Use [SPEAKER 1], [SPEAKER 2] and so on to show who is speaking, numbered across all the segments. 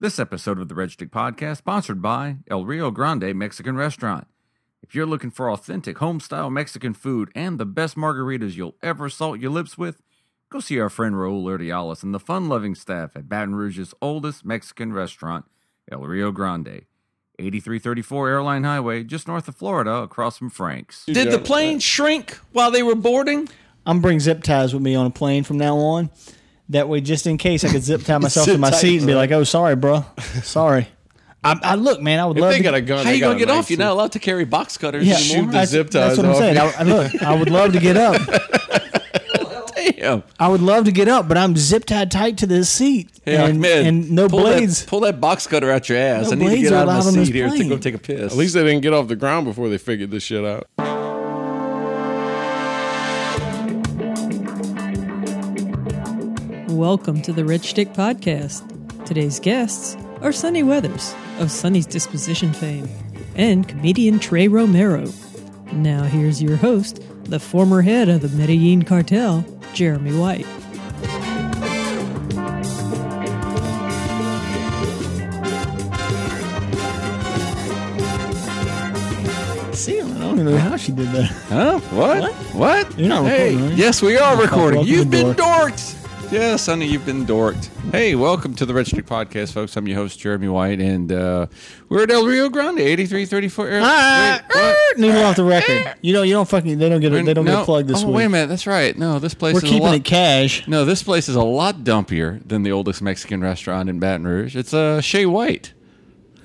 [SPEAKER 1] This episode of the Red Stick Podcast sponsored by El Rio Grande Mexican Restaurant. If you're looking for authentic home-style Mexican food and the best margaritas you'll ever salt your lips with, go see our friend Raul Urdiales and the fun-loving staff at Baton Rouge's oldest Mexican restaurant, El Rio Grande. 8334 Airline Highway, just north of Florida, across from Frank's.
[SPEAKER 2] Did the plane shrink while they were boarding?
[SPEAKER 3] I'm bring zip ties with me on a plane from now on. That way, just in case, I could zip tie myself to
[SPEAKER 4] Zip
[SPEAKER 3] my
[SPEAKER 4] tie
[SPEAKER 3] seat and be
[SPEAKER 4] yourself.
[SPEAKER 3] like, "Oh, sorry, bro, sorry." I, I look, man. I would
[SPEAKER 4] If
[SPEAKER 3] love
[SPEAKER 4] they
[SPEAKER 3] to
[SPEAKER 4] got a gun,
[SPEAKER 2] How
[SPEAKER 4] they
[SPEAKER 2] you
[SPEAKER 4] got
[SPEAKER 2] gonna
[SPEAKER 4] a
[SPEAKER 2] get
[SPEAKER 4] knife,
[SPEAKER 2] off? You're
[SPEAKER 4] so-
[SPEAKER 2] not allowed to carry box cutters
[SPEAKER 3] yeah,
[SPEAKER 4] shoot
[SPEAKER 2] anymore.
[SPEAKER 4] the
[SPEAKER 3] that's-
[SPEAKER 4] zip
[SPEAKER 3] That's
[SPEAKER 4] ties
[SPEAKER 3] what I'm
[SPEAKER 4] off
[SPEAKER 3] saying.
[SPEAKER 4] you.
[SPEAKER 3] I, I- look, I would love to get up.
[SPEAKER 2] Damn.
[SPEAKER 3] I would love to get up, but I'm zip tied tight to this seat
[SPEAKER 2] Hey,
[SPEAKER 3] and,
[SPEAKER 2] Ahmed,
[SPEAKER 3] and no
[SPEAKER 2] pull that-
[SPEAKER 3] blades.
[SPEAKER 2] pull that box cutter out your ass.
[SPEAKER 3] No
[SPEAKER 2] I need to
[SPEAKER 3] blades
[SPEAKER 2] get
[SPEAKER 3] are
[SPEAKER 2] out
[SPEAKER 3] allowed
[SPEAKER 2] of
[SPEAKER 3] on
[SPEAKER 2] my
[SPEAKER 3] this
[SPEAKER 2] seat here to
[SPEAKER 3] plane.
[SPEAKER 2] go take a piss.
[SPEAKER 4] At least they didn't get off the ground before they figured this shit out.
[SPEAKER 5] Welcome to the Red Stick Podcast. Today's guests are Sonny Weathers of Sonny's Disposition fame and comedian Trey Romero. Now, here's your host, the former head of the Medellin cartel, Jeremy White.
[SPEAKER 3] See, I don't even know how she did that.
[SPEAKER 2] Huh? What? What?
[SPEAKER 3] You're not
[SPEAKER 2] hey,
[SPEAKER 3] recording, right?
[SPEAKER 2] yes, we are recording.
[SPEAKER 3] welcome
[SPEAKER 2] You've been
[SPEAKER 3] aboard.
[SPEAKER 2] dorked. Yes, honey, you've been dorked. Hey, welcome to the Red Stick Podcast, folks. I'm your host, Jeremy White, and uh, we're at El Rio Grande, 8334 Air.
[SPEAKER 3] Ah,
[SPEAKER 2] wait, what?
[SPEAKER 3] needle off the record. You know, you don't fucking. They don't get. A, they don't get
[SPEAKER 2] No.
[SPEAKER 3] a plug this
[SPEAKER 2] oh,
[SPEAKER 3] week.
[SPEAKER 2] wait a minute. That's right. No, this place
[SPEAKER 3] We're
[SPEAKER 2] is a
[SPEAKER 3] keeping
[SPEAKER 2] lot-
[SPEAKER 3] it cash.
[SPEAKER 2] No, this place is a lot dumpier than the oldest Mexican restaurant in Baton Rouge. It's uh, Shea White,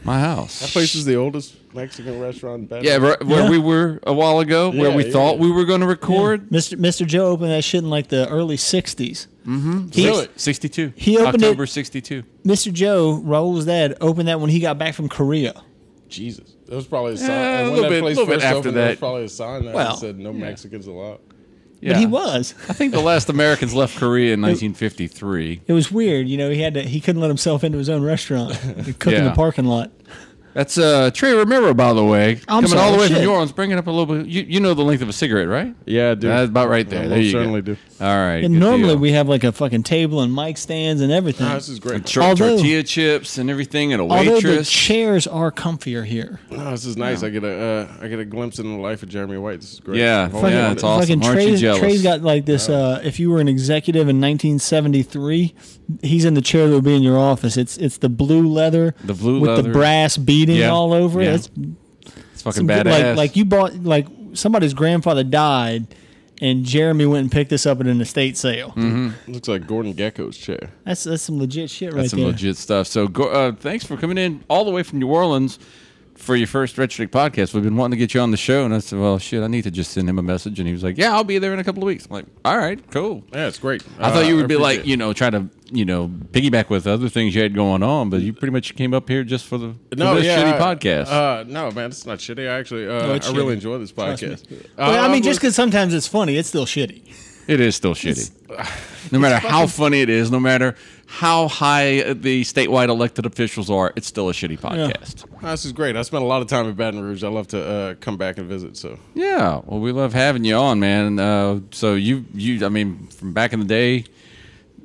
[SPEAKER 2] my house.
[SPEAKER 4] That place is the oldest Mexican restaurant in Baton
[SPEAKER 2] Yeah,
[SPEAKER 4] Rouge.
[SPEAKER 2] right, where
[SPEAKER 3] Yeah.
[SPEAKER 2] we were a while ago, where
[SPEAKER 4] Yeah,
[SPEAKER 2] we
[SPEAKER 4] yeah.
[SPEAKER 2] thought we were going to record.
[SPEAKER 3] Mr. Mr. Joe opened that shit in like the early '60s. He-
[SPEAKER 2] Mm-hmm. Really? 62.
[SPEAKER 3] he opened it-
[SPEAKER 2] October 62.
[SPEAKER 3] Mr. Joe Raul's dad opened that when he got back from Korea.
[SPEAKER 4] Jesus. That was probably a sign.
[SPEAKER 2] Yeah, a
[SPEAKER 4] when
[SPEAKER 2] little
[SPEAKER 4] that
[SPEAKER 2] bit-
[SPEAKER 4] place
[SPEAKER 2] little bit
[SPEAKER 4] first
[SPEAKER 2] after
[SPEAKER 4] opened,
[SPEAKER 2] that.
[SPEAKER 4] was probably a sign that
[SPEAKER 3] Well,
[SPEAKER 4] said no Mexicans allowed.
[SPEAKER 2] Yeah.
[SPEAKER 3] But he was.
[SPEAKER 2] I think the last Americans left Korea in 1953.
[SPEAKER 3] It was weird, you know. He had to. He couldn't let himself into his own restaurant. He cooked in
[SPEAKER 2] Yeah.
[SPEAKER 3] the parking lot.
[SPEAKER 2] That's uh, Trey Romero, by the way,
[SPEAKER 3] I'm
[SPEAKER 2] coming
[SPEAKER 3] sorry,
[SPEAKER 2] all the way from
[SPEAKER 3] shit.
[SPEAKER 2] New Orleans, bringing up a little bit. You, you know the length of a cigarette, right?
[SPEAKER 4] Yeah, dude.
[SPEAKER 2] That's about right there.
[SPEAKER 4] I
[SPEAKER 2] there
[SPEAKER 4] most
[SPEAKER 2] you go.
[SPEAKER 4] certainly do.
[SPEAKER 2] All right.
[SPEAKER 3] And
[SPEAKER 2] good
[SPEAKER 3] normally
[SPEAKER 2] deal.
[SPEAKER 3] we have like a fucking table and mic stands and everything.
[SPEAKER 4] Nah, this is great.
[SPEAKER 2] Tor-
[SPEAKER 3] although-
[SPEAKER 2] tortilla chips and everything, and a
[SPEAKER 3] Although
[SPEAKER 2] waitress.
[SPEAKER 3] the chairs are comfier here.
[SPEAKER 4] Nah, this is nice. I get a uh, I get a glimpse into the life of Jeremy White. This is great.
[SPEAKER 2] Yeah.
[SPEAKER 4] Hold
[SPEAKER 2] Fucking-
[SPEAKER 4] on.
[SPEAKER 2] it's all- awesome.
[SPEAKER 3] Fucking
[SPEAKER 2] Aren't you
[SPEAKER 3] Trey's,
[SPEAKER 2] jealous?
[SPEAKER 3] Trey's got like this. Uh, if you were an executive in 1973, he's in the chair that would be in your office. It's it's the blue leather,
[SPEAKER 2] The blue
[SPEAKER 3] with
[SPEAKER 2] leather.
[SPEAKER 3] the brass beading
[SPEAKER 2] Yeah.
[SPEAKER 3] all over
[SPEAKER 2] Yeah.
[SPEAKER 3] it. It's
[SPEAKER 2] it's fucking
[SPEAKER 3] some good-
[SPEAKER 2] badass.
[SPEAKER 3] like like you bought like somebody's grandfather died, and Jeremy went and picked this up at an estate sale.
[SPEAKER 2] Mm-hmm.
[SPEAKER 4] looks like Gordon Gecko's chair.
[SPEAKER 3] That's that's some legit shit right
[SPEAKER 2] That's some
[SPEAKER 3] there.
[SPEAKER 2] legit stuff. So go, uh, thanks for coming in all the way from New Orleans for your first Red Stick podcast. We've been wanting to get you on the show, and I said, "Well, shit, I need to just send him a message." And he was like, "Yeah, I'll be there in a couple of weeks." I'm like, "All right, cool."
[SPEAKER 4] Yeah, it's great.
[SPEAKER 2] Uh, I thought you would be like,
[SPEAKER 4] you
[SPEAKER 2] you know, try to, you know, piggyback with other things you had going on, but you pretty much came up here just for the for
[SPEAKER 4] no,
[SPEAKER 2] this
[SPEAKER 4] yeah,
[SPEAKER 2] shitty
[SPEAKER 4] I-
[SPEAKER 2] podcast.
[SPEAKER 4] Uh, no, man, it's not shitty. I actually, uh,
[SPEAKER 3] No,
[SPEAKER 4] I
[SPEAKER 3] it's
[SPEAKER 4] really
[SPEAKER 3] shitty.
[SPEAKER 4] enjoy this
[SPEAKER 3] Trust me.
[SPEAKER 4] podcast.
[SPEAKER 3] Well,
[SPEAKER 4] Uh,
[SPEAKER 3] I mean,
[SPEAKER 4] I've
[SPEAKER 3] just because sometimes it's funny, it's still shitty.
[SPEAKER 2] it is still shitty. No matter how funny it is, no matter how high the statewide elected officials are, it's still a shitty podcast.
[SPEAKER 4] No, this is great. I spent a lot of time in Baton Rouge. I love to uh, come back and visit. So
[SPEAKER 2] Yeah, well, we love having you on, man. Uh, so you, you, I mean, from back in the day,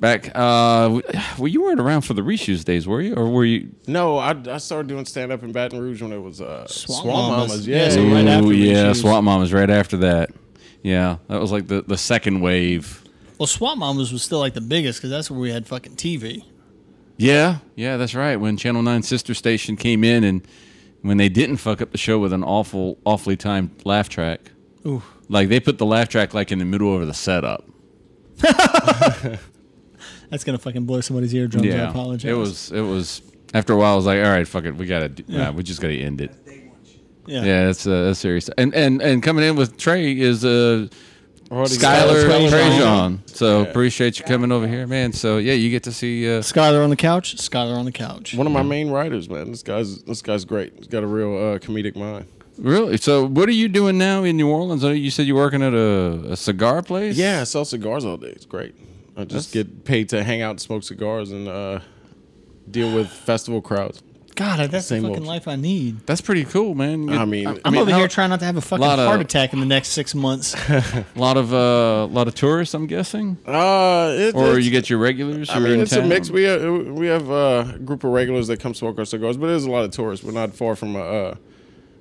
[SPEAKER 2] back, uh, well, you weren't around for the reshoes days, were you? Or were you?
[SPEAKER 4] no, I, I started doing stand up in Baton Rouge when it was uh, Swamp,
[SPEAKER 3] Swamp
[SPEAKER 4] Mamas.
[SPEAKER 3] Mamas.
[SPEAKER 4] Yeah,
[SPEAKER 3] Yeah, so right
[SPEAKER 2] Ooh,
[SPEAKER 3] after
[SPEAKER 2] yeah,
[SPEAKER 3] Reshoes.
[SPEAKER 2] Swamp Mamas right after that. Yeah, that was like the the second wave.
[SPEAKER 3] Well, Swamp Mamas was still like the biggest because that's where we had fucking TV.
[SPEAKER 2] Yeah, yeah, that's right. When Channel Nine sister station came in, and when they didn't fuck up the show with an awful, awfully timed laugh track.
[SPEAKER 3] Ooh.
[SPEAKER 2] Like they put the laugh track like in the middle of the setup.
[SPEAKER 3] That's gonna fucking blow somebody's eardrums. I apologize.
[SPEAKER 2] It was it was after a while. I was like, all right, fuck it, we gotta do, nah, we just gotta end it.
[SPEAKER 3] yeah.
[SPEAKER 2] Yeah, that's uh, that's serious. And and and coming in with Trey is uh,
[SPEAKER 3] Skylar
[SPEAKER 2] Skylar
[SPEAKER 3] Trajan.
[SPEAKER 2] Trajan. So appreciate you coming over here, man. So yeah, you get to see. Uh,
[SPEAKER 3] Skylar on the couch. Skylar on the couch.
[SPEAKER 4] One of my main writers, man. This guy's this guy's great. He's got a real uh, comedic mind.
[SPEAKER 2] really. So what are you doing now in New Orleans? I know you said you're working at a, a cigar place.
[SPEAKER 4] Yeah, I sell cigars all day. It's great. I just get paid to hang out, and smoke cigars, and uh, deal with festival crowds.
[SPEAKER 3] God, that's
[SPEAKER 4] Same
[SPEAKER 3] the fucking
[SPEAKER 4] old-
[SPEAKER 3] life I need.
[SPEAKER 2] That's pretty cool, man.
[SPEAKER 4] I mean,
[SPEAKER 3] I'm
[SPEAKER 2] mean,
[SPEAKER 3] over
[SPEAKER 2] how-
[SPEAKER 3] here trying not to have a fucking
[SPEAKER 2] Lot of-
[SPEAKER 3] heart attack in the next six months.
[SPEAKER 2] A lot of uh, lot of tourists, I'm guessing,
[SPEAKER 4] uh, it,
[SPEAKER 2] or
[SPEAKER 4] it's-
[SPEAKER 2] you get your regulars.
[SPEAKER 4] I
[SPEAKER 2] who are
[SPEAKER 4] mean,
[SPEAKER 2] in
[SPEAKER 4] it's
[SPEAKER 2] town.
[SPEAKER 4] a mix. We have, we have uh, a group of regulars that come smoke our cigars, but there's a lot of tourists. We're not far from uh, uh,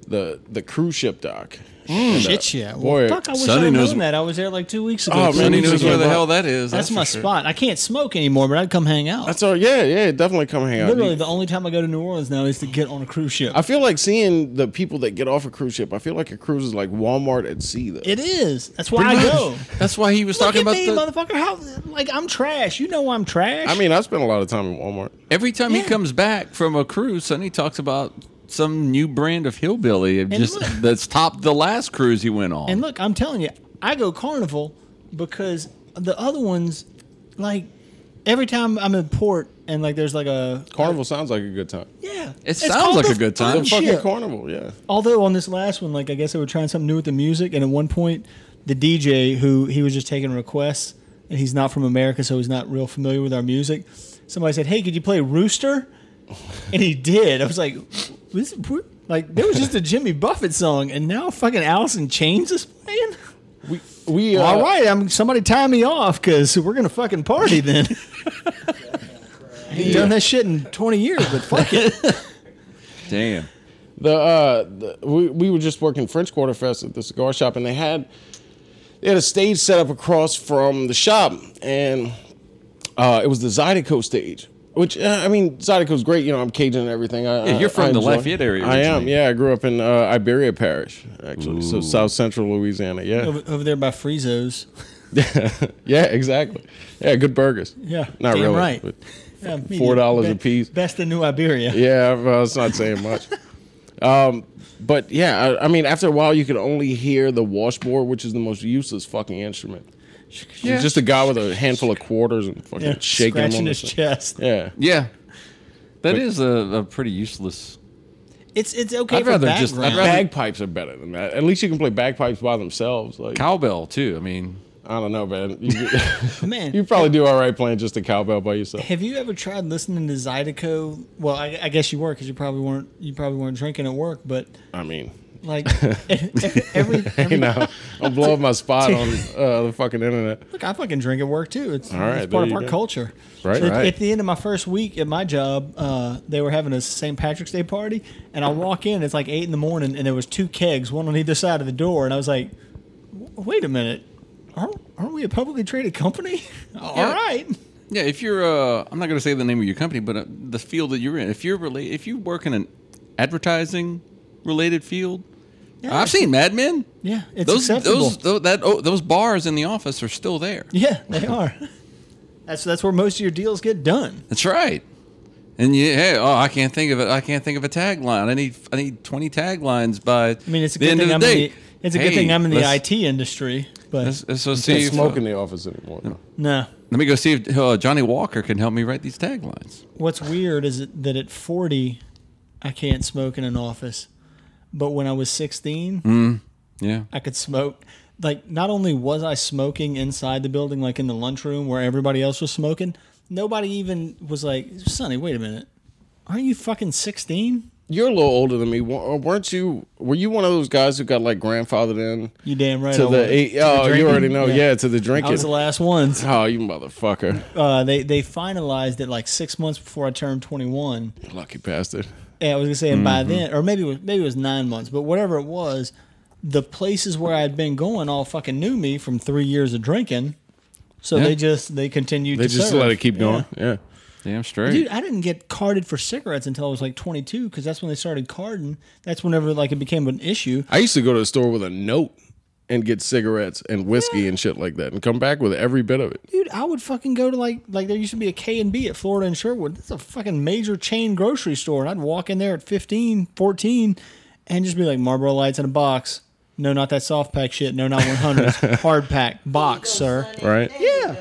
[SPEAKER 4] the the cruise ship dock. And, uh,
[SPEAKER 3] Shit, yeah. Well,
[SPEAKER 4] boy,
[SPEAKER 3] fuck, I wish
[SPEAKER 2] Sonny
[SPEAKER 3] I had
[SPEAKER 2] knows-
[SPEAKER 3] known that. I was there like two weeks ago.
[SPEAKER 4] Oh,
[SPEAKER 3] too.
[SPEAKER 4] man,
[SPEAKER 2] Nobody
[SPEAKER 4] he
[SPEAKER 2] knows
[SPEAKER 4] knows
[SPEAKER 2] where
[SPEAKER 4] where
[SPEAKER 2] the
[SPEAKER 4] I'm
[SPEAKER 2] hell
[SPEAKER 4] at.
[SPEAKER 2] that is.
[SPEAKER 3] That's,
[SPEAKER 2] for
[SPEAKER 3] my
[SPEAKER 2] sure.
[SPEAKER 3] spot. I can't smoke anymore, but I'd come hang out.
[SPEAKER 4] that's all. Yeah, yeah, definitely come hang out.
[SPEAKER 3] Literally,
[SPEAKER 4] You-
[SPEAKER 3] the only time I go to New Orleans now is to get on a cruise ship.
[SPEAKER 4] I feel like seeing the people that get off a cruise ship. I feel like a cruise is like Walmart at sea. Though.
[SPEAKER 3] it is. That's why
[SPEAKER 2] Pretty
[SPEAKER 3] I
[SPEAKER 2] much.
[SPEAKER 3] go.
[SPEAKER 2] That's why he was
[SPEAKER 3] Look
[SPEAKER 2] talking
[SPEAKER 3] at
[SPEAKER 2] about
[SPEAKER 3] me,
[SPEAKER 2] the.
[SPEAKER 3] motherfucker. How like I'm trash. You know I'm trash.
[SPEAKER 4] I mean, I spent a lot of time in Walmart.
[SPEAKER 2] Every time
[SPEAKER 3] Yeah.
[SPEAKER 2] he comes back from a cruise, Sonny talks about some new brand of hillbilly. It just
[SPEAKER 3] look-
[SPEAKER 2] that's topped the last cruise he went on.
[SPEAKER 3] and look, I'm telling you, I go Carnival because the other ones, like every time I'm in port and like there's like a
[SPEAKER 4] Carnival sounds like a good time.
[SPEAKER 3] yeah,
[SPEAKER 2] It sounds
[SPEAKER 3] called
[SPEAKER 2] like
[SPEAKER 3] the
[SPEAKER 2] a good time.
[SPEAKER 3] fucking
[SPEAKER 2] The
[SPEAKER 4] Fucking
[SPEAKER 3] ship.
[SPEAKER 4] carnival, yeah.
[SPEAKER 3] Although on this last one, like I guess they were trying something new with the music, and at one point, the DJ who he was just taking requests, and he's not from America, so he's not real familiar with our music. Somebody said, "Hey, could you play Rooster?" And he did. I was like, "Was it Roo-" like there was just a Jimmy Buffett song, and now fucking Allison Chains is playing."
[SPEAKER 4] We we uh,
[SPEAKER 3] All right, I'm somebody tie me off because we're gonna fucking party then. Ain't Done that shit in 20 years, but fuck it.
[SPEAKER 2] Damn.
[SPEAKER 4] the, uh, the we, we were just working French Quarter Fest at the cigar shop, and they had they had a stage set up across from the shop, and uh, it was the Zydeco stage. Which uh, I mean, Zydeco's great. You know, I'm Cajun and everything. I,
[SPEAKER 2] Yeah, you're
[SPEAKER 4] I-
[SPEAKER 2] from
[SPEAKER 4] I
[SPEAKER 2] the
[SPEAKER 4] enjoy-
[SPEAKER 2] Lafayette area
[SPEAKER 4] I am.
[SPEAKER 2] originally.
[SPEAKER 4] Yeah, I grew up in uh, Iberia Parish, actually, so South Central Louisiana. Yeah,
[SPEAKER 3] over, over there by Friezos.
[SPEAKER 4] yeah, exactly. Yeah, good burgers.
[SPEAKER 3] Yeah,
[SPEAKER 4] not
[SPEAKER 3] damn
[SPEAKER 4] really.
[SPEAKER 3] right.
[SPEAKER 4] but-
[SPEAKER 3] Yeah, I mean,
[SPEAKER 4] $4 a
[SPEAKER 3] be-
[SPEAKER 4] piece.
[SPEAKER 3] Best in New Iberia.
[SPEAKER 4] Yeah, well, it's not saying much. um, but yeah, I, I mean, after a while, you could only hear the washboard, which is the most useless fucking instrument. It's Just a guy with a handful of quarters and fucking
[SPEAKER 3] Yeah,
[SPEAKER 4] shaking them on
[SPEAKER 3] scratching
[SPEAKER 4] the
[SPEAKER 3] his
[SPEAKER 4] side.
[SPEAKER 3] chest.
[SPEAKER 4] Yeah,
[SPEAKER 2] Yeah. that is a, a pretty useless.
[SPEAKER 3] It's it's okay.
[SPEAKER 2] I'd
[SPEAKER 3] for
[SPEAKER 2] rather just- I'd
[SPEAKER 3] background.
[SPEAKER 2] rather-
[SPEAKER 4] bagpipes are better than that. At least you can play bagpipes by themselves. Like
[SPEAKER 2] Cowbell too. I mean,
[SPEAKER 4] I don't know, man. You,
[SPEAKER 3] man.
[SPEAKER 4] you probably do all right playing just a cowbell by yourself.
[SPEAKER 3] have you ever tried listening to Zydeco? Well, I, I guess you were because you probably weren't. You probably weren't drinking at work, but
[SPEAKER 4] I mean,
[SPEAKER 3] like e-, every, every
[SPEAKER 4] you know, I'm blowing my spot on uh, the fucking internet.
[SPEAKER 3] Look, I fucking drink at work too. It's,
[SPEAKER 4] right,
[SPEAKER 3] it's
[SPEAKER 4] there
[SPEAKER 3] part of
[SPEAKER 4] you
[SPEAKER 3] our
[SPEAKER 4] go.
[SPEAKER 3] culture.
[SPEAKER 4] Right,
[SPEAKER 3] at,
[SPEAKER 4] right.
[SPEAKER 3] at the end of my first week at my job, uh, they were having a St. Patrick's Day party, and I walk in. It's like eight in the morning, and there was two kegs, one on either side of the door, and I was like, "W- "Wait a minute, aren't, aren't we a publicly traded company? All
[SPEAKER 2] Yeah.
[SPEAKER 3] right,
[SPEAKER 2] yeah. If you're, uh, I'm not going to say the name of your company, but uh, the field that you're in. If you're relate, if you work in an advertising related field,
[SPEAKER 3] Yeah.
[SPEAKER 2] I've seen Mad Men.
[SPEAKER 3] yeah, it's
[SPEAKER 2] those,
[SPEAKER 3] acceptable.
[SPEAKER 2] those, tho- that, oh, those bars in the office are still there.
[SPEAKER 3] yeah, they are. That's that's where most of your deals get done.
[SPEAKER 2] That's right. And you, hey, oh, I can't think of it. I can't think of a tagline. I need, I need twenty taglines by.
[SPEAKER 3] I mean, it's a
[SPEAKER 2] the
[SPEAKER 3] good
[SPEAKER 2] end
[SPEAKER 3] thing
[SPEAKER 2] of
[SPEAKER 3] I'm
[SPEAKER 2] the day.
[SPEAKER 3] in the, it's a good
[SPEAKER 2] Hey,
[SPEAKER 3] thing I'm in the
[SPEAKER 2] let's-
[SPEAKER 3] IT industry, but
[SPEAKER 2] Let's, let's go see.
[SPEAKER 4] Can't
[SPEAKER 2] If,
[SPEAKER 4] smoke in
[SPEAKER 2] uh,
[SPEAKER 4] the office anymore. though.
[SPEAKER 3] no.
[SPEAKER 2] let me go see if uh, Johnny Walker can help me write these taglines.
[SPEAKER 3] what's weird is that- that at 40 i can't smoke in an office but when i was 16
[SPEAKER 4] Mm,
[SPEAKER 2] Yeah.
[SPEAKER 3] i could smoke like not only was i smoking inside the building like in the lunchroom where everybody else was smoking nobody even was like sonny wait a minute aren't you fucking 16
[SPEAKER 4] you're a little older than me. W- uh, Weren't you? Were you one of those guys who got like grandfathered in
[SPEAKER 3] you damn right
[SPEAKER 4] to
[SPEAKER 3] I
[SPEAKER 4] the?
[SPEAKER 3] was.
[SPEAKER 4] Eight,
[SPEAKER 3] To the
[SPEAKER 4] oh, you
[SPEAKER 3] drinking.
[SPEAKER 4] already know. Yeah, to the
[SPEAKER 3] i
[SPEAKER 4] drinking.
[SPEAKER 3] was the last ones
[SPEAKER 4] oh, you motherfucker!
[SPEAKER 3] uh, they, they finalized it like six months before i turned 21
[SPEAKER 4] Lucky bastard.
[SPEAKER 3] Yeah, I was gonna say, and
[SPEAKER 4] Mm-hmm.
[SPEAKER 3] by then, or maybe it was, maybe it was nine months, but whatever it was, the places where I'd been going all fucking knew me from three years of drinking, so they just they continued.
[SPEAKER 4] They
[SPEAKER 3] to
[SPEAKER 4] just
[SPEAKER 3] serve.
[SPEAKER 4] let it keep
[SPEAKER 3] Yeah.
[SPEAKER 4] going. Yeah.
[SPEAKER 2] Damn straight.
[SPEAKER 3] Dude, I didn't get carded for cigarettes until I was like 22 because that's when they started carding. That's whenever like it became an issue.
[SPEAKER 4] I used to go to the store with a note and get cigarettes and whiskey and shit like that, and come back with every bit of it.
[SPEAKER 3] Dude, I would fucking go to like like there used to be a K and B at Florida and Sherwood. That's a fucking major chain grocery store, and I'd walk in there at 15, 14, and just be like Marlboro Lights in a box. No, not that soft pack shit. No, not 100s. Hard pack box, sir.
[SPEAKER 4] Right?
[SPEAKER 3] Yeah.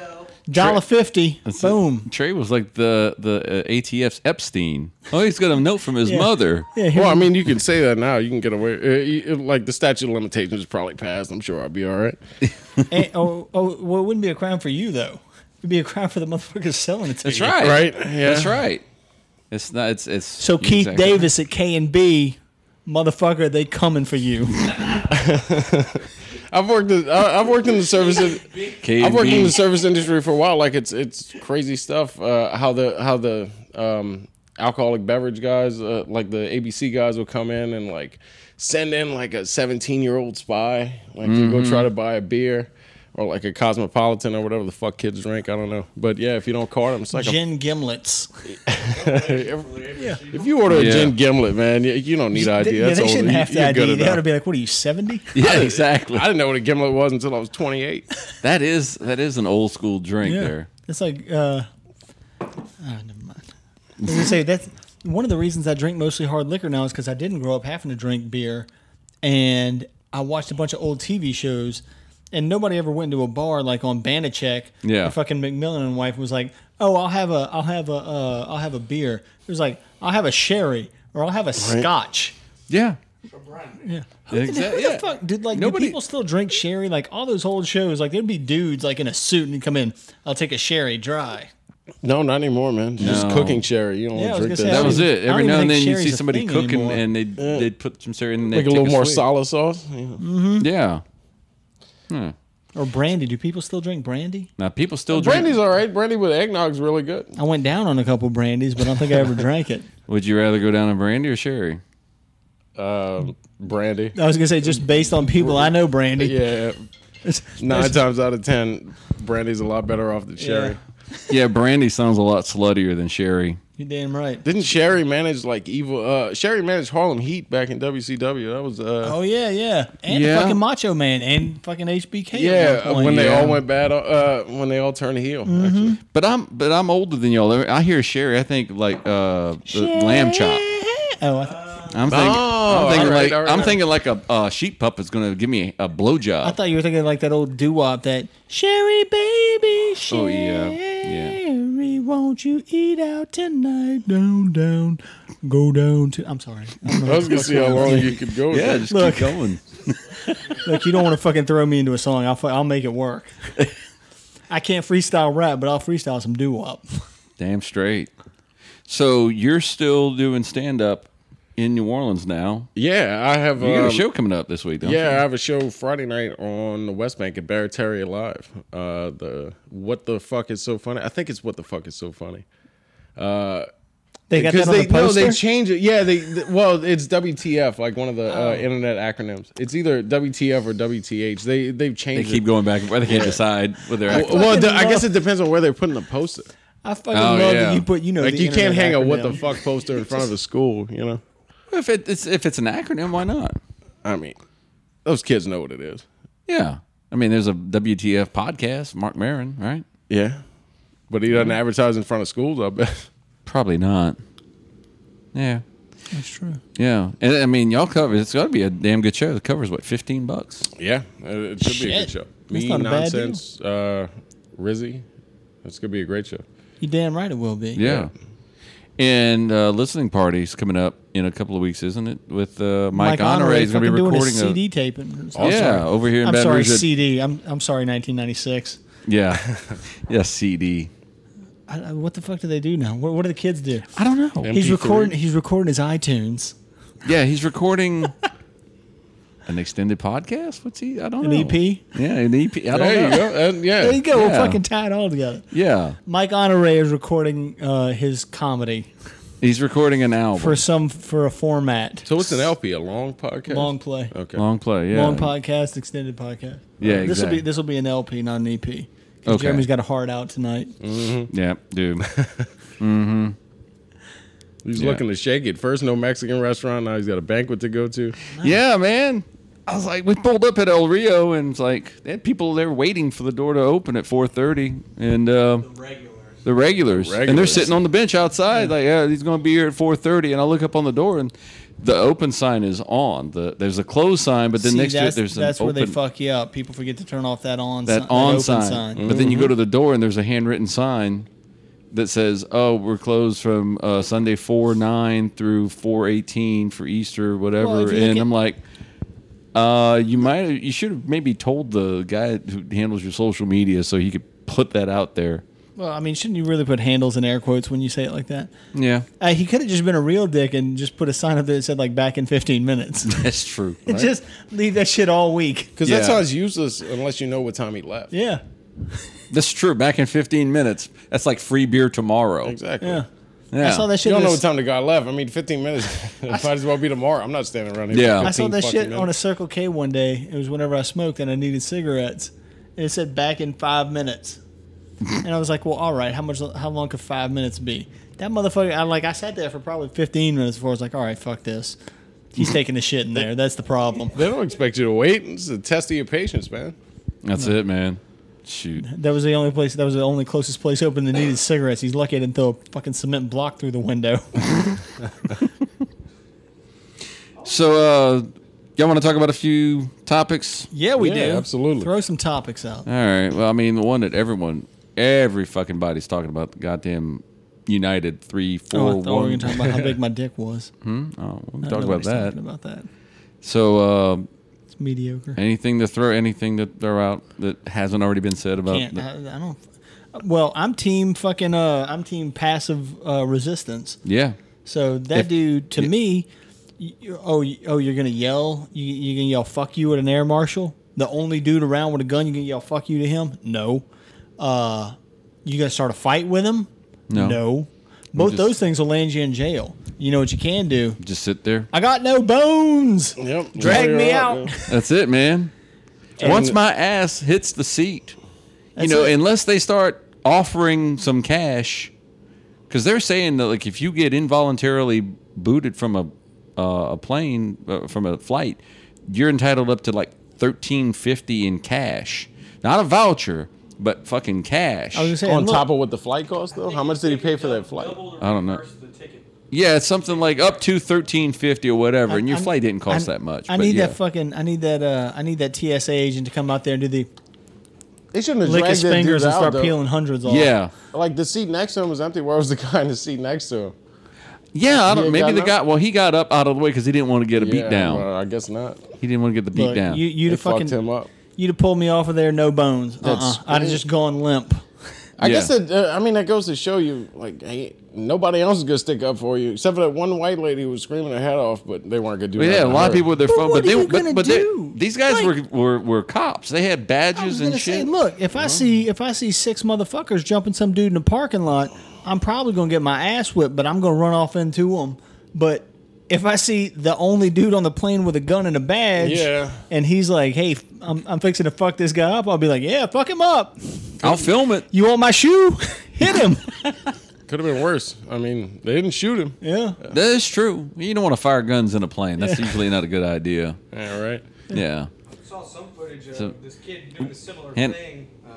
[SPEAKER 3] Dollar fifty. Boom.
[SPEAKER 2] Trey was like the the uh, ATF's Epstein. Oh, he's got a note from his
[SPEAKER 3] Yeah.
[SPEAKER 2] mother.
[SPEAKER 3] Yeah. Here,
[SPEAKER 4] Well, I mean, you can say that now. You can get away. uh, you- uh, Like the statute of limitations is probably passed. I'm sure I'll be all right.
[SPEAKER 3] and- oh, oh, well, it wouldn't be a crime for you though. It'd be a crime for the motherfuckers selling it to
[SPEAKER 2] That's
[SPEAKER 3] you.
[SPEAKER 2] right.
[SPEAKER 4] Right?
[SPEAKER 2] That's
[SPEAKER 4] Yeah.
[SPEAKER 2] right. It's not. It's it's.
[SPEAKER 3] So Keith
[SPEAKER 2] exactly.
[SPEAKER 3] Davis at K and B, motherfucker, they coming for you.
[SPEAKER 4] I've worked. In, I, I've worked in the service. In,
[SPEAKER 2] K and
[SPEAKER 4] I've worked
[SPEAKER 2] B.
[SPEAKER 4] in the service industry for a while. Like it's it's crazy stuff. Uh, how the how the um, alcoholic beverage guys, uh, like the ABC guys, will come in and like send in like a seventeen year old spy, like to go
[SPEAKER 3] Mm-hmm.
[SPEAKER 4] try to buy a beer. Or like a cosmopolitan or whatever the fuck kids drink, I don't know. But yeah, if you don't card them, it's like a,
[SPEAKER 3] Gin gimlets.
[SPEAKER 4] if you order a
[SPEAKER 2] Yeah.
[SPEAKER 4] gin gimlet, man, you, you don't need ID.
[SPEAKER 3] yeah,
[SPEAKER 4] That's
[SPEAKER 3] they
[SPEAKER 4] old.
[SPEAKER 3] shouldn't
[SPEAKER 4] You-
[SPEAKER 3] have to
[SPEAKER 4] you're good
[SPEAKER 3] ID. They
[SPEAKER 4] enough.
[SPEAKER 3] ought to be like, what are you seventy?
[SPEAKER 2] Yeah, exactly.
[SPEAKER 4] I didn't know what a gimlet was until I was 28.
[SPEAKER 2] That is that is an old school drink there.
[SPEAKER 3] It's like, uh, oh, never mind. I was gonna say that's one of the reasons I drink mostly hard liquor now is because I didn't grow up having to drink beer, and I watched a bunch of old TV shows, and nobody ever went to a bar like on Banachek.
[SPEAKER 2] Yeah.
[SPEAKER 3] where fucking McMillan and wife was like, oh, I'll have a, I'll have a, uh, I'll have a beer. It was like, I'll have a sherry or I'll have a scotch.
[SPEAKER 2] Yeah. Yeah.
[SPEAKER 3] Who
[SPEAKER 2] Exactly.
[SPEAKER 3] the fuck, dude? Like,
[SPEAKER 2] Nobody-
[SPEAKER 3] do people still drink sherry? Like all those old shows, like there'd be dudes like in a suit and come in. I'll take a sherry dry.
[SPEAKER 4] No, not anymore, man. Just
[SPEAKER 2] No.
[SPEAKER 4] cooking cherry. You don't
[SPEAKER 3] Yeah, I
[SPEAKER 4] want
[SPEAKER 3] was
[SPEAKER 4] to drink
[SPEAKER 3] gonna
[SPEAKER 4] that.
[SPEAKER 3] say,
[SPEAKER 2] That was
[SPEAKER 3] even-
[SPEAKER 2] it.
[SPEAKER 3] I don't
[SPEAKER 2] Every
[SPEAKER 3] even
[SPEAKER 2] now and
[SPEAKER 3] think
[SPEAKER 2] then you
[SPEAKER 3] sherry's
[SPEAKER 2] see
[SPEAKER 3] a
[SPEAKER 2] somebody
[SPEAKER 3] thing
[SPEAKER 2] cooking
[SPEAKER 3] anymore.
[SPEAKER 2] and they they put some sherry in there.
[SPEAKER 4] like a little more solid sauce. Yeah.
[SPEAKER 2] Yeah.
[SPEAKER 3] Or brandy? Do people still drink brandy?
[SPEAKER 2] Now people still drink.
[SPEAKER 4] Brandy's all right. Brandy with eggnog's really good.
[SPEAKER 3] I went down on a couple brandies, but I don't think I ever drank it.
[SPEAKER 2] Would you rather go down on brandy or sherry?
[SPEAKER 4] Um, brandy.
[SPEAKER 3] I was gonna say just based on people I know, brandy.
[SPEAKER 4] Yeah. Nine times out of ten, brandy's a lot better off than sherry.
[SPEAKER 2] Yeah, brandy sounds a lot sluttier than sherry.
[SPEAKER 3] You're damn right.
[SPEAKER 4] Didn't Sherry manage like evil? Uh, Sherry managed Harlem Heat back in WCW. That was uh,
[SPEAKER 3] Oh yeah, yeah, and
[SPEAKER 2] Yeah.
[SPEAKER 3] fucking Macho Man and fucking HBK. at
[SPEAKER 4] yeah,
[SPEAKER 3] one point.
[SPEAKER 4] when they
[SPEAKER 2] yeah.
[SPEAKER 4] all went bad. Uh, when they all turned heel. Actually.
[SPEAKER 2] But I'm but I'm older than y'all. I hear sherry. I think like uh, the lamb chop.
[SPEAKER 3] Oh, I, th-
[SPEAKER 2] I'm thinking.
[SPEAKER 4] all
[SPEAKER 2] I'm thinking
[SPEAKER 4] right,
[SPEAKER 2] like
[SPEAKER 4] all right,
[SPEAKER 2] I'm
[SPEAKER 4] all
[SPEAKER 2] thinking like a uh, sheep pup is gonna give me a blowjob.
[SPEAKER 3] I thought you were thinking like that old doo wop that Sherry baby. Sherry,
[SPEAKER 2] Oh, yeah, yeah.
[SPEAKER 3] Won't you eat out tonight? Down, down, go down to. I'm sorry. I don't know.
[SPEAKER 4] I was gonna see how long you could go. With
[SPEAKER 2] yeah,
[SPEAKER 4] that.
[SPEAKER 2] just
[SPEAKER 3] Look.
[SPEAKER 2] keep going.
[SPEAKER 3] Look, you don't want to fucking throw me into a song. I'll, fu- I'll make it work. I can't freestyle rap, but I'll freestyle some doo wop.
[SPEAKER 2] Damn straight. So you're still doing stand up in New Orleans now.
[SPEAKER 4] yeah. I have.
[SPEAKER 2] You got
[SPEAKER 4] um,
[SPEAKER 2] a show coming up this week, don't
[SPEAKER 4] Yeah, I
[SPEAKER 2] you?
[SPEAKER 4] have a show Friday night on the West Bank at Barry Terry Live. Uh, the what the fuck is so funny? I think it's what the fuck is so funny.
[SPEAKER 3] They got that on
[SPEAKER 4] they
[SPEAKER 3] the poster.
[SPEAKER 4] they change it. Yeah, they th- well, it's WTF, like one of the
[SPEAKER 3] Oh.
[SPEAKER 4] uh, internet acronyms. It's either WTF or WTH. They they've
[SPEAKER 2] They
[SPEAKER 4] changed.
[SPEAKER 2] keep
[SPEAKER 4] it.
[SPEAKER 2] going back and forth. They can't decide whether they're
[SPEAKER 4] Well,
[SPEAKER 3] Fucking
[SPEAKER 4] the- I guess
[SPEAKER 3] love-
[SPEAKER 4] it depends on where they're putting the poster.
[SPEAKER 3] I fucking
[SPEAKER 2] Oh,
[SPEAKER 3] love
[SPEAKER 2] yeah.
[SPEAKER 3] that you put. You know,
[SPEAKER 4] Like
[SPEAKER 3] the
[SPEAKER 4] you can't
[SPEAKER 3] internet
[SPEAKER 4] hang a what the
[SPEAKER 3] acronym.
[SPEAKER 4] fuck poster in front of the school. You know,
[SPEAKER 2] if it- it's if it's an acronym, why not?
[SPEAKER 4] I mean, those kids know what it is.
[SPEAKER 2] Yeah. I mean, there's a WTF podcast, Mark Marin, right?
[SPEAKER 4] Yeah, but he doesn't advertise in front of schools. I bet.
[SPEAKER 2] Probably not. Yeah.
[SPEAKER 3] That's true.
[SPEAKER 2] Yeah. And I mean, y'all cover it's got to be a damn good show. The cover's what, 15 bucks?
[SPEAKER 4] Yeah, it it should be a
[SPEAKER 3] Shit.
[SPEAKER 4] good show.
[SPEAKER 3] That's
[SPEAKER 4] Me,
[SPEAKER 3] not a bad
[SPEAKER 4] nonsense, uh, Rizzy. It's gonna be a great show.
[SPEAKER 3] You damn right it will be.
[SPEAKER 2] Yeah. And uh, listening parties coming up in a couple of weeks, isn't it? With uh, Mike, Honoré is going to be
[SPEAKER 3] fucking doing
[SPEAKER 2] recording Oh,
[SPEAKER 3] a CD taping.
[SPEAKER 2] Yeah, over here in
[SPEAKER 3] I'm
[SPEAKER 2] Baton
[SPEAKER 3] sorry,
[SPEAKER 2] Rouge. at-
[SPEAKER 3] CD. I'm I'm sorry, 1996.
[SPEAKER 2] yeah, yeah, CD.
[SPEAKER 3] I, I, what the fuck do they do now? What, what do the kids do?
[SPEAKER 2] I don't know.
[SPEAKER 3] He's
[SPEAKER 4] MP3.
[SPEAKER 3] recording. He's recording his iTunes,
[SPEAKER 2] yeah, he's recording an extended podcast. What's he? I don't
[SPEAKER 3] an E
[SPEAKER 2] know.
[SPEAKER 3] EP.
[SPEAKER 2] Yeah, an EP. I don't
[SPEAKER 4] There you
[SPEAKER 2] know.
[SPEAKER 4] go. And, yeah,
[SPEAKER 3] There you go. We'll
[SPEAKER 2] Yeah.
[SPEAKER 3] fucking tie it all together.
[SPEAKER 2] Yeah,
[SPEAKER 3] Mike Honoré is recording uh, his comedy
[SPEAKER 2] he's recording an album.
[SPEAKER 3] for some for a format.
[SPEAKER 4] So it's an LP, a long podcast.
[SPEAKER 3] long play,
[SPEAKER 4] Okay.
[SPEAKER 2] long play. Yeah,
[SPEAKER 3] long podcast, extended podcast. Uh,
[SPEAKER 2] Yeah,
[SPEAKER 3] this will
[SPEAKER 2] exactly.
[SPEAKER 3] be this will be an LP, not an EP. 'Cause
[SPEAKER 2] Okay.
[SPEAKER 3] Jeremy's got a heart out tonight.
[SPEAKER 2] Yeah, dude.
[SPEAKER 4] He's
[SPEAKER 2] Yeah.
[SPEAKER 4] looking to shake it. First, no Mexican restaurant. Now he's got a banquet to go to.
[SPEAKER 2] Yeah, man. I was like, we pulled up at El Rio, and it's like they had people there waiting for the door to open at 4:30, and uh, the regulars, the regulars, and they're
[SPEAKER 4] regulars.
[SPEAKER 2] sitting on the bench outside, like, yeah, he's going to be here at 4:30, and I look up on the door, and the open sign is on. The there's a closed sign, but then
[SPEAKER 3] See,
[SPEAKER 2] next to
[SPEAKER 3] that's-
[SPEAKER 2] it there's an
[SPEAKER 3] that's where
[SPEAKER 2] open
[SPEAKER 3] they fuck you up. People forget to turn off that on
[SPEAKER 2] that
[SPEAKER 3] sign, Mm-hmm.
[SPEAKER 2] on
[SPEAKER 3] open
[SPEAKER 2] sign. Mm-hmm. But then you go to the door, and there's a handwritten sign that says, "Oh, we're closed from uh, Sunday four nine through four eighteen for Easter, whatever."
[SPEAKER 3] Well, if you look
[SPEAKER 2] and
[SPEAKER 3] at-
[SPEAKER 2] I'm like, uh, "You might, you should have maybe told the guy who handles your social media so he could put that out there."
[SPEAKER 3] Well, I mean, shouldn't you really put handles in air quotes when you say it like that?
[SPEAKER 2] Yeah,
[SPEAKER 3] Uh, he could have just been a real dick and just put a sign up that said like "back in 15 minutes."
[SPEAKER 2] that's true. right?
[SPEAKER 3] just leave that shit all week.
[SPEAKER 4] Because that's
[SPEAKER 2] Yeah.
[SPEAKER 4] how it's useless unless you know what time he left.
[SPEAKER 3] Yeah,
[SPEAKER 2] That's true. Back in 15 minutes, that's like free beer tomorrow.
[SPEAKER 4] Exactly.
[SPEAKER 3] yeah.
[SPEAKER 2] Yeah.
[SPEAKER 3] I saw that
[SPEAKER 4] You
[SPEAKER 3] shit.
[SPEAKER 4] don't know
[SPEAKER 3] this-
[SPEAKER 4] what time the guy left. I mean, 15 minutes. it might as well be tomorrow. I'm not standing around here.
[SPEAKER 2] Yeah.
[SPEAKER 3] I saw that shit on a
[SPEAKER 4] a.
[SPEAKER 3] Circle K one day. It was whenever I smoked and I needed cigarettes, and it said "back in five minutes," and I was like, "Well, all right. How much? How long could five minutes be?" That motherfucker. I like. I sat there for probably 15 minutes before I was like, "All right, fuck this." He's taking the shit in there. That's the problem.
[SPEAKER 4] They don't expect you to wait. This is a test of your patience, man.
[SPEAKER 2] That's it, man. Shoot.
[SPEAKER 3] That was the only place. That was the only closest place open that needed cigarettes. He's lucky I didn't throw a fucking cement block through the window.
[SPEAKER 2] So, uh, y'all want to talk about a few topics?
[SPEAKER 3] yeah, we
[SPEAKER 4] Yeah,
[SPEAKER 3] do.
[SPEAKER 4] absolutely.
[SPEAKER 3] Throw some topics out.
[SPEAKER 2] All right. Well, I mean, the one that everyone, every fucking body's talking about the goddamn United three four
[SPEAKER 3] Oh, I
[SPEAKER 2] one.
[SPEAKER 3] thought we were gonna talk about how big my dick was.
[SPEAKER 2] Oh, we can talk
[SPEAKER 3] I know
[SPEAKER 2] about
[SPEAKER 3] nobody's
[SPEAKER 2] that.
[SPEAKER 3] talking about that.
[SPEAKER 2] So, uh,
[SPEAKER 3] It's mediocre.
[SPEAKER 2] anything to throw, anything to throw out that hasn't already been said about.
[SPEAKER 3] Can't.
[SPEAKER 2] Uh, the-
[SPEAKER 3] I, I don't. Well, I'm team fucking. Uh, I'm team passive uh, resistance.
[SPEAKER 2] yeah.
[SPEAKER 3] So that
[SPEAKER 2] If-
[SPEAKER 3] dude to
[SPEAKER 2] yeah.
[SPEAKER 3] me, y- y- oh y- oh, you're gonna yell. You you gonna yell fuck you at an air marshal? The only dude around with a gun. You gonna yell fuck you to him? No. Uh, you gonna start a fight with him?
[SPEAKER 2] No.
[SPEAKER 3] Both
[SPEAKER 2] just-
[SPEAKER 3] those things will land you in jail. You know what you can do.
[SPEAKER 2] Just sit there.
[SPEAKER 3] I got no bones.
[SPEAKER 4] Yep.
[SPEAKER 3] Drag me out.
[SPEAKER 2] That's it, man. Once my ass hits the seat, you know,
[SPEAKER 3] it.
[SPEAKER 2] unless they start offering some cash, because they're saying that like if you get involuntarily booted from a uh, a plane uh, from a flight, you're entitled up to like thirteen fifty in cash, not a voucher, but fucking cash.
[SPEAKER 3] I was gonna say,
[SPEAKER 4] On
[SPEAKER 3] and look,
[SPEAKER 4] top of what the flight cost, though? How much did he pay for that flight?
[SPEAKER 2] I don't know. Yeah, it's something like up to thirteen fifty or whatever, and your
[SPEAKER 3] I'm-
[SPEAKER 2] flight didn't cost
[SPEAKER 3] I-
[SPEAKER 2] that much.
[SPEAKER 3] I
[SPEAKER 2] but
[SPEAKER 3] need
[SPEAKER 2] yeah.
[SPEAKER 3] that fucking. I need that. Uh, I need that TSA agent to come out there and do the
[SPEAKER 4] They shouldn't have
[SPEAKER 3] lick
[SPEAKER 4] dragged
[SPEAKER 3] his
[SPEAKER 4] that
[SPEAKER 3] fingers
[SPEAKER 4] dude
[SPEAKER 3] and start
[SPEAKER 4] out, though.
[SPEAKER 3] peeling hundreds off.
[SPEAKER 2] yeah,
[SPEAKER 4] Like, the seat next to him was empty. Where was the guy in the seat next to him?
[SPEAKER 2] yeah. I
[SPEAKER 4] He
[SPEAKER 2] don't,
[SPEAKER 4] ain't
[SPEAKER 2] maybe
[SPEAKER 4] got
[SPEAKER 2] the
[SPEAKER 4] no-
[SPEAKER 2] guy. Well, he got up out of the way because he didn't want to get a beat
[SPEAKER 4] Yeah,
[SPEAKER 2] down.
[SPEAKER 4] well, I guess not.
[SPEAKER 2] He didn't want to get the beat
[SPEAKER 3] Look,
[SPEAKER 2] down.
[SPEAKER 3] You, you'd
[SPEAKER 4] They
[SPEAKER 3] have fucking
[SPEAKER 4] fucked him up.
[SPEAKER 3] You'd have pulled me off of there, no bones. Uh-uh.
[SPEAKER 4] That's-
[SPEAKER 3] I'd have just gone limp.
[SPEAKER 4] I
[SPEAKER 2] Yeah.
[SPEAKER 4] guess that uh, I mean that goes to show you like hey, nobody else is gonna stick up for you except for that one white lady who was screaming her head off, but they weren't gonna do.
[SPEAKER 2] But yeah, a
[SPEAKER 4] nothing to
[SPEAKER 2] lot of
[SPEAKER 4] her.
[SPEAKER 2] people with their
[SPEAKER 3] But
[SPEAKER 2] phone,
[SPEAKER 3] what
[SPEAKER 2] but they,
[SPEAKER 3] are you
[SPEAKER 2] but,
[SPEAKER 3] gonna
[SPEAKER 2] but they-
[SPEAKER 3] do?
[SPEAKER 2] these guys
[SPEAKER 3] Like-
[SPEAKER 2] were, were were cops. They had
[SPEAKER 3] I was
[SPEAKER 2] badges and
[SPEAKER 3] gonna
[SPEAKER 2] shit.
[SPEAKER 3] say, look, if I see if I see six motherfuckers jumping some dude in the parking lot, I'm probably gonna get my ass whipped, but I'm gonna run off into them. But if I see the only dude on the plane with a gun and a badge,
[SPEAKER 4] Yeah.
[SPEAKER 3] and he's like, "Hey, f- I'm, I'm fixing to fuck this guy up," I'll be like, "Yeah, fuck him up.
[SPEAKER 2] I'll film it.
[SPEAKER 3] You want my shoe? Hit him."
[SPEAKER 4] could have been worse. I mean, they didn't shoot him.
[SPEAKER 3] yeah.
[SPEAKER 2] That is true. You don't want to fire guns in a plane. That's usually not a good idea.
[SPEAKER 4] Yeah, right.
[SPEAKER 2] Yeah.
[SPEAKER 6] saw some footage of
[SPEAKER 2] So-
[SPEAKER 6] this kid doing a similar
[SPEAKER 2] Hand-
[SPEAKER 6] thing. Uh,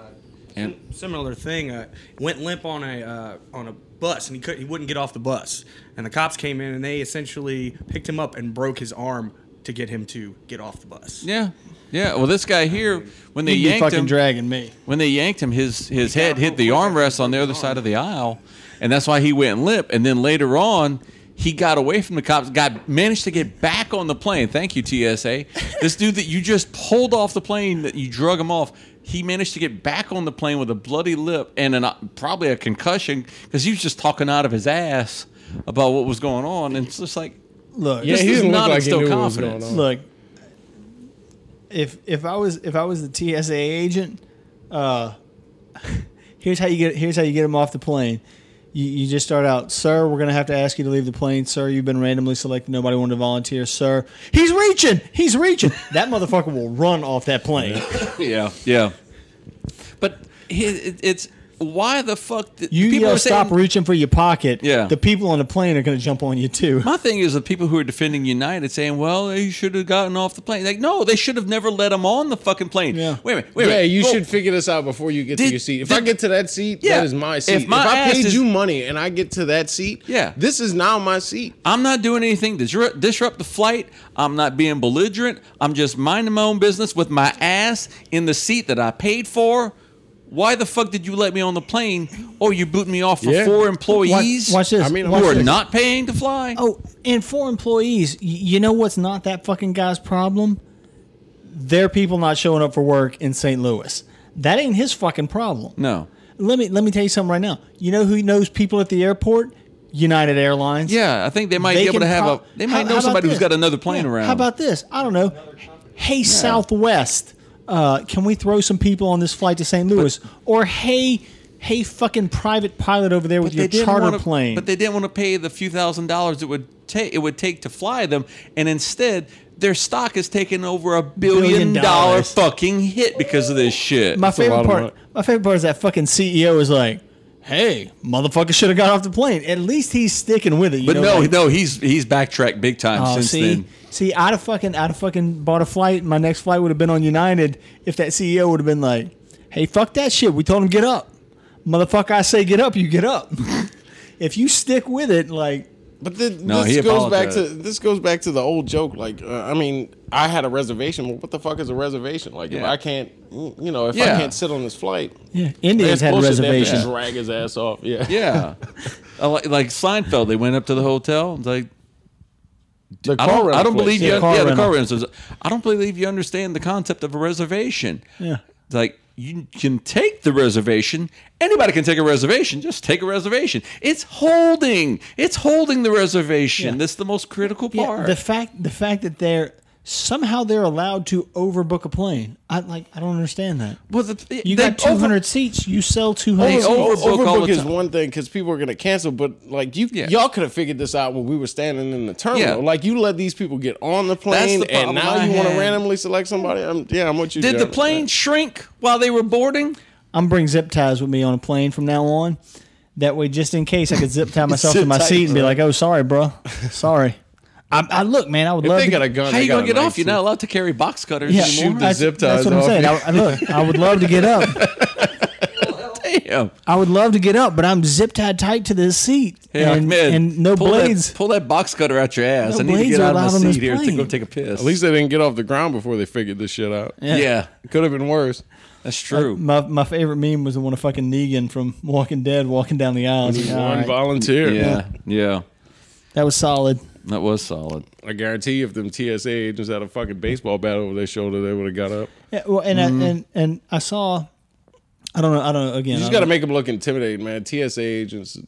[SPEAKER 2] hand-
[SPEAKER 6] sim- similar thing. Uh, went limp on a uh, on a bus, and he could he wouldn't get off the bus. And the cops came in, and they essentially picked him up and broke his arm to get him to get off the bus.
[SPEAKER 2] Yeah. Yeah. Well, this guy here, when they
[SPEAKER 3] He'd be
[SPEAKER 2] yanked
[SPEAKER 3] fucking
[SPEAKER 2] him,
[SPEAKER 3] dragging me.
[SPEAKER 2] when they yanked him, his his
[SPEAKER 6] He got
[SPEAKER 2] head
[SPEAKER 6] real
[SPEAKER 2] hit the
[SPEAKER 6] quick
[SPEAKER 2] armrest
[SPEAKER 6] after
[SPEAKER 2] on the
[SPEAKER 6] he
[SPEAKER 2] other
[SPEAKER 6] was
[SPEAKER 2] side
[SPEAKER 6] on.
[SPEAKER 2] of the aisle, and that's why he went limp. And then later on, he got away from the cops, got managed to get back on the plane. Thank you, TSA. this dude that you just pulled off the plane, that you drug him off. He managed to get back on the plane with a bloody lip and an, uh, probably a concussion because he was just talking out of his ass about what was going on. And it's just like,
[SPEAKER 3] Look,
[SPEAKER 4] Yeah,
[SPEAKER 2] This
[SPEAKER 4] he
[SPEAKER 2] does
[SPEAKER 4] didn't
[SPEAKER 2] not
[SPEAKER 4] look like he
[SPEAKER 2] instill
[SPEAKER 4] knew what was going
[SPEAKER 2] confidence.
[SPEAKER 4] on.
[SPEAKER 3] Look, if if I was if I was the TSA agent, uh, here's how you get here's how you get them off the plane. You, you just start out, sir. We're gonna have to ask you to leave the plane, sir. You've been randomly selected. Nobody wanted to volunteer, sir. He's reaching. He's reaching. That motherfucker will run off that plane.
[SPEAKER 2] yeah, yeah. But he, it, it's why the fuck did,
[SPEAKER 3] You
[SPEAKER 2] people
[SPEAKER 3] yell,
[SPEAKER 2] are saying-
[SPEAKER 3] stop reaching for your pocket.
[SPEAKER 2] Yeah.
[SPEAKER 3] The people on the plane are gonna jump on you too.
[SPEAKER 2] My thing is the people who are defending United saying, "Well, they should have gotten off the plane." Like, no, they should have never let them on the fucking plane.
[SPEAKER 3] Yeah.
[SPEAKER 2] Wait a minute. Wait a
[SPEAKER 4] yeah,
[SPEAKER 2] minute.
[SPEAKER 4] you
[SPEAKER 2] Well,
[SPEAKER 4] should figure this out before you get
[SPEAKER 2] Did-
[SPEAKER 4] to your seat. If
[SPEAKER 2] did-
[SPEAKER 4] I get to that seat,
[SPEAKER 2] Yeah.
[SPEAKER 4] that is my
[SPEAKER 2] If
[SPEAKER 4] seat. If,
[SPEAKER 2] my
[SPEAKER 4] I
[SPEAKER 2] ass
[SPEAKER 4] paid
[SPEAKER 2] is-
[SPEAKER 4] you money and I get to that seat,
[SPEAKER 2] Yeah.
[SPEAKER 4] this is now my seat.
[SPEAKER 2] I'm not doing anything to disru- disrupt the flight. I'm not being belligerent. I'm just minding my own business with my ass in the seat that I paid for. Why the fuck did you let me on the plane? Or you boot me off for
[SPEAKER 4] Yeah.
[SPEAKER 2] four employees?
[SPEAKER 3] watch this.
[SPEAKER 4] I mean,
[SPEAKER 2] You
[SPEAKER 4] watch
[SPEAKER 2] are
[SPEAKER 4] this.
[SPEAKER 2] not paying to fly.
[SPEAKER 3] Oh, and for employees, y- you know what's not that fucking guy's problem? Their people not showing up for work in St. Louis. That ain't his fucking problem.
[SPEAKER 2] no.
[SPEAKER 3] Let me let me tell you something right now. You know who knows people at the airport? United Airlines.
[SPEAKER 2] Yeah, I think they might
[SPEAKER 3] They
[SPEAKER 2] be able
[SPEAKER 3] can
[SPEAKER 2] to have
[SPEAKER 3] prob-
[SPEAKER 2] a. They
[SPEAKER 3] How-
[SPEAKER 2] might
[SPEAKER 3] how
[SPEAKER 2] know
[SPEAKER 3] about
[SPEAKER 2] somebody who's
[SPEAKER 3] this?
[SPEAKER 2] got another plane
[SPEAKER 3] Yeah,
[SPEAKER 2] around.
[SPEAKER 3] How about this? I don't know. Hey, Southwest, uh, can we throw some people on this flight to St. Louis? or hey, hey, fucking private pilot over there with your
[SPEAKER 2] didn't
[SPEAKER 3] charter
[SPEAKER 2] wanna-
[SPEAKER 3] plane.
[SPEAKER 2] But they didn't want to pay the few thousand dollars it would take it would take to fly them, and instead their stock is taking over a billion
[SPEAKER 3] Billion
[SPEAKER 2] dollar
[SPEAKER 3] dollars.
[SPEAKER 2] fucking hit because of this shit.
[SPEAKER 3] my
[SPEAKER 4] lot
[SPEAKER 3] favorite
[SPEAKER 4] of
[SPEAKER 3] part.
[SPEAKER 4] money.
[SPEAKER 3] My favorite part is that fucking CEO is like, "Hey, motherfucker, should have got off the plane." At least he's sticking with it. You
[SPEAKER 2] but
[SPEAKER 3] know,
[SPEAKER 2] no,
[SPEAKER 3] like,
[SPEAKER 2] no, he's he's backtracked big time
[SPEAKER 3] Oh,
[SPEAKER 2] since
[SPEAKER 3] see,
[SPEAKER 2] then.
[SPEAKER 3] see, I'd have fucking, I'd have fucking bought a flight. My next flight would have been on United if that CEO would have been like, "Hey, fuck that shit. We told him get up, motherfucker. I say get up, you get up. if you stick with it, like,
[SPEAKER 4] But then
[SPEAKER 2] No,
[SPEAKER 4] this
[SPEAKER 2] he
[SPEAKER 4] goes back to
[SPEAKER 2] apologized.
[SPEAKER 4] this goes back to the old joke. Like, uh, I mean, I had a reservation. Well, what the fuck is a reservation? Like, if
[SPEAKER 2] Yeah.
[SPEAKER 4] I can't, you know, if
[SPEAKER 2] Yeah.
[SPEAKER 4] I can't sit on this flight,
[SPEAKER 3] yeah, Indians
[SPEAKER 4] that's
[SPEAKER 3] had a
[SPEAKER 4] bullshit. They have to
[SPEAKER 3] reservation.
[SPEAKER 4] drag his ass off. Yeah,
[SPEAKER 2] Yeah, I like, like Seinfeld, they went up to the hotel and was like.
[SPEAKER 4] The
[SPEAKER 2] I don't,
[SPEAKER 4] rental
[SPEAKER 2] I don't
[SPEAKER 4] place,
[SPEAKER 2] believe
[SPEAKER 4] yeah.
[SPEAKER 2] you.
[SPEAKER 3] car
[SPEAKER 2] yeah, the car
[SPEAKER 3] rental.
[SPEAKER 2] rentals. I don't believe you understand the concept of a reservation.
[SPEAKER 3] Yeah.
[SPEAKER 2] It's like you can take the reservation. Anybody can take a reservation. Just take a reservation. It's holding. It's holding the reservation.
[SPEAKER 3] Yeah.
[SPEAKER 2] That's the most critical
[SPEAKER 3] Yeah,
[SPEAKER 2] part.
[SPEAKER 3] the fact, the fact that they're somehow they're allowed to overbook a plane. I like, I don't understand that.
[SPEAKER 2] well, the-
[SPEAKER 3] You
[SPEAKER 2] they
[SPEAKER 3] got
[SPEAKER 2] over-
[SPEAKER 3] 200 seats, you sell 200
[SPEAKER 2] They
[SPEAKER 3] seats.
[SPEAKER 2] over-
[SPEAKER 4] Overbook,
[SPEAKER 2] Overbook all the
[SPEAKER 4] is
[SPEAKER 2] time.
[SPEAKER 4] one thing because people are going to cancel, but like you,
[SPEAKER 2] Yeah.
[SPEAKER 4] y'all could have figured this out when we were standing in the terminal.
[SPEAKER 2] Yeah.
[SPEAKER 4] Like you let these people get on the plane,
[SPEAKER 2] problem
[SPEAKER 4] and now
[SPEAKER 2] I
[SPEAKER 4] you want to
[SPEAKER 2] had.
[SPEAKER 4] randomly select somebody. I'm, yeah, I'm what you
[SPEAKER 2] Did the
[SPEAKER 4] Jeremy.
[SPEAKER 2] plane shrink while they were boarding?
[SPEAKER 3] I'm gonna bring zip ties with me on a plane from now on. That way, just in case, I could zip tie myself
[SPEAKER 4] Zip
[SPEAKER 3] to my
[SPEAKER 4] tie
[SPEAKER 3] seat and be
[SPEAKER 4] yourself.
[SPEAKER 3] like, "Oh, sorry, bro, sorry." I, I look, man. I would
[SPEAKER 4] If
[SPEAKER 3] love
[SPEAKER 4] they
[SPEAKER 3] to
[SPEAKER 4] got a gun,
[SPEAKER 2] How
[SPEAKER 4] they
[SPEAKER 2] you
[SPEAKER 4] got
[SPEAKER 2] gonna
[SPEAKER 4] a
[SPEAKER 2] get
[SPEAKER 4] knife
[SPEAKER 2] off? You're
[SPEAKER 4] too.
[SPEAKER 2] not allowed to carry box cutters
[SPEAKER 3] yeah,
[SPEAKER 2] anymore.
[SPEAKER 4] the
[SPEAKER 3] that's-
[SPEAKER 4] zip
[SPEAKER 3] That's
[SPEAKER 4] ties
[SPEAKER 3] what I'm
[SPEAKER 4] off.
[SPEAKER 3] saying. I, I look, I would love to get up.
[SPEAKER 2] Damn.
[SPEAKER 3] I would love to get up, but I'm zip tied tight to this seat,
[SPEAKER 2] Hey,
[SPEAKER 3] and,
[SPEAKER 2] Ahmed,
[SPEAKER 3] and no
[SPEAKER 2] pull
[SPEAKER 3] blades.
[SPEAKER 2] That, pull that box cutter out your ass.
[SPEAKER 3] No
[SPEAKER 2] I need to
[SPEAKER 3] blades
[SPEAKER 2] get
[SPEAKER 3] are
[SPEAKER 2] out of
[SPEAKER 3] allowed
[SPEAKER 2] my
[SPEAKER 3] on this
[SPEAKER 2] seat here to
[SPEAKER 3] plane.
[SPEAKER 2] go take a piss.
[SPEAKER 4] At least they didn't get off the ground before they figured this shit out.
[SPEAKER 2] yeah.
[SPEAKER 4] It could have been worse.
[SPEAKER 2] that's true.
[SPEAKER 3] My my favorite meme was the one of fucking Negan from Walking Dead walking down the aisle. It's like, all
[SPEAKER 4] one
[SPEAKER 3] right,
[SPEAKER 4] volunteer.
[SPEAKER 2] Yeah, yeah,
[SPEAKER 3] that was solid.
[SPEAKER 2] that was solid.
[SPEAKER 4] I guarantee if them TSA agents had a fucking baseball bat over their shoulder, they would have got up.
[SPEAKER 3] Yeah, well, and I, and and I saw. I don't know. I don't know. Again,
[SPEAKER 4] Mm-hmm. You
[SPEAKER 3] I don't-
[SPEAKER 4] just got to make them look intimidating, man. TSA agents,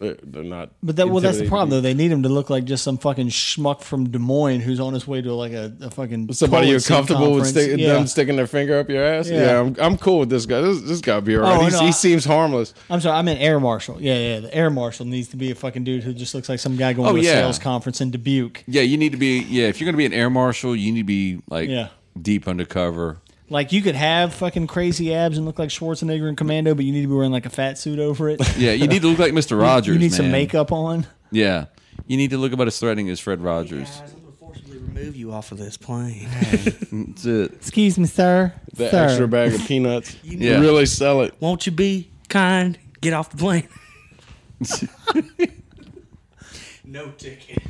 [SPEAKER 4] they're, they're not.
[SPEAKER 3] But that well, that's the
[SPEAKER 4] intimidating.
[SPEAKER 3] problem though. They need him to look like just some fucking schmuck from Des Moines who's on his way to like a, a fucking
[SPEAKER 4] Somebody you're
[SPEAKER 3] policy
[SPEAKER 4] comfortable with
[SPEAKER 3] conference.
[SPEAKER 4] stick,
[SPEAKER 3] yeah.
[SPEAKER 4] them sticking their finger up your ass?
[SPEAKER 3] Yeah.
[SPEAKER 4] Yeah, I'm, I'm cool with this guy. This, this guy be all right.
[SPEAKER 3] Oh,
[SPEAKER 4] He's-
[SPEAKER 3] no,
[SPEAKER 4] he
[SPEAKER 3] I-
[SPEAKER 4] seems harmless.
[SPEAKER 3] I'm sorry, I meant air marshal. Yeah, yeah. The air marshal needs to be a fucking dude who just looks like some guy going
[SPEAKER 2] Oh,
[SPEAKER 3] to a
[SPEAKER 2] yeah.
[SPEAKER 3] sales conference in Dubuque.
[SPEAKER 2] Yeah, you need to be. Yeah, if you're gonna be an air marshal, you need to be like
[SPEAKER 3] Yeah.
[SPEAKER 2] deep undercover.
[SPEAKER 3] Like you could have fucking crazy abs and look like Schwarzenegger in Commando, but you need to be wearing like a fat suit over it.
[SPEAKER 2] Yeah, you need to look like Mister Rogers.
[SPEAKER 3] you need some
[SPEAKER 2] man.
[SPEAKER 3] makeup on.
[SPEAKER 2] Yeah, you need to look about as threatening as Fred Rogers.
[SPEAKER 6] I'm gonna forcibly remove you off of this plane.
[SPEAKER 2] That's it.
[SPEAKER 3] Excuse me, sir.
[SPEAKER 4] The
[SPEAKER 3] sir.
[SPEAKER 4] extra bag of peanuts. you
[SPEAKER 2] Yeah.
[SPEAKER 4] really sell it.
[SPEAKER 6] Won't you be kind? Get off the plane. no ticket.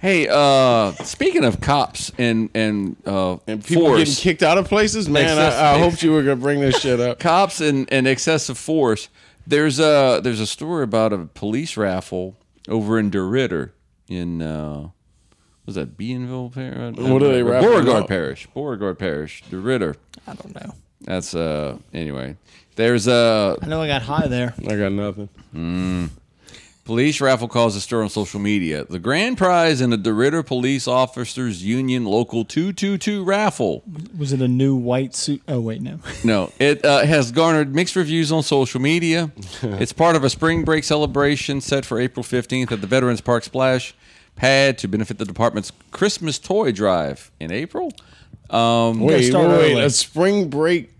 [SPEAKER 2] Hey, uh, speaking of cops and and uh,
[SPEAKER 4] And people
[SPEAKER 2] force,
[SPEAKER 4] getting kicked out of places, man. I, I
[SPEAKER 2] Excessive.
[SPEAKER 4] hoped you were gonna bring this shit up.
[SPEAKER 2] cops and, and excessive force. There's a there's a story about a police raffle over in DeRidder in uh, was that Beanville Parish?
[SPEAKER 4] What are they raffling
[SPEAKER 2] Beauregard
[SPEAKER 4] off?
[SPEAKER 2] Parish, Beauregard Parish, DeRidder.
[SPEAKER 3] I don't know.
[SPEAKER 2] That's uh anyway. There's a
[SPEAKER 3] I know I got high there.
[SPEAKER 4] I got nothing.
[SPEAKER 2] police raffle caused a stir on social media. The grand prize in a DeRidder Police Officers Union Local 222 raffle.
[SPEAKER 3] Was it a new white suit? Oh wait, no.
[SPEAKER 2] No, it uh, has garnered mixed reviews on social media. it's part of a spring break celebration set for April 15th at the Veterans Park Splash Pad to benefit the department's Christmas toy drive in April. Um,
[SPEAKER 3] gotta
[SPEAKER 4] Wait, wait,
[SPEAKER 3] start
[SPEAKER 4] wait.
[SPEAKER 3] early.
[SPEAKER 4] A spring break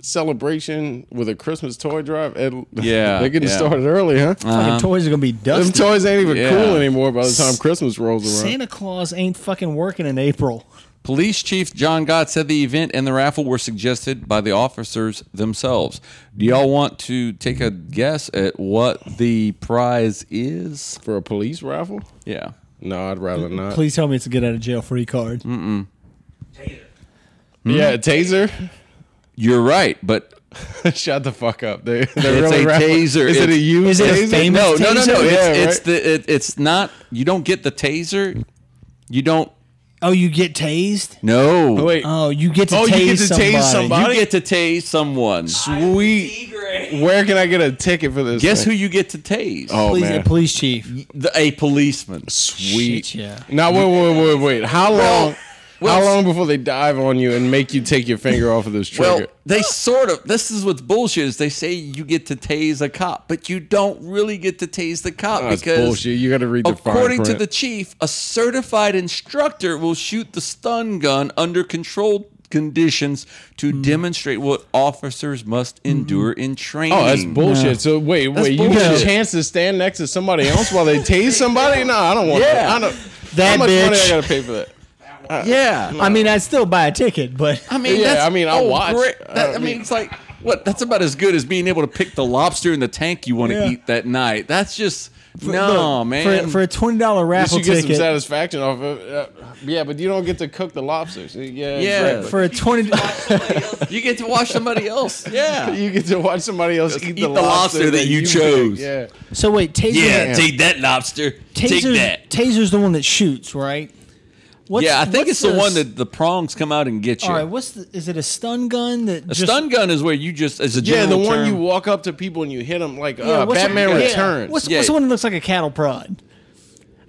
[SPEAKER 4] celebration with a Christmas toy drive? Ed-
[SPEAKER 2] Yeah,
[SPEAKER 4] they're getting
[SPEAKER 2] yeah. Uh,
[SPEAKER 4] started early, huh?
[SPEAKER 3] Fucking toys are gonna be
[SPEAKER 4] Them
[SPEAKER 3] dusty.
[SPEAKER 4] toys ain't even
[SPEAKER 2] Yeah.
[SPEAKER 4] cool anymore by the time Christmas rolls around.
[SPEAKER 3] Santa Claus ain't fucking working in April.
[SPEAKER 2] Police Chief John Gott said the event and the raffle were suggested by the officers themselves. Do y'all want to take a guess at what the prize is?
[SPEAKER 4] For a police raffle?
[SPEAKER 2] Yeah.
[SPEAKER 4] No, I'd rather not.
[SPEAKER 3] Please tell me it's a get out of jail free card.
[SPEAKER 4] Yeah, a taser?
[SPEAKER 2] You're right, but
[SPEAKER 4] Shut the fuck up. They,
[SPEAKER 2] It's
[SPEAKER 4] they're
[SPEAKER 2] a
[SPEAKER 4] really raffling.
[SPEAKER 2] taser.
[SPEAKER 4] Is it a
[SPEAKER 2] It's-
[SPEAKER 3] Is
[SPEAKER 4] used
[SPEAKER 3] it a
[SPEAKER 4] taser?
[SPEAKER 3] famous
[SPEAKER 2] no, no, no, no.
[SPEAKER 4] taser?
[SPEAKER 2] It's,
[SPEAKER 4] Yeah,
[SPEAKER 2] it's
[SPEAKER 4] right.
[SPEAKER 2] the it, it's not. You don't get the taser. You don't.
[SPEAKER 3] Oh, you get tased?
[SPEAKER 2] No.
[SPEAKER 4] Wait.
[SPEAKER 3] Oh, you get to
[SPEAKER 4] Oh, you
[SPEAKER 3] tase
[SPEAKER 4] get to
[SPEAKER 3] somebody.
[SPEAKER 4] tase somebody?
[SPEAKER 2] You get to tase someone.
[SPEAKER 4] Sweet.
[SPEAKER 2] great.
[SPEAKER 4] Where can I get a ticket for this?
[SPEAKER 2] Guess who
[SPEAKER 4] thing?
[SPEAKER 2] you get to tase?
[SPEAKER 4] Oh
[SPEAKER 3] Please,
[SPEAKER 4] man,
[SPEAKER 3] a police chief.
[SPEAKER 2] The- a policeman.
[SPEAKER 4] sweet.
[SPEAKER 3] Shit, yeah.
[SPEAKER 4] Now wait, wait, wait, wait. How long?
[SPEAKER 2] well,
[SPEAKER 4] how long before they dive on you and make you take your finger off of this
[SPEAKER 2] Well,
[SPEAKER 4] trigger?
[SPEAKER 2] they sort of. This is what's bullshit is they say you get to tase a cop, but you don't really get to tase the cop
[SPEAKER 4] That's
[SPEAKER 2] because
[SPEAKER 4] bullshit. You gotta read the fine
[SPEAKER 2] according to
[SPEAKER 4] print.
[SPEAKER 2] the chief, a certified instructor will shoot the stun gun under controlled conditions to demonstrate what officers must endure in training.
[SPEAKER 4] Mm. Oh, that's bullshit. So wait, wait, you get a
[SPEAKER 2] mm. bullshit.
[SPEAKER 4] chance to stand next to somebody else while they tase somebody? No, I don't want
[SPEAKER 2] Yeah.
[SPEAKER 4] that. I don't.
[SPEAKER 3] That
[SPEAKER 4] how much money I
[SPEAKER 3] bitch.
[SPEAKER 4] gotta pay for that?
[SPEAKER 2] Yeah,
[SPEAKER 3] I mean, I'd still buy a ticket, but
[SPEAKER 2] I mean,
[SPEAKER 4] Yeah,
[SPEAKER 2] that's,
[SPEAKER 4] I mean, I'll watch.
[SPEAKER 2] great.
[SPEAKER 4] I
[SPEAKER 2] That- I
[SPEAKER 4] mean-
[SPEAKER 2] mean, it's like what? That's about as good as being able to pick the lobster in the tank you want to
[SPEAKER 3] Yeah.
[SPEAKER 2] eat that night. That's just no,
[SPEAKER 3] Look,
[SPEAKER 2] man.
[SPEAKER 3] For, for a twenty dollar
[SPEAKER 4] At least
[SPEAKER 3] raffle
[SPEAKER 4] you get some
[SPEAKER 3] ticket,
[SPEAKER 4] satisfaction off of. Uh, yeah, but you don't get to cook the lobsters. Yeah,
[SPEAKER 2] Yeah.
[SPEAKER 4] right, but
[SPEAKER 3] for a twenty.
[SPEAKER 2] you get to watch somebody else. Yeah.
[SPEAKER 4] you get to watch somebody else eat,
[SPEAKER 2] eat the lobster that you
[SPEAKER 4] picked.
[SPEAKER 2] chose.
[SPEAKER 4] Yeah,
[SPEAKER 3] so wait, taser.
[SPEAKER 2] take that lobster.
[SPEAKER 3] Taser, Taser's the one that shoots, right? What's,
[SPEAKER 2] yeah, I think
[SPEAKER 3] what's
[SPEAKER 2] it's the one
[SPEAKER 3] s-
[SPEAKER 2] that the prongs come out and get you.
[SPEAKER 3] All right, what's the, is it a stun gun that
[SPEAKER 2] a
[SPEAKER 3] just,
[SPEAKER 2] stun gun is where you just as a
[SPEAKER 4] yeah,
[SPEAKER 2] general
[SPEAKER 4] the one
[SPEAKER 2] term-
[SPEAKER 4] you walk up to people and you hit them like
[SPEAKER 3] Yeah,
[SPEAKER 4] uh,
[SPEAKER 3] what's the-
[SPEAKER 4] Batman
[SPEAKER 3] yeah,
[SPEAKER 4] Returns.
[SPEAKER 3] What's,
[SPEAKER 2] Yeah.
[SPEAKER 3] what's the one that looks like a cattle prod?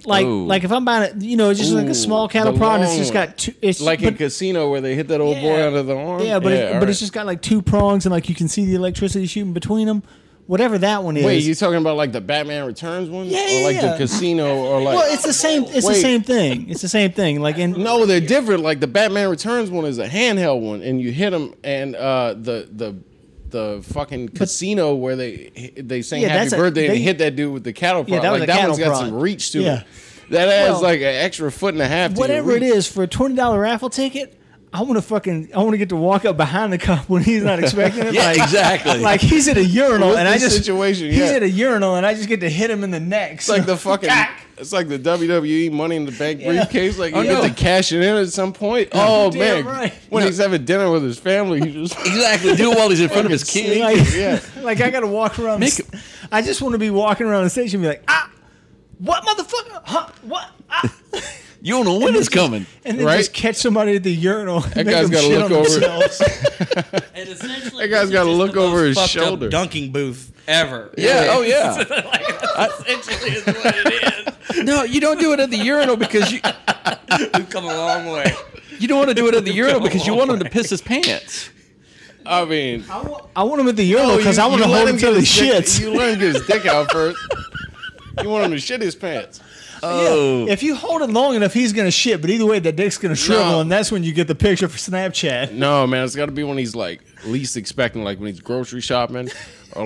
[SPEAKER 3] Like
[SPEAKER 2] Ooh.
[SPEAKER 3] like if I'm buying it, you know, it's just like
[SPEAKER 4] Ooh,
[SPEAKER 3] a small cattle
[SPEAKER 4] the
[SPEAKER 3] prod. and It's
[SPEAKER 4] long
[SPEAKER 3] just
[SPEAKER 4] one.
[SPEAKER 3] got two. It's
[SPEAKER 4] like in
[SPEAKER 3] but,
[SPEAKER 4] casino where they hit that old boy
[SPEAKER 3] Yeah.
[SPEAKER 4] under the arm.
[SPEAKER 3] yeah, but it,
[SPEAKER 4] all
[SPEAKER 3] but it's
[SPEAKER 4] right.
[SPEAKER 3] just got like two prongs and like you can see the electricity shooting between them. Whatever that one is.
[SPEAKER 4] wait, you talking about like the Batman Returns one?
[SPEAKER 3] Yeah,
[SPEAKER 4] or
[SPEAKER 3] yeah,
[SPEAKER 4] like
[SPEAKER 3] yeah.
[SPEAKER 4] the casino or like
[SPEAKER 3] well, it's the same. It's
[SPEAKER 4] Wait.
[SPEAKER 3] the same thing. It's the same thing. Like in
[SPEAKER 4] No, they're different. Like the Batman Returns one is a handheld one, and you hit them, and uh, the the the fucking casino where they they sang
[SPEAKER 3] Yeah,
[SPEAKER 4] Happy
[SPEAKER 3] that's a-
[SPEAKER 4] Birthday and
[SPEAKER 3] they-
[SPEAKER 4] hit that dude with the cattle prod.
[SPEAKER 3] Yeah, that was
[SPEAKER 4] like
[SPEAKER 3] a
[SPEAKER 4] that one's
[SPEAKER 3] cattle
[SPEAKER 4] got
[SPEAKER 3] prod.
[SPEAKER 4] some reach to
[SPEAKER 3] Yeah.
[SPEAKER 4] it. That adds
[SPEAKER 3] Well,
[SPEAKER 4] like an extra foot and a half. To your
[SPEAKER 3] whatever it
[SPEAKER 4] reach.
[SPEAKER 3] is for a twenty dollar raffle ticket. I want to fucking. I want to get to walk up behind the cop when he's not expecting it.
[SPEAKER 2] Yeah,
[SPEAKER 3] like,
[SPEAKER 2] exactly.
[SPEAKER 3] Like he's at a urinal
[SPEAKER 4] With
[SPEAKER 3] and
[SPEAKER 4] the
[SPEAKER 3] I just
[SPEAKER 4] situation,
[SPEAKER 3] He's
[SPEAKER 4] yeah.
[SPEAKER 3] at a urinal and I just get to hit him in the neck.
[SPEAKER 4] It's like the fucking. It's like the WWE Money in the Bank briefcase. Like you
[SPEAKER 2] Oh,
[SPEAKER 4] get
[SPEAKER 2] no.
[SPEAKER 4] to cash it in at some point. Oh
[SPEAKER 3] Damn
[SPEAKER 4] man,
[SPEAKER 3] right.
[SPEAKER 4] when he's having dinner with his family, he just
[SPEAKER 2] exactly do it while he's in front of his kid.
[SPEAKER 3] like,
[SPEAKER 4] yeah.
[SPEAKER 3] like I gotta walk around.
[SPEAKER 2] Make
[SPEAKER 3] the st- I just want to be walking around the station and be like, ah, what motherfucker? Huh? What? Ah.
[SPEAKER 2] You don't know when it's coming.
[SPEAKER 3] And then
[SPEAKER 4] Right?
[SPEAKER 3] just catch somebody at the urinal. That
[SPEAKER 4] guy's gotta look over.
[SPEAKER 6] And essentially,
[SPEAKER 4] That guy's got to look over his shoulder.
[SPEAKER 6] dunking booth ever.
[SPEAKER 2] Yeah. Oh yeah.
[SPEAKER 6] essentially is what it
[SPEAKER 2] No, you don't do it at the urinal because you
[SPEAKER 6] is. We've come a long way.
[SPEAKER 2] you don't want to do it at the urinal because you want him to piss his pants.
[SPEAKER 4] I mean,
[SPEAKER 3] I want him at the urinal because
[SPEAKER 4] Oh, you-
[SPEAKER 3] I want to
[SPEAKER 4] you let
[SPEAKER 3] hold him
[SPEAKER 4] get
[SPEAKER 3] to the
[SPEAKER 4] his dick-
[SPEAKER 3] shits.
[SPEAKER 4] You let him get his dick out first. You want him to shit his pants.
[SPEAKER 2] Oh.
[SPEAKER 3] If you hold it long enough, he's gonna shit. But either way, that dick's gonna shrivel,
[SPEAKER 4] No.
[SPEAKER 3] and that's when you get the picture for Snapchat.
[SPEAKER 4] No, man, it's got to be when he's like least expecting, like when he's grocery shopping or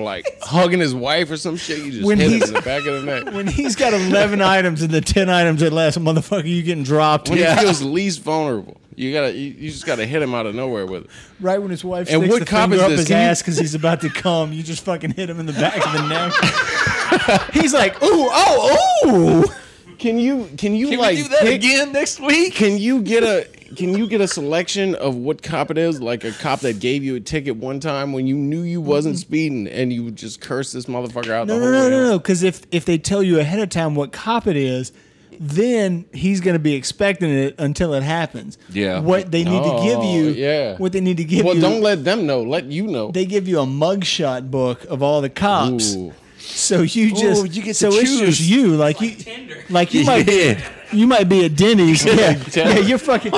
[SPEAKER 4] like hugging his wife or some shit. You just
[SPEAKER 3] When
[SPEAKER 4] hit him
[SPEAKER 3] he's-
[SPEAKER 4] in the back of the neck.
[SPEAKER 3] When he's got eleven items and the ten items at last, motherfucker, you getting dropped
[SPEAKER 4] When he feels least vulnerable, you gotta, you, you just gotta hit him out of nowhere with it.
[SPEAKER 3] right when his wife
[SPEAKER 4] And
[SPEAKER 3] sticks
[SPEAKER 4] what
[SPEAKER 3] the
[SPEAKER 4] cop
[SPEAKER 3] finger
[SPEAKER 4] is
[SPEAKER 3] up
[SPEAKER 4] this?
[SPEAKER 3] his
[SPEAKER 4] Can you-
[SPEAKER 3] ass because he's about to come. You just fucking hit him in the back of the neck. he's like, ooh, oh, ooh.
[SPEAKER 4] Can you, can you
[SPEAKER 2] Can
[SPEAKER 4] like
[SPEAKER 2] we do that
[SPEAKER 4] pick-
[SPEAKER 2] again next week?
[SPEAKER 4] Can you get a can you get a selection of what cop it is? Like a cop that gave you a ticket one time when you knew you wasn't speeding and you just cursed this motherfucker out
[SPEAKER 3] Mm-hmm. No,
[SPEAKER 4] the
[SPEAKER 3] no, no,
[SPEAKER 4] whole way.
[SPEAKER 3] no,
[SPEAKER 4] home?
[SPEAKER 3] no. Because if if they tell you ahead of time what cop it is, then he's going to be expecting it until it happens.
[SPEAKER 2] Yeah.
[SPEAKER 3] What they need to give
[SPEAKER 4] Oh,
[SPEAKER 3] you.
[SPEAKER 4] yeah.
[SPEAKER 3] What they need to give
[SPEAKER 4] Well,
[SPEAKER 3] you.
[SPEAKER 4] don't let them know. Let you know.
[SPEAKER 3] They give you a mugshot book of all the cops.
[SPEAKER 4] Ooh.
[SPEAKER 3] So you just
[SPEAKER 2] you get to
[SPEAKER 3] so it's just
[SPEAKER 2] choose.
[SPEAKER 3] you like you like you might
[SPEAKER 2] Yeah.
[SPEAKER 3] you might be at Denny's yeah yeah you're fucking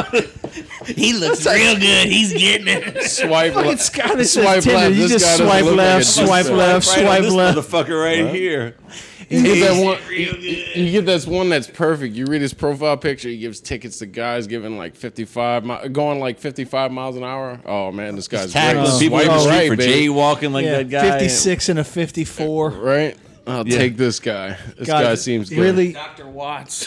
[SPEAKER 2] He looks real good. He's getting it.
[SPEAKER 4] Swipe
[SPEAKER 3] fucking
[SPEAKER 4] le-
[SPEAKER 3] sky that says
[SPEAKER 4] swipe
[SPEAKER 3] Tinder.
[SPEAKER 4] left.
[SPEAKER 3] You
[SPEAKER 4] This
[SPEAKER 3] just
[SPEAKER 4] guy doesn't
[SPEAKER 3] swipe
[SPEAKER 4] look like
[SPEAKER 3] left,
[SPEAKER 4] a
[SPEAKER 3] swipe
[SPEAKER 4] dick.
[SPEAKER 3] left, swipe left.
[SPEAKER 2] motherfucker right here.
[SPEAKER 4] You get that one. You, you get this one that's perfect. You read his profile picture. He gives tickets to guys giving like fifty-five, mi- going like fifty-five miles an hour. Oh man, this guy's great.
[SPEAKER 2] Tackling people in
[SPEAKER 4] Swipe
[SPEAKER 2] the street
[SPEAKER 4] right,
[SPEAKER 2] for
[SPEAKER 4] baby.
[SPEAKER 2] jaywalking like
[SPEAKER 3] Yeah,
[SPEAKER 2] that guy.
[SPEAKER 3] 56 and a 54.
[SPEAKER 4] Right. I'll
[SPEAKER 2] Yeah.
[SPEAKER 4] take this guy. This
[SPEAKER 3] God,
[SPEAKER 4] guy seems good.
[SPEAKER 3] really,
[SPEAKER 6] Dr. Watts.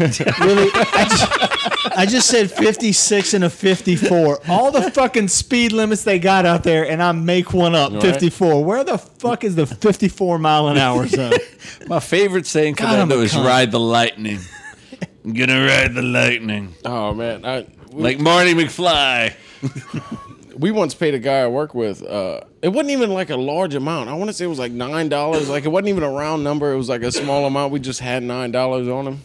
[SPEAKER 3] really. I just, I just said 56 and a 54. All the fucking speed limits they got out there, and I make one up 54. Where the fuck is the 54 mile an hour zone?
[SPEAKER 2] My favorite saying for
[SPEAKER 3] God,
[SPEAKER 2] that
[SPEAKER 3] I'm a
[SPEAKER 2] though is
[SPEAKER 3] cunt.
[SPEAKER 2] "ride the lightning." I'm gonna ride the lightning
[SPEAKER 4] Oh man, I, we,
[SPEAKER 2] like Marty McFly.
[SPEAKER 4] we once paid a guy I work with. Uh, it wasn't even like a large amount. I want to say it was like nine dollars. Like it wasn't even a round number. It was like a small amount. We just had nine dollars on him,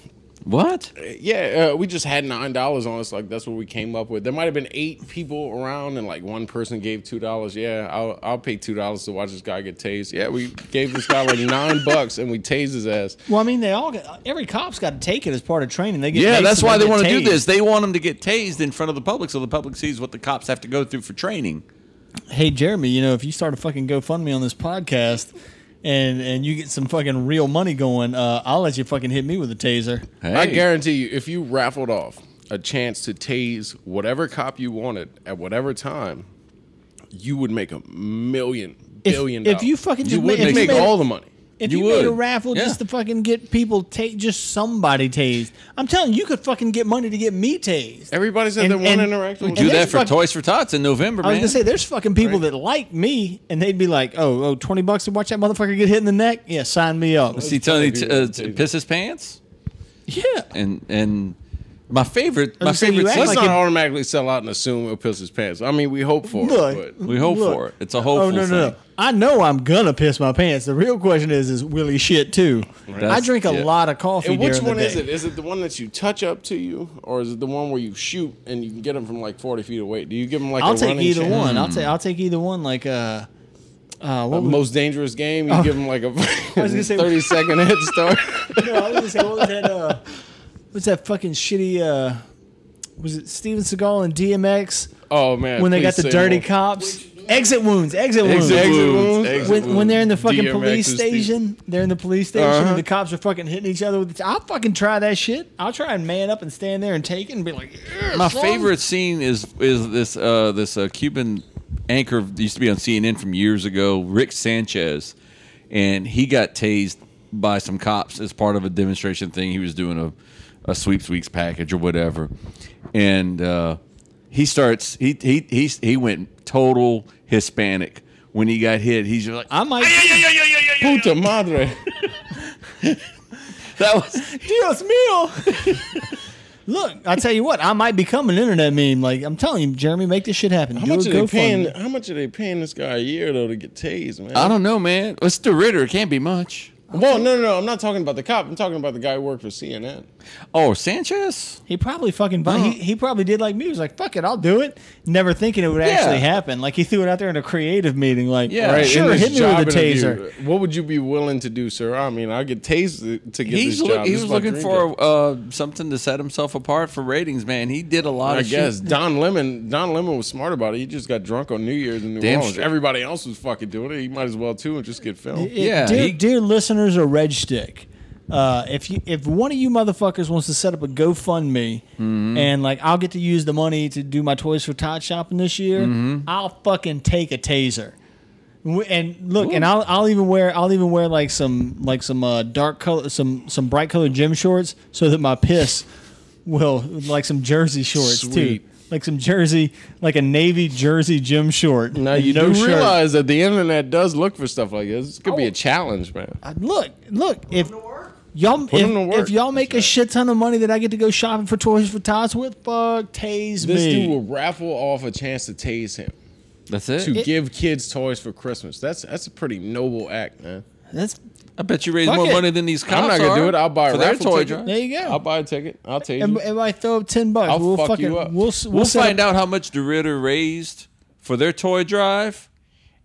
[SPEAKER 2] What?
[SPEAKER 4] Yeah, uh, we just had nine dollars on us. Like that's what we came up with. There might have been eight people around, and like one person gave two dollars. Yeah, I'll I'll pay two dollars to watch this guy get tased. Yeah, we gave this guy like nine bucks, and we tased his ass.
[SPEAKER 3] Well, I mean, they all got, every cop's got to take it as part of training. They get
[SPEAKER 2] Yeah,
[SPEAKER 3] tased
[SPEAKER 2] that's
[SPEAKER 3] and
[SPEAKER 2] why they
[SPEAKER 3] get
[SPEAKER 2] want to do
[SPEAKER 3] tased.
[SPEAKER 2] this. They want them to get tased in front of the public so the public sees what the cops have to go through for training.
[SPEAKER 3] Hey, Jeremy, you know if you start a fucking GoFundMe on this podcast. And, and you get some fucking real money going. Uh, I'll let you fucking hit me with a taser.
[SPEAKER 4] I
[SPEAKER 2] Hey.
[SPEAKER 4] guarantee you, if you raffled off a chance to tase whatever cop you wanted at whatever time, you would make a million
[SPEAKER 3] If-
[SPEAKER 4] billion.
[SPEAKER 3] if
[SPEAKER 4] dollars.
[SPEAKER 3] you fucking just
[SPEAKER 4] you would
[SPEAKER 3] ma- if you
[SPEAKER 4] make
[SPEAKER 3] made-
[SPEAKER 4] all the money.
[SPEAKER 3] If you,
[SPEAKER 2] You
[SPEAKER 3] made a
[SPEAKER 2] would.
[SPEAKER 3] raffle just to
[SPEAKER 2] Yeah.
[SPEAKER 3] fucking get people tased, just somebody tased. I'm telling you, you could fucking get money to get me tased.
[SPEAKER 4] Everybody said
[SPEAKER 3] And-
[SPEAKER 4] they want
[SPEAKER 3] and-
[SPEAKER 4] to interact with
[SPEAKER 3] and
[SPEAKER 2] Do
[SPEAKER 4] you.
[SPEAKER 3] there's
[SPEAKER 2] that for
[SPEAKER 3] fuck-
[SPEAKER 2] Toys for Tots in November,
[SPEAKER 3] I was
[SPEAKER 2] man.
[SPEAKER 3] gonna say, there's fucking people that like me, and they'd be like, "Oh, oh, 20 bucks to watch that motherfucker get hit in the neck? Yeah, sign me up."
[SPEAKER 2] See Tony t-
[SPEAKER 4] Tell you what
[SPEAKER 2] uh,
[SPEAKER 4] to
[SPEAKER 2] t-
[SPEAKER 4] do.
[SPEAKER 2] piss his pants,
[SPEAKER 3] Yeah,
[SPEAKER 2] and and my favorite,
[SPEAKER 3] I
[SPEAKER 2] my
[SPEAKER 3] was gonna say, you
[SPEAKER 2] favorite.
[SPEAKER 3] act
[SPEAKER 2] Let's
[SPEAKER 4] Let's
[SPEAKER 3] like
[SPEAKER 2] not-
[SPEAKER 4] not automatically sell out and assume he'll piss his pants. I mean, we hope for
[SPEAKER 3] look,
[SPEAKER 4] it. But
[SPEAKER 2] we hope
[SPEAKER 3] look.
[SPEAKER 2] for it. It's a hopeful
[SPEAKER 3] oh no, no,
[SPEAKER 2] thing.
[SPEAKER 3] no! I know I'm gonna piss my pants. The real question is, is will he shit too? I
[SPEAKER 2] That's-
[SPEAKER 3] drink a
[SPEAKER 2] yeah.
[SPEAKER 3] lot of coffee.
[SPEAKER 4] And which
[SPEAKER 3] during the
[SPEAKER 4] one is
[SPEAKER 3] day.
[SPEAKER 4] it? Is it the one that you touch up to you, or is it the one where you shoot and you can get them from like forty feet away? Do you give them like
[SPEAKER 3] I'll
[SPEAKER 4] a
[SPEAKER 3] take
[SPEAKER 4] running
[SPEAKER 3] either
[SPEAKER 4] chance?
[SPEAKER 3] one.
[SPEAKER 2] Hmm.
[SPEAKER 3] I'll take I'll take either one. Like uh, uh, what was,
[SPEAKER 4] Most dangerous game, you give them like a
[SPEAKER 3] Oh. was gonna say-
[SPEAKER 4] thirty second head start.
[SPEAKER 3] no, I was gonna say what was that? Uh, what's that fucking shitty? Uh, was it Steven Seagal and DMX
[SPEAKER 4] Oh man!
[SPEAKER 3] when they
[SPEAKER 4] please
[SPEAKER 3] got the
[SPEAKER 4] say
[SPEAKER 3] dirty
[SPEAKER 4] more.
[SPEAKER 3] cops? Exit wounds. Exit wounds.
[SPEAKER 4] Exit wounds, exit
[SPEAKER 3] When, when they're in the fucking
[SPEAKER 4] DMX
[SPEAKER 3] police
[SPEAKER 4] is the-
[SPEAKER 3] station, they're in the police station,
[SPEAKER 4] Uh-huh.
[SPEAKER 3] and the cops are fucking hitting each other. With the, I'll fucking try that shit. I'll try and man up and stand there and take it and be like, "Yeah,
[SPEAKER 2] My
[SPEAKER 3] son."
[SPEAKER 2] favorite scene is is this uh, this uh, Cuban anchor that used to be on CNN from years ago, Rick Sanchez, and he got tased by some cops as part of a demonstration thing. He was doing a a sweepsweeks package or whatever, and uh, he starts he he he he went total Hispanic when he got hit. He's just like
[SPEAKER 3] I might.
[SPEAKER 4] Puta madre!
[SPEAKER 2] that was
[SPEAKER 3] Dios mío. Look, I tell you what, I might become an internet meme. Like I'm telling you, Jeremy, make this shit happen.
[SPEAKER 4] How
[SPEAKER 3] Do
[SPEAKER 4] much
[SPEAKER 3] a
[SPEAKER 4] are they
[SPEAKER 3] GoFundMe.
[SPEAKER 4] paying? How much are they paying this guy a year though to get tased, man?
[SPEAKER 2] I don't know, man. It's the Ritter. It can't be much.
[SPEAKER 4] Well, no, no, no. I'm not talking about the cop. I'm talking about the guy who worked for CNN.
[SPEAKER 2] Oh, Sanchez.
[SPEAKER 3] He probably fucking bought. He, he probably did like me. He was like, "Fuck it, I'll do it," never thinking it would actually happen. Like he threw it out there in a creative meeting. Like,
[SPEAKER 2] Yeah.
[SPEAKER 4] Right, in
[SPEAKER 3] sure,
[SPEAKER 4] this
[SPEAKER 3] hit me
[SPEAKER 4] job
[SPEAKER 3] with a taser.
[SPEAKER 4] interview, What would you be willing to do, sir? I mean, I get tased to get
[SPEAKER 2] He's
[SPEAKER 4] this
[SPEAKER 2] look,
[SPEAKER 4] job.
[SPEAKER 2] he
[SPEAKER 4] This
[SPEAKER 2] was
[SPEAKER 4] is my
[SPEAKER 2] looking
[SPEAKER 4] dream
[SPEAKER 2] for
[SPEAKER 4] job.
[SPEAKER 2] uh, something to set himself apart for ratings, man. He did a lot
[SPEAKER 4] I
[SPEAKER 2] of
[SPEAKER 4] guess
[SPEAKER 2] shit.
[SPEAKER 4] Don Lemon. Don Lemon was smart about it. He just got drunk on New Year's in New
[SPEAKER 2] Damn
[SPEAKER 4] Orleans.
[SPEAKER 2] straight.
[SPEAKER 4] Everybody else was fucking doing it. He might as well too, and just get filmed.
[SPEAKER 3] It-
[SPEAKER 2] Yeah,
[SPEAKER 3] dear,
[SPEAKER 2] he-
[SPEAKER 3] dear listeners of Red Stick, uh, if you if one of you motherfuckers wants to set up a GoFundMe
[SPEAKER 4] Mm-hmm.
[SPEAKER 3] and like I'll get to use the money to do my Toys for Tot shopping this year,
[SPEAKER 4] Mm-hmm.
[SPEAKER 3] I'll fucking take a taser. W- And look, and I'll I'll even wear I'll even wear like some like some uh, dark color some some bright colored gym shorts so that my piss will like some jersey shorts too.
[SPEAKER 4] Sweet.
[SPEAKER 3] Like some jersey, like a navy jersey gym short.
[SPEAKER 4] Now
[SPEAKER 3] and
[SPEAKER 4] you
[SPEAKER 3] no
[SPEAKER 4] do
[SPEAKER 3] shirt.
[SPEAKER 4] realize that the internet does look for stuff like this. This could
[SPEAKER 2] Oh.
[SPEAKER 4] be a challenge, man.
[SPEAKER 3] Uh, look, look, if y'all
[SPEAKER 4] them to
[SPEAKER 3] if,
[SPEAKER 4] work.
[SPEAKER 3] if y'all make a shit ton of money that I get to go shopping for toys for tots with, fuck, tase
[SPEAKER 4] This
[SPEAKER 3] me.
[SPEAKER 4] dude will raffle off a chance to tase him
[SPEAKER 2] That's
[SPEAKER 4] to
[SPEAKER 2] it.
[SPEAKER 4] give kids toys for Christmas. That's that's a pretty noble act, man.
[SPEAKER 3] That's
[SPEAKER 2] I bet you raise
[SPEAKER 3] Fuck
[SPEAKER 2] more
[SPEAKER 3] it.
[SPEAKER 2] money than these cops
[SPEAKER 4] I'm not gonna
[SPEAKER 2] are
[SPEAKER 4] do it. I'll buy
[SPEAKER 2] for
[SPEAKER 4] a
[SPEAKER 2] their
[SPEAKER 4] raffle
[SPEAKER 2] toy
[SPEAKER 4] ticket.
[SPEAKER 2] drive.
[SPEAKER 3] there you go.
[SPEAKER 4] I'll buy a ticket. I'll tase
[SPEAKER 3] And
[SPEAKER 4] you.
[SPEAKER 3] if I throw up ten bucks,
[SPEAKER 4] I'll
[SPEAKER 3] we'll
[SPEAKER 4] fuck
[SPEAKER 3] fucking
[SPEAKER 4] you up.
[SPEAKER 3] we'll s-
[SPEAKER 2] We'll,
[SPEAKER 3] set
[SPEAKER 2] find
[SPEAKER 3] up-
[SPEAKER 2] out how much DeRitter raised for their toy drive,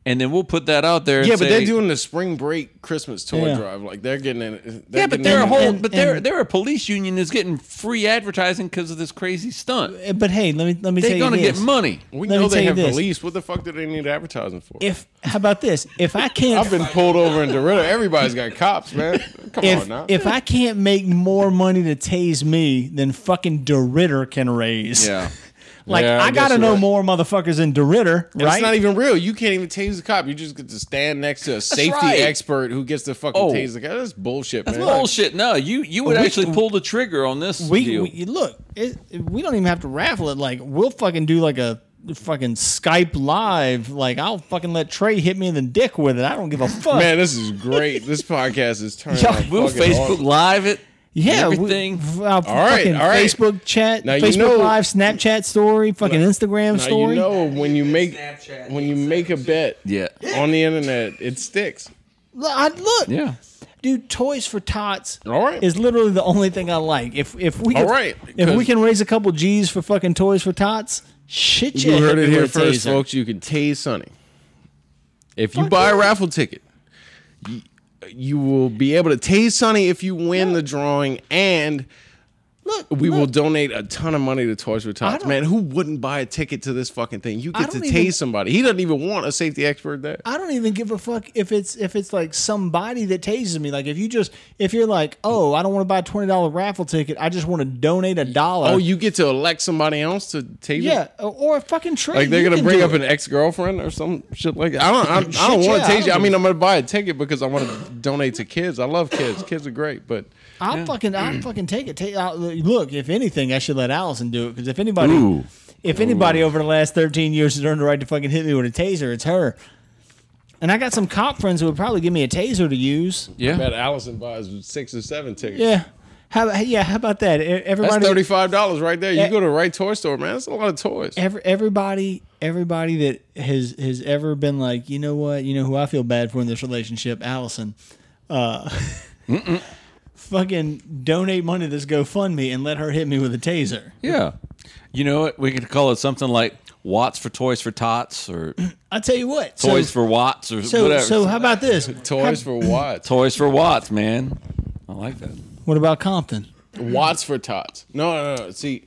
[SPEAKER 2] and then we'll put that out there. and
[SPEAKER 4] Yeah, but
[SPEAKER 2] say-
[SPEAKER 4] they're doing the spring break Christmas toy
[SPEAKER 3] Yeah.
[SPEAKER 4] drive. Like they're getting in.
[SPEAKER 2] Yeah, but they're a whole.
[SPEAKER 3] And-
[SPEAKER 2] but they're
[SPEAKER 3] and-
[SPEAKER 2] they're a police union that's getting free advertising because of this crazy stunt.
[SPEAKER 3] Uh, But hey, let me let me tell
[SPEAKER 2] They're
[SPEAKER 3] you
[SPEAKER 2] gonna
[SPEAKER 3] this.
[SPEAKER 2] get money.
[SPEAKER 4] We
[SPEAKER 3] Let me
[SPEAKER 4] know
[SPEAKER 3] tell
[SPEAKER 4] they
[SPEAKER 3] you
[SPEAKER 4] have
[SPEAKER 3] this.
[SPEAKER 4] police. What the fuck do they need advertising for?
[SPEAKER 3] If how about this? If I can't,
[SPEAKER 4] I've been pulled over in Dorito. Everybody's got cops, man. Come on
[SPEAKER 3] if
[SPEAKER 4] now.
[SPEAKER 3] if I can't make more money to tase me than fucking DeRitter can raise,
[SPEAKER 2] Yeah.
[SPEAKER 3] like
[SPEAKER 4] Yeah,
[SPEAKER 3] I,
[SPEAKER 4] I
[SPEAKER 3] gotta
[SPEAKER 4] guess you're
[SPEAKER 3] know
[SPEAKER 4] right.
[SPEAKER 3] more motherfuckers than DeRitter,
[SPEAKER 4] And
[SPEAKER 3] right?
[SPEAKER 4] It's not even real. You can't even tase the cop. You just get to stand next to a safety
[SPEAKER 2] right.
[SPEAKER 4] expert who gets to fucking
[SPEAKER 2] Oh.
[SPEAKER 4] tase the cop. That's bullshit, man.
[SPEAKER 2] Bullshit! No, you you would
[SPEAKER 3] We-
[SPEAKER 2] actually pull the trigger on this
[SPEAKER 3] we,
[SPEAKER 2] deal.
[SPEAKER 3] we look. It, we don't even have to raffle it. Like we'll fucking do like a fucking Skype live. Like I'll fucking let Trey hit me in the dick with it. I don't give a fuck.
[SPEAKER 4] Man, this is great. this podcast is turning.
[SPEAKER 3] Yeah,
[SPEAKER 4] out
[SPEAKER 2] we'll
[SPEAKER 4] fucking
[SPEAKER 2] Facebook
[SPEAKER 4] awesome.
[SPEAKER 2] Live it.
[SPEAKER 3] yeah, we-
[SPEAKER 2] everything.
[SPEAKER 3] f- uh,
[SPEAKER 4] right,
[SPEAKER 3] fucking
[SPEAKER 4] all right.
[SPEAKER 3] Facebook chat,
[SPEAKER 4] Now you
[SPEAKER 3] Facebook
[SPEAKER 4] know-
[SPEAKER 3] live, Snapchat story, fucking Instagram
[SPEAKER 4] Now
[SPEAKER 3] story.
[SPEAKER 4] you know when you make
[SPEAKER 7] Snapchat,
[SPEAKER 4] when you make a bet
[SPEAKER 2] Yeah.
[SPEAKER 4] on the internet, it sticks.
[SPEAKER 3] Look, I, look,
[SPEAKER 2] Yeah.
[SPEAKER 3] dude, Toys for Tots
[SPEAKER 4] All right.
[SPEAKER 3] is literally the only thing I like. If if we
[SPEAKER 4] All
[SPEAKER 3] can-
[SPEAKER 4] right,
[SPEAKER 3] if we
[SPEAKER 4] 'cause-
[SPEAKER 3] can raise a couple G's for fucking Toys for Tots, shit,
[SPEAKER 4] You
[SPEAKER 3] yeah,
[SPEAKER 4] heard it here
[SPEAKER 3] heavyweight
[SPEAKER 4] first,
[SPEAKER 3] taser.
[SPEAKER 4] folks. You can tase Sonny. If you buy a raffle ticket, you, you will be able to tase Sonny if you win the drawing, and
[SPEAKER 3] Look,
[SPEAKER 4] we will
[SPEAKER 3] look,
[SPEAKER 4] donate a ton of money to Toys for Tots.
[SPEAKER 3] don't-
[SPEAKER 4] Man, who wouldn't buy a ticket to this fucking thing? You
[SPEAKER 3] I
[SPEAKER 4] get to
[SPEAKER 3] don't
[SPEAKER 4] tase
[SPEAKER 3] even-
[SPEAKER 4] somebody. He doesn't even want a safety expert there.
[SPEAKER 3] I don't even give a fuck if it's if it's like somebody that tases me. Like if you just if you're like, oh, I don't want to buy a twenty dollar raffle ticket. I just want to donate a dollar.
[SPEAKER 4] Oh, you get to elect somebody else to tase.
[SPEAKER 3] yeah, or a fucking trade.
[SPEAKER 4] Like they're
[SPEAKER 3] You
[SPEAKER 4] gonna
[SPEAKER 3] can
[SPEAKER 4] bring
[SPEAKER 3] do
[SPEAKER 4] up
[SPEAKER 3] it.
[SPEAKER 4] an ex girlfriend or some shit like that. I don't. I, I don't
[SPEAKER 3] Shit,
[SPEAKER 4] want
[SPEAKER 3] yeah,
[SPEAKER 4] to
[SPEAKER 3] I
[SPEAKER 4] tase you.
[SPEAKER 3] don't
[SPEAKER 4] I
[SPEAKER 3] give
[SPEAKER 4] mean, I'm gonna buy a ticket because I want to donate to kids. I love kids. Kids are great, but
[SPEAKER 3] I'll fucking I'll fucking take it. Take I'll, look, if anything, I should let Allison do it because if anybody
[SPEAKER 2] Ooh.
[SPEAKER 3] if anybody over the last thirteen years has earned the right to fucking hit me with a taser, it's her. And I got some cop friends who would probably give me a taser to use.
[SPEAKER 4] I
[SPEAKER 2] Yeah.
[SPEAKER 4] bet Allison buys six or seven tickets.
[SPEAKER 3] Yeah. How yeah? How about that? E-
[SPEAKER 4] That's
[SPEAKER 3] Everybody.
[SPEAKER 4] thirty five dollars right there. You
[SPEAKER 3] Yeah.
[SPEAKER 4] go to the right toy store, man. That's a lot of toys.
[SPEAKER 3] every, everybody everybody that has has ever been like you know what you know who i feel bad for in this relationship allison uh fucking donate money to this gofundme and let her hit me with a taser
[SPEAKER 2] Yeah. You know what? We could call it something like Watts for Toys for Tots or
[SPEAKER 3] i tell you what so-
[SPEAKER 2] Toys for Watts or
[SPEAKER 3] so,
[SPEAKER 2] whatever.
[SPEAKER 3] so how about this
[SPEAKER 4] Toys for Watts.
[SPEAKER 2] Toys for Watts, man. I like that.
[SPEAKER 3] what about compton
[SPEAKER 4] Watts for tots. No, no, no. See,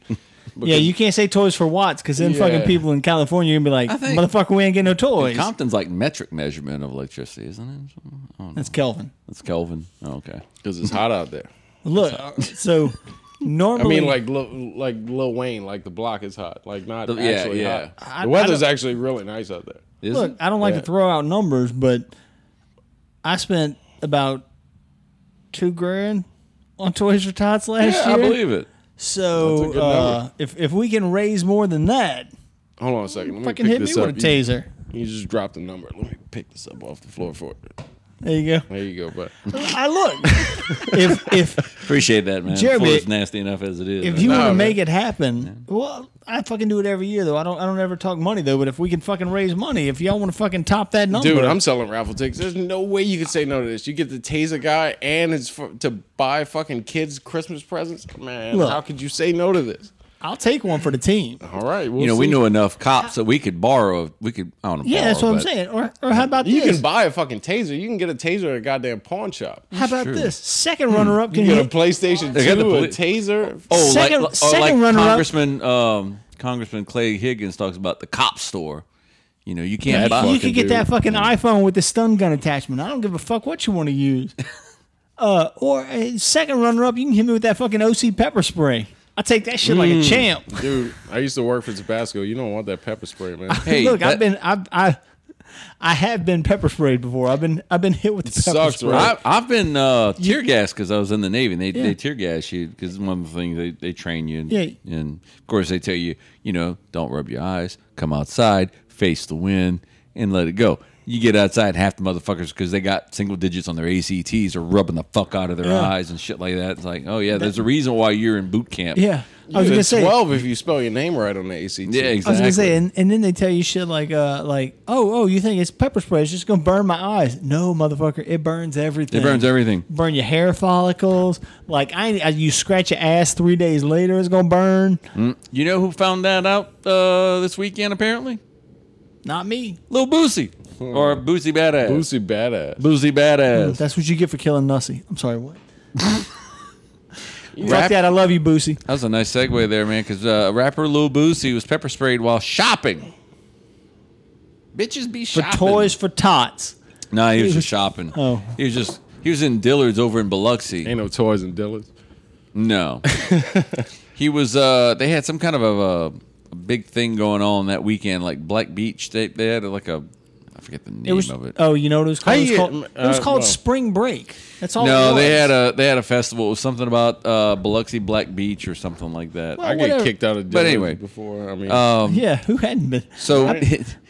[SPEAKER 3] yeah you can't say toys for watts because then
[SPEAKER 4] Yeah.
[SPEAKER 3] fucking people in california are gonna be like
[SPEAKER 2] I think-
[SPEAKER 3] motherfucker we ain't getting no toys
[SPEAKER 2] Compton's like metric measurement of electricity, isn't it?
[SPEAKER 3] that's kelvin
[SPEAKER 2] That's Kelvin. Oh, okay.
[SPEAKER 4] because it's hot out there.
[SPEAKER 3] look so
[SPEAKER 4] I
[SPEAKER 3] normally
[SPEAKER 4] mean, like Lil, like Lil Wayne, like the block is hot, like not
[SPEAKER 2] The- yeah,
[SPEAKER 4] actually
[SPEAKER 2] yeah.
[SPEAKER 4] hot.
[SPEAKER 3] I-
[SPEAKER 4] the
[SPEAKER 3] I
[SPEAKER 4] weather's actually really nice out there.
[SPEAKER 2] Is
[SPEAKER 3] Look,
[SPEAKER 2] it?
[SPEAKER 3] I don't like
[SPEAKER 4] Yeah.
[SPEAKER 3] to throw out numbers, but I spent about two grand on Toys for Tots last
[SPEAKER 2] yeah, I
[SPEAKER 3] year.
[SPEAKER 2] believe it.
[SPEAKER 4] That's a
[SPEAKER 3] So
[SPEAKER 4] good
[SPEAKER 3] uh,
[SPEAKER 4] number.
[SPEAKER 3] if if we can raise more than that,
[SPEAKER 4] Hold on a second. Let me
[SPEAKER 3] fucking
[SPEAKER 4] pick
[SPEAKER 3] hit me
[SPEAKER 4] this
[SPEAKER 3] with a
[SPEAKER 4] up. You-
[SPEAKER 3] taser.
[SPEAKER 4] You just dropped the number. Let me pick this up off the floor for it.
[SPEAKER 3] There you go.
[SPEAKER 4] There you go, but
[SPEAKER 3] I look. if if
[SPEAKER 2] Appreciate that, man.
[SPEAKER 3] Jeremy,
[SPEAKER 2] Floor's nasty enough as it is.
[SPEAKER 3] if you
[SPEAKER 4] Nah,
[SPEAKER 3] want to
[SPEAKER 4] man.
[SPEAKER 3] make it happen, well, I fucking do it every year though. I don't I don't ever talk money though. But if we can fucking raise money, if y'all want to fucking top that number,
[SPEAKER 4] dude, I'm selling raffle tickets. There's no way you could say no to this. You get the taser guy and it's for, to buy fucking kids Christmas presents. Man,
[SPEAKER 3] Look.
[SPEAKER 4] how could you say no to this?
[SPEAKER 3] I'll take one for the team.
[SPEAKER 4] All right, we'll
[SPEAKER 2] you know, we
[SPEAKER 4] see.
[SPEAKER 2] know enough cops that we could borrow. We could. I don't know.
[SPEAKER 3] Yeah, that's what
[SPEAKER 2] borrow,
[SPEAKER 3] I'm
[SPEAKER 2] but-
[SPEAKER 3] saying. Or or how about
[SPEAKER 4] You
[SPEAKER 3] this?
[SPEAKER 4] can buy a fucking taser. You can get a taser at a goddamn pawn shop.
[SPEAKER 3] how about this? Second runner up
[SPEAKER 4] You
[SPEAKER 3] can
[SPEAKER 4] get a
[SPEAKER 3] hit-
[SPEAKER 4] PlayStation
[SPEAKER 2] They got the
[SPEAKER 4] Two, a
[SPEAKER 2] poli-
[SPEAKER 4] taser.
[SPEAKER 2] Oh,
[SPEAKER 3] Second-
[SPEAKER 2] like, oh,
[SPEAKER 3] second
[SPEAKER 2] like
[SPEAKER 3] runner-up-
[SPEAKER 2] Congressman um, Congressman Clay Higgins talks about the cop store. You know, you can't
[SPEAKER 4] That
[SPEAKER 2] buy.
[SPEAKER 3] you
[SPEAKER 4] fucking
[SPEAKER 3] could get
[SPEAKER 4] dude.
[SPEAKER 3] that fucking iPhone with the stun gun attachment. I don't give a fuck what you want to use. Uh, or uh, second runner up, you can hit me with that fucking OC pepper spray. I take that shit like a champ.
[SPEAKER 4] dude, I used to work for Tabasco. You don't want that pepper spray, man.
[SPEAKER 2] Hey,
[SPEAKER 3] Look,
[SPEAKER 2] that-
[SPEAKER 3] I've been I I I have been pepper sprayed before. I've been I've been hit with the pepper
[SPEAKER 4] sucks,
[SPEAKER 3] spray.
[SPEAKER 4] bro.
[SPEAKER 2] I, I've been uh, tear gas because I was in the Navy. And they
[SPEAKER 3] Yeah.
[SPEAKER 2] they tear gas you because one of the things they, they train you. And,
[SPEAKER 3] Yeah.
[SPEAKER 2] and of course they tell you, you know, don't rub your eyes, come outside, face the wind, and let it go. You get outside, half the motherfuckers because they got single digits on their ACTs are rubbing the fuck out of their
[SPEAKER 3] Yeah.
[SPEAKER 2] eyes and shit like that. It's like, oh yeah, there's a reason why you're in boot camp.
[SPEAKER 3] Yeah, I was
[SPEAKER 4] Dude,
[SPEAKER 3] gonna
[SPEAKER 4] it's
[SPEAKER 3] say.
[SPEAKER 4] twelve if you spell your name right on the ACT.
[SPEAKER 2] yeah,
[SPEAKER 3] I was
[SPEAKER 2] exactly.
[SPEAKER 3] gonna say, and, and then they tell you shit like, uh, like, oh, oh, you think it's pepper spray? It's just gonna burn my eyes? No, motherfucker, it burns everything.
[SPEAKER 2] it burns everything.
[SPEAKER 3] burn your hair follicles. Like I, I you scratch your ass three days later, it's gonna burn.
[SPEAKER 2] You know who found that out uh, this weekend? Apparently,
[SPEAKER 3] Not me.
[SPEAKER 2] Lil Boosie
[SPEAKER 3] Hmm.
[SPEAKER 2] or Boosie Badass.
[SPEAKER 4] Boosie badass.
[SPEAKER 2] Boosie Badass.
[SPEAKER 3] That's what you get for killing Nussie. I'm sorry, what?
[SPEAKER 2] Rap-
[SPEAKER 3] Fuck that. I love you, Boosie.
[SPEAKER 2] That was a nice segue there, man, because uh, rapper Lil Boosie was pepper sprayed while shopping. Bitches be
[SPEAKER 3] For
[SPEAKER 2] shopping.
[SPEAKER 3] toys for tots.
[SPEAKER 2] Nah, he was just shopping.
[SPEAKER 3] Oh.
[SPEAKER 2] He was just, he was in Dillard's over in Biloxi.
[SPEAKER 4] Ain't no toys and Dillard's.
[SPEAKER 2] No. he was, uh, they had some kind of a, a big thing going on that weekend, like Black Beach. They, they had like a, I forget the name
[SPEAKER 3] It was.
[SPEAKER 2] of it.
[SPEAKER 3] Oh, you know what it was called?
[SPEAKER 4] How
[SPEAKER 3] It was
[SPEAKER 4] you-
[SPEAKER 3] called, it was
[SPEAKER 4] uh,
[SPEAKER 3] called
[SPEAKER 4] no.
[SPEAKER 3] Spring Break. That's all. it
[SPEAKER 2] no,
[SPEAKER 3] was.
[SPEAKER 2] they had a they had a festival. It was something about uh, Biloxi Black Beach or something like that.
[SPEAKER 4] I get
[SPEAKER 3] whatever.
[SPEAKER 4] kicked out of Dillard's
[SPEAKER 2] But anyway. Uh,
[SPEAKER 4] before. I mean,
[SPEAKER 3] Yeah, who hadn't been?
[SPEAKER 2] um, so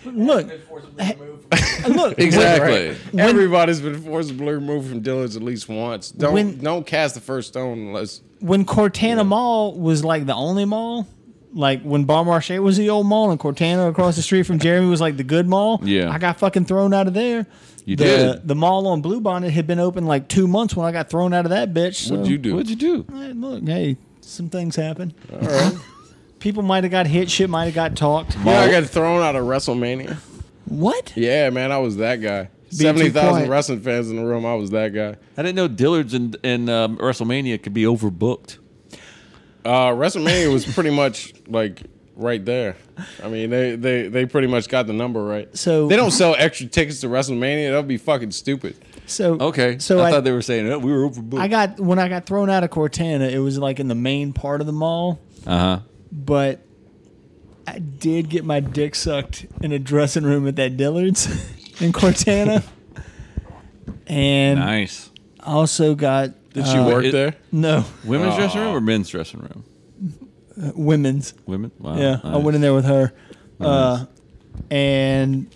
[SPEAKER 3] Look, look.
[SPEAKER 2] exactly.
[SPEAKER 4] everybody's been forcibly removed from Dillard's at least once. Don't
[SPEAKER 3] When-
[SPEAKER 4] don't cast the first stone unless
[SPEAKER 3] When Cortana Mall was like the only mall, Like when Bar Marché was the old mall and Cortana across the street from Jeremy was like the good mall.
[SPEAKER 2] Yeah.
[SPEAKER 3] I got fucking thrown out of there.
[SPEAKER 2] You
[SPEAKER 3] the,
[SPEAKER 2] did.
[SPEAKER 3] The mall on Bluebonnet had been open like two months when I got thrown out of that bitch. So.
[SPEAKER 2] What'd you do?
[SPEAKER 4] What'd you do?
[SPEAKER 3] Hey, look, hey, some things happen. People might have got hit. Shit might have got talked.
[SPEAKER 4] Yeah, I got thrown out of WrestleMania.
[SPEAKER 3] What?
[SPEAKER 4] Yeah, man, I was that guy.
[SPEAKER 3] too
[SPEAKER 4] Seventy thousand
[SPEAKER 3] quiet.
[SPEAKER 4] wrestling fans in the room. I was that guy.
[SPEAKER 2] I didn't know Dillard's and, and um, WrestleMania could be overbooked.
[SPEAKER 4] Uh, WrestleMania was pretty much like right there. I mean, they, they they pretty much got the number right.
[SPEAKER 3] So-
[SPEAKER 4] they don't sell extra tickets to WrestleMania. That would be fucking stupid.
[SPEAKER 3] So
[SPEAKER 2] Okay,
[SPEAKER 3] So
[SPEAKER 2] I,
[SPEAKER 3] I,
[SPEAKER 2] thought they were saying oh, we were overbooked.
[SPEAKER 3] I got when I got thrown out of Cortana, it was like in the main part of the mall.
[SPEAKER 2] uh huh.
[SPEAKER 3] But I did get my dick sucked in a dressing room at that Dillard's in Cortana, and
[SPEAKER 2] Nice.
[SPEAKER 3] also got uh,
[SPEAKER 4] Did she work
[SPEAKER 2] it-
[SPEAKER 4] there?
[SPEAKER 3] no
[SPEAKER 2] Women's dressing room or men's dressing room?
[SPEAKER 3] women's.
[SPEAKER 2] Women. Wow.
[SPEAKER 3] Yeah, I went in there with her, uh, and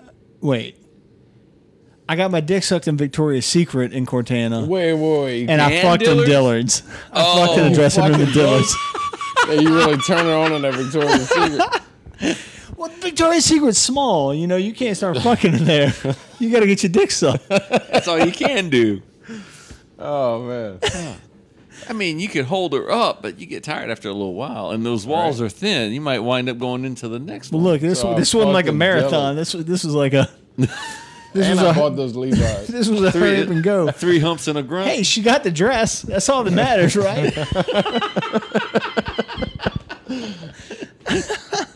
[SPEAKER 3] uh, wait, I got my dick sucked in Victoria's Secret in Cortana,
[SPEAKER 4] Wait, wait.
[SPEAKER 3] and I
[SPEAKER 2] and
[SPEAKER 3] fucked
[SPEAKER 2] Dillard's?
[SPEAKER 3] in Dillard's. I fucked in a dressing room in
[SPEAKER 4] fucking
[SPEAKER 3] Dillard's.
[SPEAKER 4] Yeah, you really turn it on on that Victoria's Secret.
[SPEAKER 3] well, Victoria's Secret's small, you know. You can't start fucking in there. You got to get your dick sucked.
[SPEAKER 2] That's all you can do.
[SPEAKER 4] Oh man,
[SPEAKER 2] I mean, you could hold her up, but you get tired after a little while, and those walls are thin. You might wind up going into the next one.
[SPEAKER 3] Look, this
[SPEAKER 4] So I
[SPEAKER 3] this wasn't like a
[SPEAKER 4] fucking
[SPEAKER 3] marathon.
[SPEAKER 4] Dillard's.
[SPEAKER 3] This was this was like a this
[SPEAKER 4] and
[SPEAKER 3] was
[SPEAKER 4] I
[SPEAKER 3] a
[SPEAKER 4] bought those Levi's.
[SPEAKER 3] this was a hurry up and go.
[SPEAKER 2] Three humps and a grunt.
[SPEAKER 3] Hey, she got the dress. That's all that matters, right?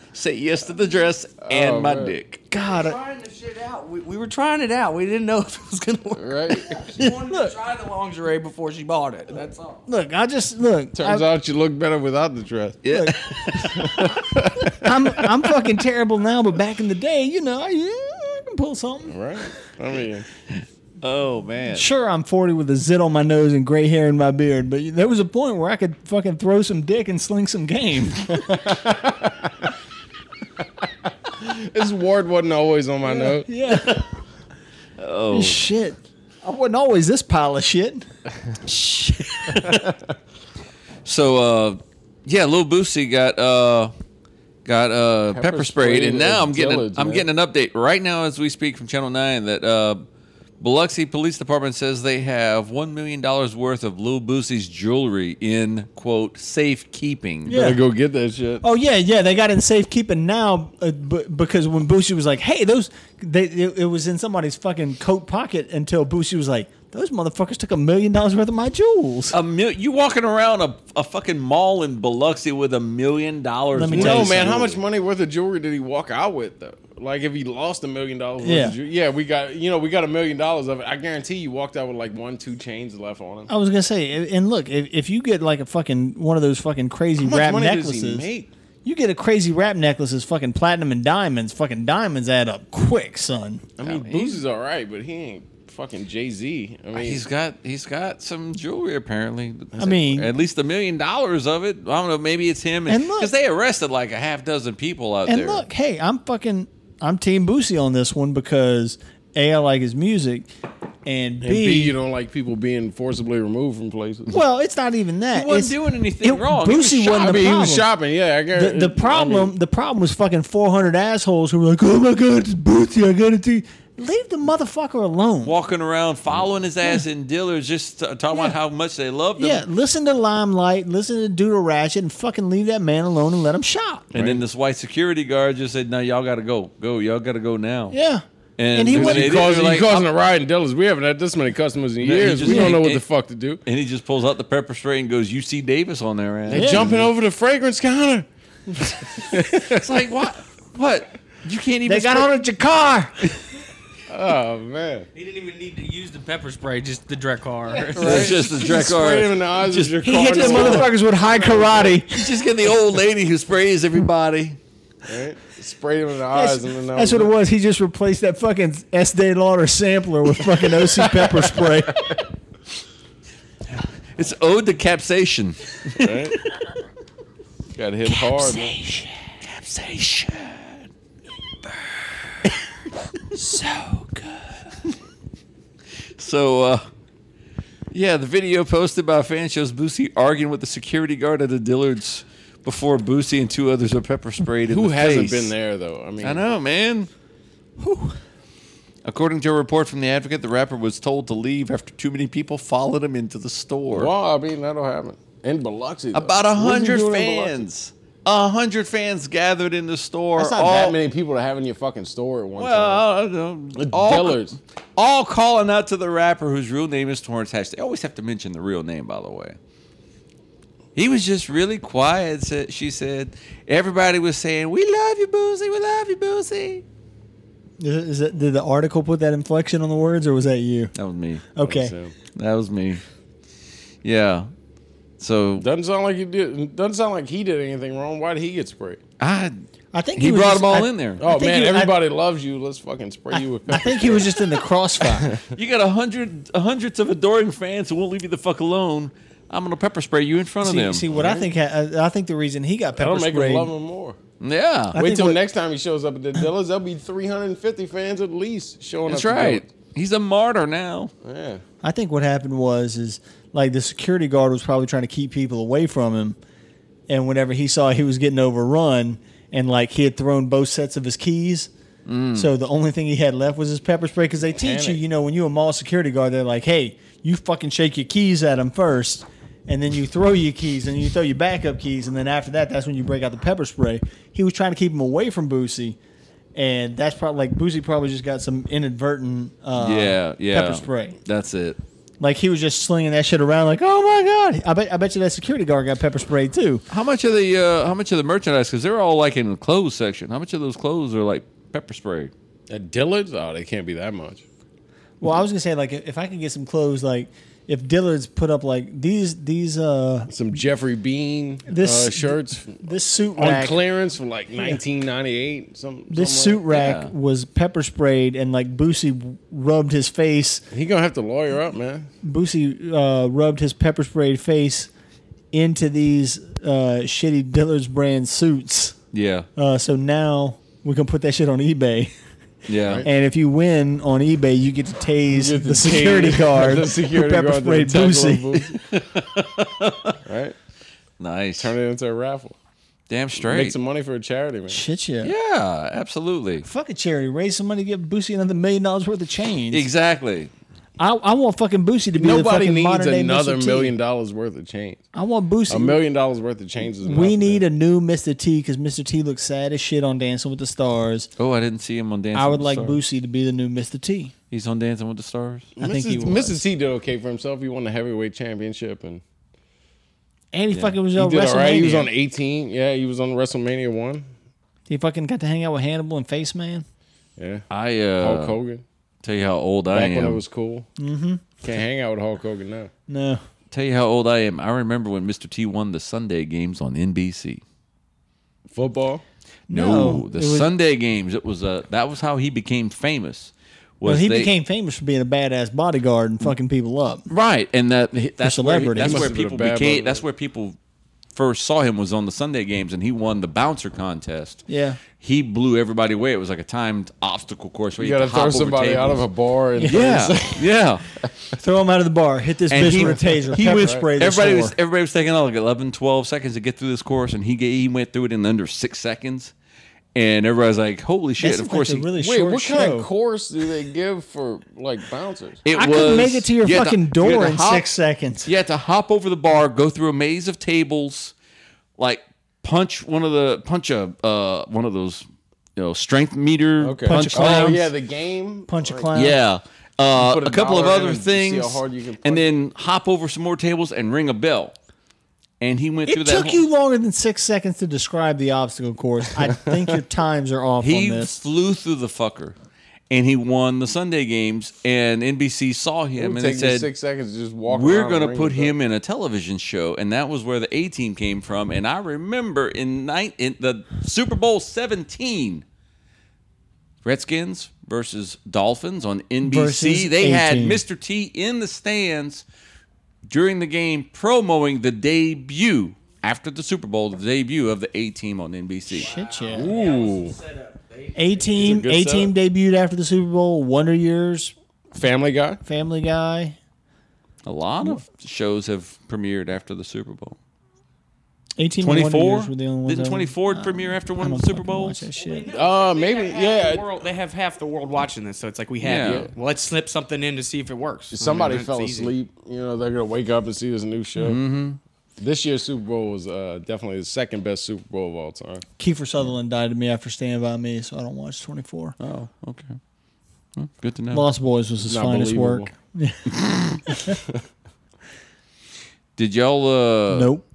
[SPEAKER 2] Say yes to the dress and
[SPEAKER 4] Oh,
[SPEAKER 2] my
[SPEAKER 4] man.
[SPEAKER 2] dick.
[SPEAKER 3] God, I-
[SPEAKER 6] Trying the shit out. We, we were trying it out. We didn't know if it was gonna work.
[SPEAKER 4] Right?
[SPEAKER 6] She wanted to try the lingerie before she bought it. That's all.
[SPEAKER 3] look, I just look. I-
[SPEAKER 4] Turns out you look better without the dress.
[SPEAKER 2] Yeah.
[SPEAKER 3] I'm I'm fucking terrible now, but back in the day, you know, I, I can pull something.
[SPEAKER 4] Right? I mean,
[SPEAKER 2] oh man.
[SPEAKER 3] Sure, I'm 40 with a zit on my nose and gray hair in my beard, but there was a point where I could fucking throw some dick and sling some game.
[SPEAKER 4] this ward wasn't always on my note.
[SPEAKER 3] yeah. Oh shit. I wasn't always this pile of shit.
[SPEAKER 2] So uh, yeah, Lil Boosie got uh, got uh, pepper,
[SPEAKER 4] Pepper
[SPEAKER 2] sprayed,
[SPEAKER 4] sprayed
[SPEAKER 2] and now
[SPEAKER 4] at
[SPEAKER 2] I'm getting
[SPEAKER 4] Dillard's,
[SPEAKER 2] I'm
[SPEAKER 4] man.
[SPEAKER 2] getting an update right now as we speak from Channel Nine that uh, Biloxi Police Department says they have one million dollars worth of Lil Boosie's jewelry in quote safekeeping.
[SPEAKER 3] Yeah.
[SPEAKER 4] Better go get that shit.
[SPEAKER 3] Oh yeah, yeah. They got in safekeeping now uh, b- because when Boosie was like, "Hey, those," they, it, it was in somebody's fucking coat pocket until Boosie was like, "Those motherfuckers took a million dollars worth of my jewels."
[SPEAKER 2] A mil- you walking around a, a fucking mall in Biloxi with a million dollars.
[SPEAKER 3] Let me
[SPEAKER 2] worth
[SPEAKER 3] tell
[SPEAKER 4] No
[SPEAKER 2] of
[SPEAKER 3] you
[SPEAKER 4] man, how
[SPEAKER 2] jewelry.
[SPEAKER 4] much money worth of jewelry did he walk out with though? Like if he lost a million dollars worth
[SPEAKER 3] Yeah.
[SPEAKER 4] of jewelry. Yeah, we got you know, we got a million dollars of it. I guarantee you walked out with like one, two chains left on him.
[SPEAKER 3] I was gonna say, and- and look, if, if you get like a fucking one of those fucking crazy
[SPEAKER 4] How much
[SPEAKER 3] wrap
[SPEAKER 4] money
[SPEAKER 3] necklaces,
[SPEAKER 4] does he make?
[SPEAKER 3] you get a crazy wrap necklace is fucking platinum and diamonds. Fucking diamonds add up quick, son.
[SPEAKER 4] I mean, Boosie's all right, but he ain't fucking Jay Z. I mean,
[SPEAKER 2] He's got he's got some jewelry apparently.
[SPEAKER 3] I mean-
[SPEAKER 2] at least a million dollars of it. I don't know. Maybe it's him.
[SPEAKER 3] And look-
[SPEAKER 2] because they arrested like a half dozen people out
[SPEAKER 3] And
[SPEAKER 2] there.
[SPEAKER 3] look, hey, I'm fucking, I'm Team Boosie on this one because a I like his music, and b,
[SPEAKER 4] and B, you don't like people being forcibly removed from places.
[SPEAKER 3] well, it's not even that.
[SPEAKER 2] He wasn't
[SPEAKER 3] It's-
[SPEAKER 2] doing anything wrong. He was
[SPEAKER 3] Boosie
[SPEAKER 2] shot.
[SPEAKER 3] wasn't
[SPEAKER 4] I
[SPEAKER 3] the
[SPEAKER 4] mean, he
[SPEAKER 3] problem.
[SPEAKER 4] was shopping. Yeah, I
[SPEAKER 3] The,
[SPEAKER 4] guarantee.
[SPEAKER 3] the problem, the problem was fucking 400 assholes who were like, "Oh my god, it's Boosie! I gotta do." Leave the motherfucker alone.
[SPEAKER 2] walking around, following his ass in Dillard's, just uh, talking about
[SPEAKER 3] Yeah.
[SPEAKER 2] how much they loved him.
[SPEAKER 3] Yeah, listen to Limelight, listen to Doodle Ratchet, and fucking leave that man alone and let him shop.
[SPEAKER 2] And then this white security guard just said, "No, y'all got to go. Go. Y'all got to go now."
[SPEAKER 3] Yeah.
[SPEAKER 2] And,
[SPEAKER 3] And he
[SPEAKER 2] when
[SPEAKER 3] went-
[SPEAKER 2] they
[SPEAKER 4] you
[SPEAKER 2] did, they
[SPEAKER 4] causing,
[SPEAKER 2] were like,
[SPEAKER 4] you causing a riot in Dallas. We haven't had this many customers in
[SPEAKER 2] he
[SPEAKER 4] years.
[SPEAKER 2] just-
[SPEAKER 4] we don't know what
[SPEAKER 2] it-
[SPEAKER 4] the fuck to do.
[SPEAKER 2] and he just pulls out the pepper spray and goes, "You see Davis on their ass."
[SPEAKER 4] They're jumping over the fragrance counter.
[SPEAKER 2] It's like what? What? You can't even.
[SPEAKER 3] They got
[SPEAKER 2] spray-
[SPEAKER 3] on at your car.
[SPEAKER 4] Oh man.
[SPEAKER 6] He didn't even need to use the pepper spray, just the Dracar.
[SPEAKER 2] It's just a
[SPEAKER 4] Sprayed him in
[SPEAKER 2] Drakkar.
[SPEAKER 4] the eyes
[SPEAKER 2] Just-
[SPEAKER 4] with your
[SPEAKER 3] He hit the
[SPEAKER 4] car door.
[SPEAKER 3] motherfuckers with high karate.
[SPEAKER 2] Just get the old lady who sprays everybody.
[SPEAKER 4] Right? Sprayed him in the
[SPEAKER 3] That's,
[SPEAKER 4] eyes, and then that
[SPEAKER 3] that's
[SPEAKER 4] was
[SPEAKER 3] what it was. He just replaced that fucking Estee Lauder sampler with fucking OC pepper spray.
[SPEAKER 2] It's ode to capsation.
[SPEAKER 4] it. Got hit hard. man.
[SPEAKER 2] Capsation. so good. so, uh, yeah, the video posted by a fan shows Boosie arguing with the security guard at the Dillard's before Boosie and two others are pepper sprayed in
[SPEAKER 4] Who
[SPEAKER 2] the face.
[SPEAKER 4] hasn't been there though? I mean,
[SPEAKER 2] I know, man. According to a report from the Advocate, the rapper was told to leave after too many people followed him into the store.
[SPEAKER 4] Well, I mean, that'll happen in Biloxi. though.
[SPEAKER 2] About a
[SPEAKER 4] What are you
[SPEAKER 2] hundred
[SPEAKER 4] doing in Biloxi?
[SPEAKER 2] fans. A hundred fans gathered in the store.
[SPEAKER 4] That's not
[SPEAKER 2] all,
[SPEAKER 4] that many people to have in your fucking store at one time.
[SPEAKER 2] Well, I don't know.
[SPEAKER 4] Like
[SPEAKER 2] all,
[SPEAKER 4] Dillard's.
[SPEAKER 2] all calling out to the rapper whose real name is Torrance Hatch. They always have to mention the real name, by the way. He was just really quiet. said- She said, "Everybody was saying, we love you, Boosie. We love you, Boosie.'"
[SPEAKER 3] Is, is that, did the article put that inflection on the words, or was that you?
[SPEAKER 2] That was me.
[SPEAKER 3] Okay.
[SPEAKER 4] So,
[SPEAKER 2] That was me. Yeah. So
[SPEAKER 4] doesn't sound like he did. Doesn't sound like he did anything wrong. Why did he get sprayed?
[SPEAKER 2] I
[SPEAKER 3] I think
[SPEAKER 2] he,
[SPEAKER 3] was
[SPEAKER 2] brought
[SPEAKER 3] just-
[SPEAKER 2] them all
[SPEAKER 3] I-
[SPEAKER 2] in there.
[SPEAKER 4] Oh
[SPEAKER 3] think
[SPEAKER 4] man,
[SPEAKER 3] he- I-
[SPEAKER 4] everybody loves you. Let's fucking spray you with
[SPEAKER 3] I
[SPEAKER 4] pepper.
[SPEAKER 3] think he was just in the crossfire.
[SPEAKER 2] You got a hundred hundreds of adoring fans who won't leave you the fuck alone. I'm gonna pepper spray you in front of
[SPEAKER 3] see,
[SPEAKER 2] them.
[SPEAKER 3] see what I think. Ha- I I think the reason he got pepper
[SPEAKER 4] That'll make him
[SPEAKER 3] sprayed.
[SPEAKER 4] love him more.
[SPEAKER 2] yeah,
[SPEAKER 3] I
[SPEAKER 4] Wait
[SPEAKER 3] think
[SPEAKER 4] till
[SPEAKER 3] what-
[SPEAKER 4] next time he shows up at the Dillard's. There'll be 350 fans at least showing
[SPEAKER 2] that's
[SPEAKER 4] up. to
[SPEAKER 2] right. He's a martyr now.
[SPEAKER 4] Dillard's. Yeah.
[SPEAKER 3] I think what happened was is like the security guard was probably trying to keep people away from him, and whenever he saw he was getting overrun, and like he had thrown both sets of his keys.
[SPEAKER 2] Mm.
[SPEAKER 3] So the only thing he had left was his pepper spray because they teach you,
[SPEAKER 4] Panic.
[SPEAKER 3] you know, when you a mall security guard, they're like, "Hey, you fucking shake your keys at them first, and then you throw your keys, and you throw your backup keys, and then after that, that's when you break out the pepper spray." He was trying to keep him away from Boosie, and that's probably like Boosie probably just got some inadvertent uh,
[SPEAKER 2] yeah, yeah.
[SPEAKER 3] pepper spray.
[SPEAKER 2] That's it.
[SPEAKER 3] Like he was just slinging that shit around, like, oh my god! I bet, I bet you that security guard got pepper sprayed too.
[SPEAKER 2] How much of the uh, how much of the merchandise? Because they're all like in the clothes section. How much of those clothes are like pepper sprayed?
[SPEAKER 4] At Dillard's? Oh, they can't be that much.
[SPEAKER 3] Well, I was gonna say, like, if I could get some clothes, like, if Dillard's put up like these, these, uh,
[SPEAKER 4] Some Jeffrey Bean
[SPEAKER 3] This-
[SPEAKER 4] uh, shirts
[SPEAKER 3] this suit
[SPEAKER 4] on
[SPEAKER 3] rack,
[SPEAKER 4] clearance from like 1998. Something.
[SPEAKER 3] this
[SPEAKER 4] something
[SPEAKER 3] suit
[SPEAKER 4] like-
[SPEAKER 3] rack
[SPEAKER 2] Yeah.
[SPEAKER 3] was pepper sprayed, and like Boosie rubbed his face.
[SPEAKER 4] He gonna have to lawyer up, man.
[SPEAKER 3] Boosie uh, rubbed his pepper sprayed face into these uh, shitty Dillard's brand suits.
[SPEAKER 2] Yeah,
[SPEAKER 3] Uh, so now we can put that shit on eBay.
[SPEAKER 2] yeah.
[SPEAKER 3] And if you win on eBay, you get to tase
[SPEAKER 4] Get
[SPEAKER 3] the, security guard
[SPEAKER 4] the security
[SPEAKER 3] who pepper sprayed
[SPEAKER 4] guard,
[SPEAKER 3] Boosie.
[SPEAKER 4] right?
[SPEAKER 2] Nice.
[SPEAKER 4] Turn it into a raffle.
[SPEAKER 2] Damn
[SPEAKER 4] Make
[SPEAKER 2] straight.
[SPEAKER 4] some money for a charity, man.
[SPEAKER 3] Shit, yeah.
[SPEAKER 2] yeah, absolutely.
[SPEAKER 3] Fuck a charity. Raise some money, give Boosie another million dollars worth of change.
[SPEAKER 2] Exactly.
[SPEAKER 3] I, I want fucking Boosie to be the
[SPEAKER 4] Nobody
[SPEAKER 3] fucking
[SPEAKER 4] needs
[SPEAKER 3] modern day
[SPEAKER 4] another
[SPEAKER 3] Mr. T.
[SPEAKER 4] million dollars worth of change.
[SPEAKER 3] I want Boosie.
[SPEAKER 4] A million dollars worth of change is
[SPEAKER 3] We need a new Mr. T because Mr. T looks sad as shit on Dancing with the Stars.
[SPEAKER 2] Oh, I didn't see him on Dancing.
[SPEAKER 3] I
[SPEAKER 2] with
[SPEAKER 3] would
[SPEAKER 2] the
[SPEAKER 3] like
[SPEAKER 2] Stars.
[SPEAKER 3] Boosie to be the new Mr. T.
[SPEAKER 2] He's on Dancing with the Stars.
[SPEAKER 3] I think he
[SPEAKER 4] Mrs.
[SPEAKER 3] was.
[SPEAKER 4] Mrs. T did okay for himself. He won the heavyweight championship and
[SPEAKER 3] And he fucking was on
[SPEAKER 4] he did
[SPEAKER 3] WrestleMania.
[SPEAKER 4] all right. He was on 18. Yeah, he was on WrestleMania one.
[SPEAKER 3] He fucking got to hang out with Hannibal and Face Man.
[SPEAKER 4] Yeah,
[SPEAKER 2] I uh,
[SPEAKER 4] Hulk Hogan.
[SPEAKER 2] tell you how old I
[SPEAKER 4] Back
[SPEAKER 2] am.
[SPEAKER 4] when it was cool. Mm-hmm. Can't hang out with Hulk Hogan now.
[SPEAKER 3] No.
[SPEAKER 2] Tell you how old I am. I remember when Mr. T won the Sunday games on NBC.
[SPEAKER 4] Football.
[SPEAKER 2] No,
[SPEAKER 3] No,
[SPEAKER 2] the
[SPEAKER 3] it was-
[SPEAKER 2] Sunday games. It was uh, that was how he became famous. Was
[SPEAKER 3] Well, he
[SPEAKER 2] they-
[SPEAKER 3] became famous for being a badass bodyguard and fucking people up.
[SPEAKER 2] right, and that that's where he-
[SPEAKER 3] celebrity.
[SPEAKER 2] that's
[SPEAKER 3] He must
[SPEAKER 2] where
[SPEAKER 4] have been a
[SPEAKER 2] people
[SPEAKER 4] bad
[SPEAKER 2] became.
[SPEAKER 4] bodyguard.
[SPEAKER 2] That's where people first saw him was on the Sunday games, and he won the bouncer contest.
[SPEAKER 3] Yeah.
[SPEAKER 2] he blew everybody away. It was like a timed obstacle course where
[SPEAKER 4] You
[SPEAKER 2] you,
[SPEAKER 4] gotta
[SPEAKER 2] had to
[SPEAKER 4] throw
[SPEAKER 2] hop
[SPEAKER 4] somebody
[SPEAKER 2] over
[SPEAKER 4] out of
[SPEAKER 2] tables.
[SPEAKER 4] a bar and
[SPEAKER 2] yeah, yeah.
[SPEAKER 3] Throw him out of the bar. Hit this
[SPEAKER 2] And
[SPEAKER 3] bitch
[SPEAKER 2] he,
[SPEAKER 3] with a taser.
[SPEAKER 2] he
[SPEAKER 3] pepper
[SPEAKER 2] was
[SPEAKER 3] spray this
[SPEAKER 2] everybody
[SPEAKER 3] whore.
[SPEAKER 2] was everybody was taking like 11, 12 seconds to get through this course, and he ga- he went through it in under six seconds, and everybody's like, "Holy shit!"
[SPEAKER 3] This
[SPEAKER 2] of
[SPEAKER 3] is
[SPEAKER 2] course,
[SPEAKER 3] like
[SPEAKER 2] he,
[SPEAKER 3] a really
[SPEAKER 4] Wait,
[SPEAKER 3] short
[SPEAKER 4] what
[SPEAKER 3] show.
[SPEAKER 4] kind of course do they give for like bouncers?
[SPEAKER 2] It
[SPEAKER 3] I
[SPEAKER 2] was,
[SPEAKER 3] could make it to your
[SPEAKER 2] you had
[SPEAKER 3] fucking
[SPEAKER 2] you had
[SPEAKER 3] door
[SPEAKER 2] to
[SPEAKER 3] in
[SPEAKER 2] hop-
[SPEAKER 3] six seconds.
[SPEAKER 2] You had to hop over the bar, go through a maze of tables, like punch one of the punch a uh, one of those you know strength meter.
[SPEAKER 4] Okay.
[SPEAKER 3] Punch a
[SPEAKER 4] oh
[SPEAKER 3] clown.
[SPEAKER 4] yeah, the game.
[SPEAKER 3] Punch a
[SPEAKER 4] Right.
[SPEAKER 3] clown.
[SPEAKER 2] Yeah. Uh,
[SPEAKER 4] put a
[SPEAKER 2] a couple of
[SPEAKER 4] dollar in
[SPEAKER 2] other
[SPEAKER 4] and see how
[SPEAKER 2] things,
[SPEAKER 4] hard you can punch.
[SPEAKER 2] and then hop over some more tables and ring a bell. And he went through
[SPEAKER 3] It
[SPEAKER 2] that.
[SPEAKER 3] took
[SPEAKER 2] whole-
[SPEAKER 3] you longer than six seconds to describe the obstacle course. I think your times are off
[SPEAKER 2] He
[SPEAKER 3] on this.
[SPEAKER 2] flew through the fucker, and he won the Sunday games. And NBC saw
[SPEAKER 4] It
[SPEAKER 2] him and
[SPEAKER 4] would
[SPEAKER 2] they
[SPEAKER 4] take me
[SPEAKER 2] said,
[SPEAKER 4] six seconds to just walk.
[SPEAKER 2] we're
[SPEAKER 4] around
[SPEAKER 2] going
[SPEAKER 4] and
[SPEAKER 2] to
[SPEAKER 4] ring
[SPEAKER 2] put
[SPEAKER 4] the bell.
[SPEAKER 2] him in a television show and that was where the a team came from and i remember in night in the super bowl 17 redskins versus dolphins on nbc
[SPEAKER 3] Versus
[SPEAKER 2] they had
[SPEAKER 3] A-Team.
[SPEAKER 2] mr t in the stands during the game promoting the debut after the super bowl the debut of the a team on nbc
[SPEAKER 3] Shit, yeah. Ooh. A team. A team debuted after the Super Bowl. Wonder Years.
[SPEAKER 4] Family Guy.
[SPEAKER 3] Family Guy.
[SPEAKER 2] a lot of shows have premiered after the super bowl
[SPEAKER 3] 18
[SPEAKER 2] Twenty
[SPEAKER 3] Wonder
[SPEAKER 2] four
[SPEAKER 3] Years were the only ones.
[SPEAKER 2] didn't
[SPEAKER 3] I-
[SPEAKER 2] twenty four premiere after
[SPEAKER 3] I
[SPEAKER 2] one
[SPEAKER 3] don't
[SPEAKER 2] of the Super
[SPEAKER 3] fucking watch
[SPEAKER 2] Bowls?
[SPEAKER 3] that shit.
[SPEAKER 4] Uh, maybe
[SPEAKER 6] Half the
[SPEAKER 4] yeah.
[SPEAKER 6] world- they have half the world watching this, so it's like we have
[SPEAKER 2] Yeah.
[SPEAKER 6] you. Well, let's slip something in to see if it works. I
[SPEAKER 4] Somebody
[SPEAKER 6] mean, that's
[SPEAKER 4] fell
[SPEAKER 6] easy.
[SPEAKER 4] asleep. You know they're gonna wake up and see this new show. This year's Super Bowl was uh, definitely the second best Super Bowl of all time.
[SPEAKER 3] Kiefer Sutherland died to me after Stand By Me, so I don't watch 24.
[SPEAKER 2] Oh, okay. Well, good to know.
[SPEAKER 3] Lost Boys was his
[SPEAKER 4] Not
[SPEAKER 3] finest
[SPEAKER 4] believable.
[SPEAKER 3] work.
[SPEAKER 2] Did y'all? Uh,
[SPEAKER 3] nope.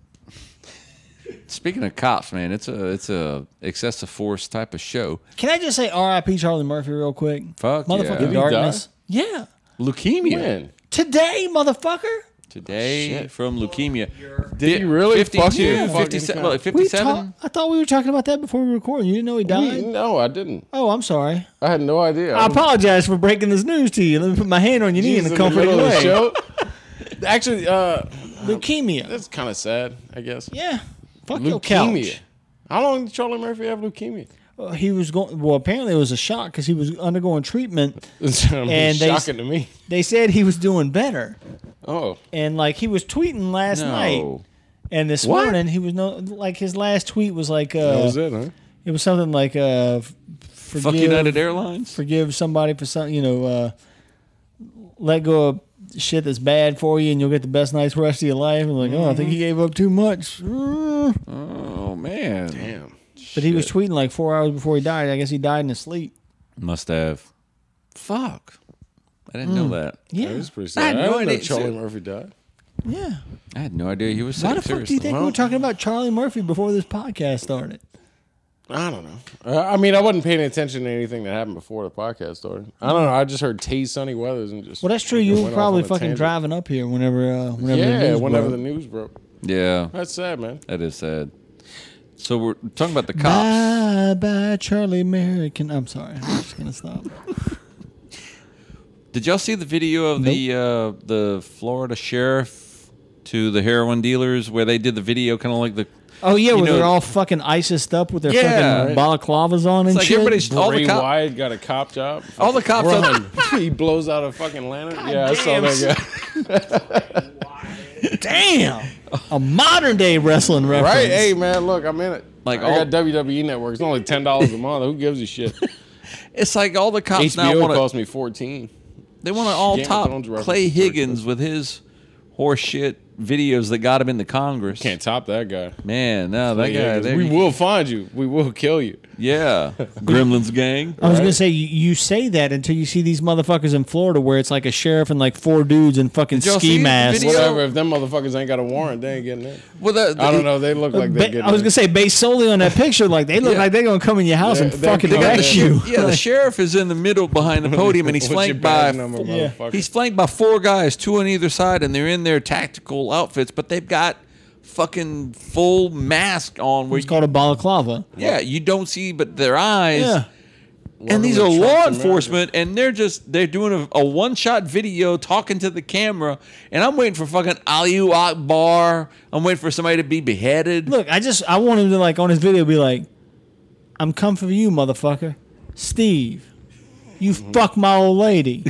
[SPEAKER 2] Speaking of cops, man, it's a it's a excessive force type of show.
[SPEAKER 3] Can I just say R.I.P. Charlie Murphy real quick?
[SPEAKER 2] Fuck yeah. Did
[SPEAKER 3] Motherfucking
[SPEAKER 2] he
[SPEAKER 3] darkness.
[SPEAKER 4] die?
[SPEAKER 3] Yeah.
[SPEAKER 2] Leukemia
[SPEAKER 4] Man,
[SPEAKER 3] Today, motherfucker.
[SPEAKER 2] today
[SPEAKER 4] shit.
[SPEAKER 2] from leukemia. Did,
[SPEAKER 4] he really fuck
[SPEAKER 2] 52,
[SPEAKER 4] you?
[SPEAKER 2] 57,
[SPEAKER 4] Fucking
[SPEAKER 2] well,
[SPEAKER 3] We
[SPEAKER 2] 57?
[SPEAKER 3] talk, I thought we were talking about that before we recorded. You didn't
[SPEAKER 4] Oh,
[SPEAKER 3] know he died?
[SPEAKER 4] no, I didn't.
[SPEAKER 3] oh, I'm sorry.
[SPEAKER 4] I had no idea.
[SPEAKER 3] I apologize for breaking this news to you. Let me put my hand on your knee in a comforting
[SPEAKER 4] middle of the
[SPEAKER 3] way.
[SPEAKER 4] show. Actually, uh,
[SPEAKER 3] Leukemia.
[SPEAKER 4] that's kind of sad. I guess.
[SPEAKER 3] Yeah. Fuck your
[SPEAKER 4] leukemia.
[SPEAKER 3] couch.
[SPEAKER 4] How long did Charlie Murphy have leukemia?
[SPEAKER 3] Uh, He was going. Well, apparently it was a shock because he was undergoing treatment.
[SPEAKER 4] It's I mean,
[SPEAKER 3] And they-
[SPEAKER 4] shocking to me.
[SPEAKER 3] They said he was doing better,
[SPEAKER 4] Oh,
[SPEAKER 3] and like he was tweeting last night,
[SPEAKER 2] No.
[SPEAKER 3] and this
[SPEAKER 2] What?
[SPEAKER 3] morning he was no like his last tweet was like uh,
[SPEAKER 4] that was it, huh?
[SPEAKER 3] It was something like uh, f- forgive,
[SPEAKER 2] Fuck United Airlines.
[SPEAKER 3] forgive somebody for something, you know, uh, let go of shit that's bad for you and you'll get the best night's rest of your life. And like, oh, I
[SPEAKER 4] Mm-hmm.
[SPEAKER 3] think he gave up too much. Mm.
[SPEAKER 2] Oh man,
[SPEAKER 4] Damn.
[SPEAKER 3] But he was tweeting like four hours before he died. I guess he died in his sleep.
[SPEAKER 2] must have. Fuck, I didn't know that.
[SPEAKER 4] That
[SPEAKER 3] Yeah.
[SPEAKER 4] was pretty
[SPEAKER 2] I
[SPEAKER 4] sad. I,
[SPEAKER 2] had no
[SPEAKER 4] didn't know
[SPEAKER 2] idea.
[SPEAKER 4] Charlie
[SPEAKER 2] So-
[SPEAKER 4] Murphy died.
[SPEAKER 3] Yeah.
[SPEAKER 2] I had no idea he was
[SPEAKER 3] Why
[SPEAKER 2] sick.
[SPEAKER 3] the fuck do
[SPEAKER 2] Seriously,
[SPEAKER 3] you think we were talking about Charlie Murphy before this podcast started?
[SPEAKER 4] I don't know. Uh, I mean, I wasn't paying attention to anything that happened before the podcast started. I don't know. I just heard Tay Sunny Weathers and just.
[SPEAKER 3] Well, that's true.
[SPEAKER 4] went
[SPEAKER 3] You were
[SPEAKER 4] off
[SPEAKER 3] probably
[SPEAKER 4] on a
[SPEAKER 3] fucking
[SPEAKER 4] tangent.
[SPEAKER 3] driving up here whenever, uh, whenever
[SPEAKER 4] Yeah,
[SPEAKER 3] the news
[SPEAKER 4] whenever
[SPEAKER 3] broke.
[SPEAKER 4] the news broke.
[SPEAKER 2] yeah,
[SPEAKER 4] That's sad, man.
[SPEAKER 2] that is sad. So we're talking about the cops.
[SPEAKER 3] Bye, bye, Charlie American. I'm sorry. I'm just gonna stop.
[SPEAKER 2] Did y'all see the video of the uh, the Florida sheriff to the heroin dealers where they did the video kind of like the
[SPEAKER 3] Oh yeah,
[SPEAKER 2] You
[SPEAKER 3] where
[SPEAKER 2] know-
[SPEAKER 3] they're all fucking ISIS up with their
[SPEAKER 2] Yeah.
[SPEAKER 3] fucking balaclavas on and
[SPEAKER 2] It's like
[SPEAKER 3] shit.
[SPEAKER 2] everybody's all
[SPEAKER 4] Ray
[SPEAKER 2] the cops.
[SPEAKER 4] Wyatt got a cop job.
[SPEAKER 2] All the cops are-
[SPEAKER 4] he blows out a fucking lantern. yeah, I saw that guy.
[SPEAKER 3] Damn, a modern day wrestling reference.
[SPEAKER 4] right? Hey, man, look, I'm in it.
[SPEAKER 2] Like
[SPEAKER 4] Like
[SPEAKER 2] all-
[SPEAKER 4] I got WWE Network. It's only ten dollars a month. Who gives a shit?
[SPEAKER 2] It's like all the cops now
[SPEAKER 4] HBO
[SPEAKER 2] want to.
[SPEAKER 4] cost me fourteen.
[SPEAKER 2] They want to all
[SPEAKER 4] Game of
[SPEAKER 2] top
[SPEAKER 4] Thrones reference
[SPEAKER 2] Clay
[SPEAKER 4] is pretty
[SPEAKER 2] Higgins with his horse shit videos that got him into Congress.
[SPEAKER 4] Can't top that guy.
[SPEAKER 2] Man, no, that
[SPEAKER 4] Yeah,
[SPEAKER 2] guy.
[SPEAKER 4] 'cause
[SPEAKER 2] There
[SPEAKER 4] we
[SPEAKER 2] you-
[SPEAKER 4] will find you. We will kill you.
[SPEAKER 2] Yeah, Gremlins gang.
[SPEAKER 3] I was gonna say you, you say that until you see these motherfuckers in Florida where it's like a sheriff and like four dudes in fucking
[SPEAKER 2] Did y'all see
[SPEAKER 3] ski
[SPEAKER 2] the
[SPEAKER 3] masks.
[SPEAKER 2] video?
[SPEAKER 4] Whatever. If them motherfuckers ain't got a warrant, they ain't getting in.
[SPEAKER 2] Well, that,
[SPEAKER 4] I don't know. They look like they
[SPEAKER 3] Ba-
[SPEAKER 4] get.
[SPEAKER 3] I was gonna say based solely on that picture, like they look
[SPEAKER 2] Yeah.
[SPEAKER 3] like they're gonna come in your house
[SPEAKER 4] They're-
[SPEAKER 3] and
[SPEAKER 4] they're
[SPEAKER 3] fucking
[SPEAKER 4] coming
[SPEAKER 3] wreck
[SPEAKER 4] in.
[SPEAKER 3] you.
[SPEAKER 2] Yeah, the sheriff is in the middle behind the podium, and he's flanked by
[SPEAKER 3] Yeah.
[SPEAKER 2] he's flanked by four guys, two on either side, and they're in their tactical outfits, but they've got fucking full mask on. Where
[SPEAKER 3] It's
[SPEAKER 2] you-
[SPEAKER 3] called a balaclava.
[SPEAKER 2] yeah, you don't see but their eyes.
[SPEAKER 3] Yeah.
[SPEAKER 2] and these
[SPEAKER 4] to
[SPEAKER 2] are
[SPEAKER 4] Trump's
[SPEAKER 2] law
[SPEAKER 4] America.
[SPEAKER 2] enforcement, and they're just they're doing a, a one shot video talking to the camera, and I'm waiting for fucking Aliu Akbar. I'm waiting for somebody to be beheaded.
[SPEAKER 3] Look, I just I want him to like on his video be like, "I'm coming for you, motherfucker, Steve. You
[SPEAKER 2] Mm-hmm.
[SPEAKER 3] fuck my old lady.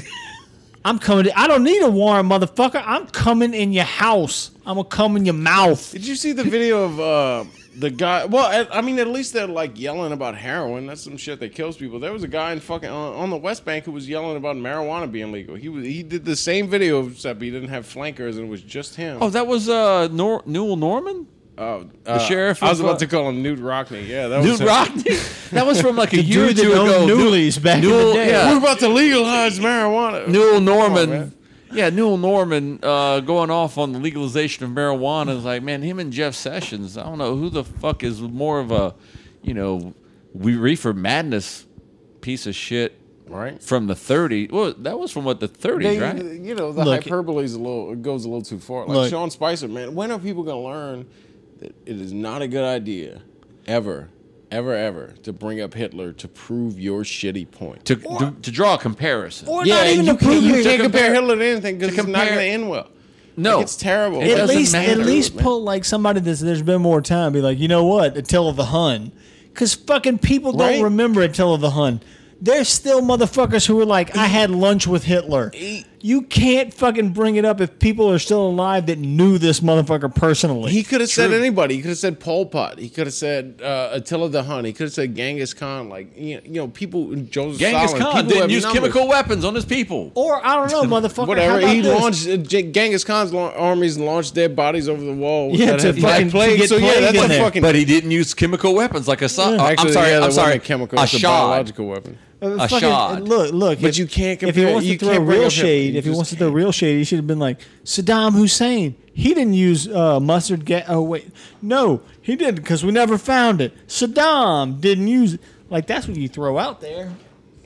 [SPEAKER 3] I'm coming. To, I don't need a warrant, motherfucker. I'm coming in your house. I'm gonna come in your mouth.
[SPEAKER 4] Did you see the video of uh, the guy? Well, at, I mean, at least they're like yelling about heroin. That's some shit that kills people. There was a guy in fucking on, on the West Bank who was yelling about marijuana being legal. He was he did the same video except he didn't have flankers and it was just him.
[SPEAKER 2] Oh, that was uh Nor- Newell Norman.
[SPEAKER 4] Oh,
[SPEAKER 2] the sheriff
[SPEAKER 4] I was
[SPEAKER 2] of,
[SPEAKER 4] about
[SPEAKER 2] uh,
[SPEAKER 4] to call him Newt Rockney. Yeah, that was
[SPEAKER 2] Dude,
[SPEAKER 4] him.
[SPEAKER 2] Rodney. That was from like a year or
[SPEAKER 3] dude that
[SPEAKER 2] two ago.
[SPEAKER 3] owned
[SPEAKER 2] Newell-
[SPEAKER 3] Newleys back in the
[SPEAKER 2] Newell-
[SPEAKER 3] day.
[SPEAKER 2] Yeah,
[SPEAKER 4] We're about to legalize marijuana.
[SPEAKER 2] Newell
[SPEAKER 4] Come on, man.
[SPEAKER 2] Norman. yeah, Newell Norman uh, going off on the legalization of marijuana is like, man, him and Jeff Sessions. I don't know who the fuck is more of a, you know, we reefer madness piece of shit
[SPEAKER 4] Right.
[SPEAKER 2] from the 30s. Well, that was from what the 30s,
[SPEAKER 4] They-
[SPEAKER 2] right?
[SPEAKER 4] You know, the
[SPEAKER 3] Look-
[SPEAKER 4] hyperbole is a little it goes a little too far. Like
[SPEAKER 3] Look.
[SPEAKER 4] Sean Spicer, man, when are people gonna learn that it is not a good idea ever, ever, ever to bring up Hitler to prove your shitty point?
[SPEAKER 2] To, to, to draw a comparison.
[SPEAKER 3] Or
[SPEAKER 4] Yeah,
[SPEAKER 3] not even
[SPEAKER 4] you,
[SPEAKER 3] to
[SPEAKER 4] can't,
[SPEAKER 3] prove
[SPEAKER 4] you
[SPEAKER 3] it.
[SPEAKER 4] can't compare
[SPEAKER 2] compare-
[SPEAKER 4] Hitler to anything because
[SPEAKER 2] to
[SPEAKER 4] it's not
[SPEAKER 2] compare-
[SPEAKER 4] gonna end well.
[SPEAKER 2] no,
[SPEAKER 4] Like, it's terrible.
[SPEAKER 2] It
[SPEAKER 3] At
[SPEAKER 2] doesn't
[SPEAKER 3] least,
[SPEAKER 2] matter,
[SPEAKER 3] at least
[SPEAKER 4] man.
[SPEAKER 3] pull like somebody that's there's been more time. Be like, you know what, Attila the Hun, because fucking people don't
[SPEAKER 4] Right.
[SPEAKER 3] remember Attila the Hun. There's still motherfuckers who are like, I had lunch with Hitler.
[SPEAKER 4] E-, He-
[SPEAKER 3] You can't fucking bring it up if people are still alive that knew this motherfucker personally.
[SPEAKER 4] He could have said anybody. He could have said Pol Pot. He could have said uh, Attila the Hun. He could have said Genghis Khan. Like you know, you know people. Joseph
[SPEAKER 2] Genghis
[SPEAKER 4] Stalin,
[SPEAKER 2] Khan
[SPEAKER 4] people
[SPEAKER 2] didn't
[SPEAKER 4] have
[SPEAKER 2] use
[SPEAKER 4] numbers.
[SPEAKER 2] chemical weapons on his people.
[SPEAKER 3] or I don't know, motherfucker. how
[SPEAKER 4] Whatever
[SPEAKER 3] about
[SPEAKER 4] he
[SPEAKER 3] this?
[SPEAKER 4] launched, uh, J- Genghis Khan's la- armies launched dead bodies over the wall.
[SPEAKER 3] Yeah,
[SPEAKER 4] that
[SPEAKER 3] to
[SPEAKER 4] had
[SPEAKER 3] fucking-
[SPEAKER 4] black
[SPEAKER 3] to
[SPEAKER 4] plague.
[SPEAKER 3] get
[SPEAKER 4] So yeah,
[SPEAKER 3] plague
[SPEAKER 4] that's
[SPEAKER 3] in
[SPEAKER 4] a
[SPEAKER 3] there.
[SPEAKER 4] fucking.
[SPEAKER 2] But he didn't use chemical weapons like a so-
[SPEAKER 3] Yeah.
[SPEAKER 2] uh, I'm
[SPEAKER 4] Actually,
[SPEAKER 2] sorry.
[SPEAKER 4] yeah, that
[SPEAKER 2] I'm
[SPEAKER 4] wasn't
[SPEAKER 2] sorry.
[SPEAKER 4] a chemical.
[SPEAKER 2] a
[SPEAKER 4] It's a
[SPEAKER 2] shod.
[SPEAKER 4] biological weapon.
[SPEAKER 3] Uh,
[SPEAKER 2] A shot.
[SPEAKER 3] Look, look.
[SPEAKER 4] But
[SPEAKER 3] if-
[SPEAKER 4] you can't
[SPEAKER 3] If he
[SPEAKER 4] compare-
[SPEAKER 3] wants to
[SPEAKER 4] you
[SPEAKER 3] throw
[SPEAKER 4] can't bring
[SPEAKER 3] real
[SPEAKER 4] up him.
[SPEAKER 3] shade,
[SPEAKER 4] You
[SPEAKER 3] if he
[SPEAKER 4] just
[SPEAKER 3] wants to throw real shade, he should have been like Saddam Hussein. He didn't use uh, mustard gas. Oh wait, no, he didn't because we never found it. Saddam didn't use it. Like that's what you throw out there.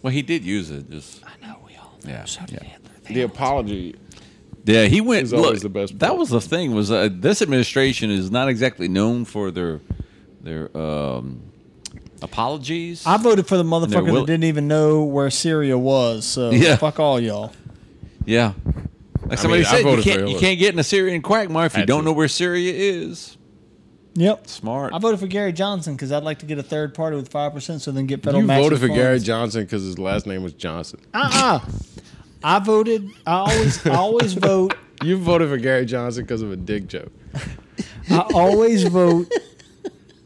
[SPEAKER 2] Well, he did use it. Just
[SPEAKER 5] I know we all
[SPEAKER 2] Yeah,
[SPEAKER 5] know. So did
[SPEAKER 2] yeah.
[SPEAKER 5] Hitler.
[SPEAKER 4] The apology.
[SPEAKER 2] yeah, he went.
[SPEAKER 4] He's always
[SPEAKER 2] look,
[SPEAKER 4] the best
[SPEAKER 2] That
[SPEAKER 4] part.
[SPEAKER 2] was the thing. Was uh, this administration is not exactly known for their their um, apologies.
[SPEAKER 3] I voted for the motherfucker
[SPEAKER 2] will-
[SPEAKER 3] that didn't even know where Syria was. So
[SPEAKER 2] Yeah.
[SPEAKER 3] fuck all y'all.
[SPEAKER 2] yeah, like somebody
[SPEAKER 4] mean, I
[SPEAKER 2] said, you
[SPEAKER 4] voted for
[SPEAKER 2] can't you
[SPEAKER 4] Hitler.
[SPEAKER 2] can't get in a Syrian quagmire if you
[SPEAKER 4] Had
[SPEAKER 2] don't
[SPEAKER 4] to.
[SPEAKER 2] know where Syria is.
[SPEAKER 3] Yep.
[SPEAKER 2] Smart.
[SPEAKER 3] I voted for Gary Johnson because I'd like to get a third party with five percent, so then get federal.
[SPEAKER 4] You
[SPEAKER 3] matching
[SPEAKER 4] voted for
[SPEAKER 3] funds.
[SPEAKER 4] Gary Johnson because his last name was Johnson.
[SPEAKER 3] Uh-uh. I voted. I always, I always vote.
[SPEAKER 4] You voted for Gary Johnson because of a dick joke.
[SPEAKER 3] I always vote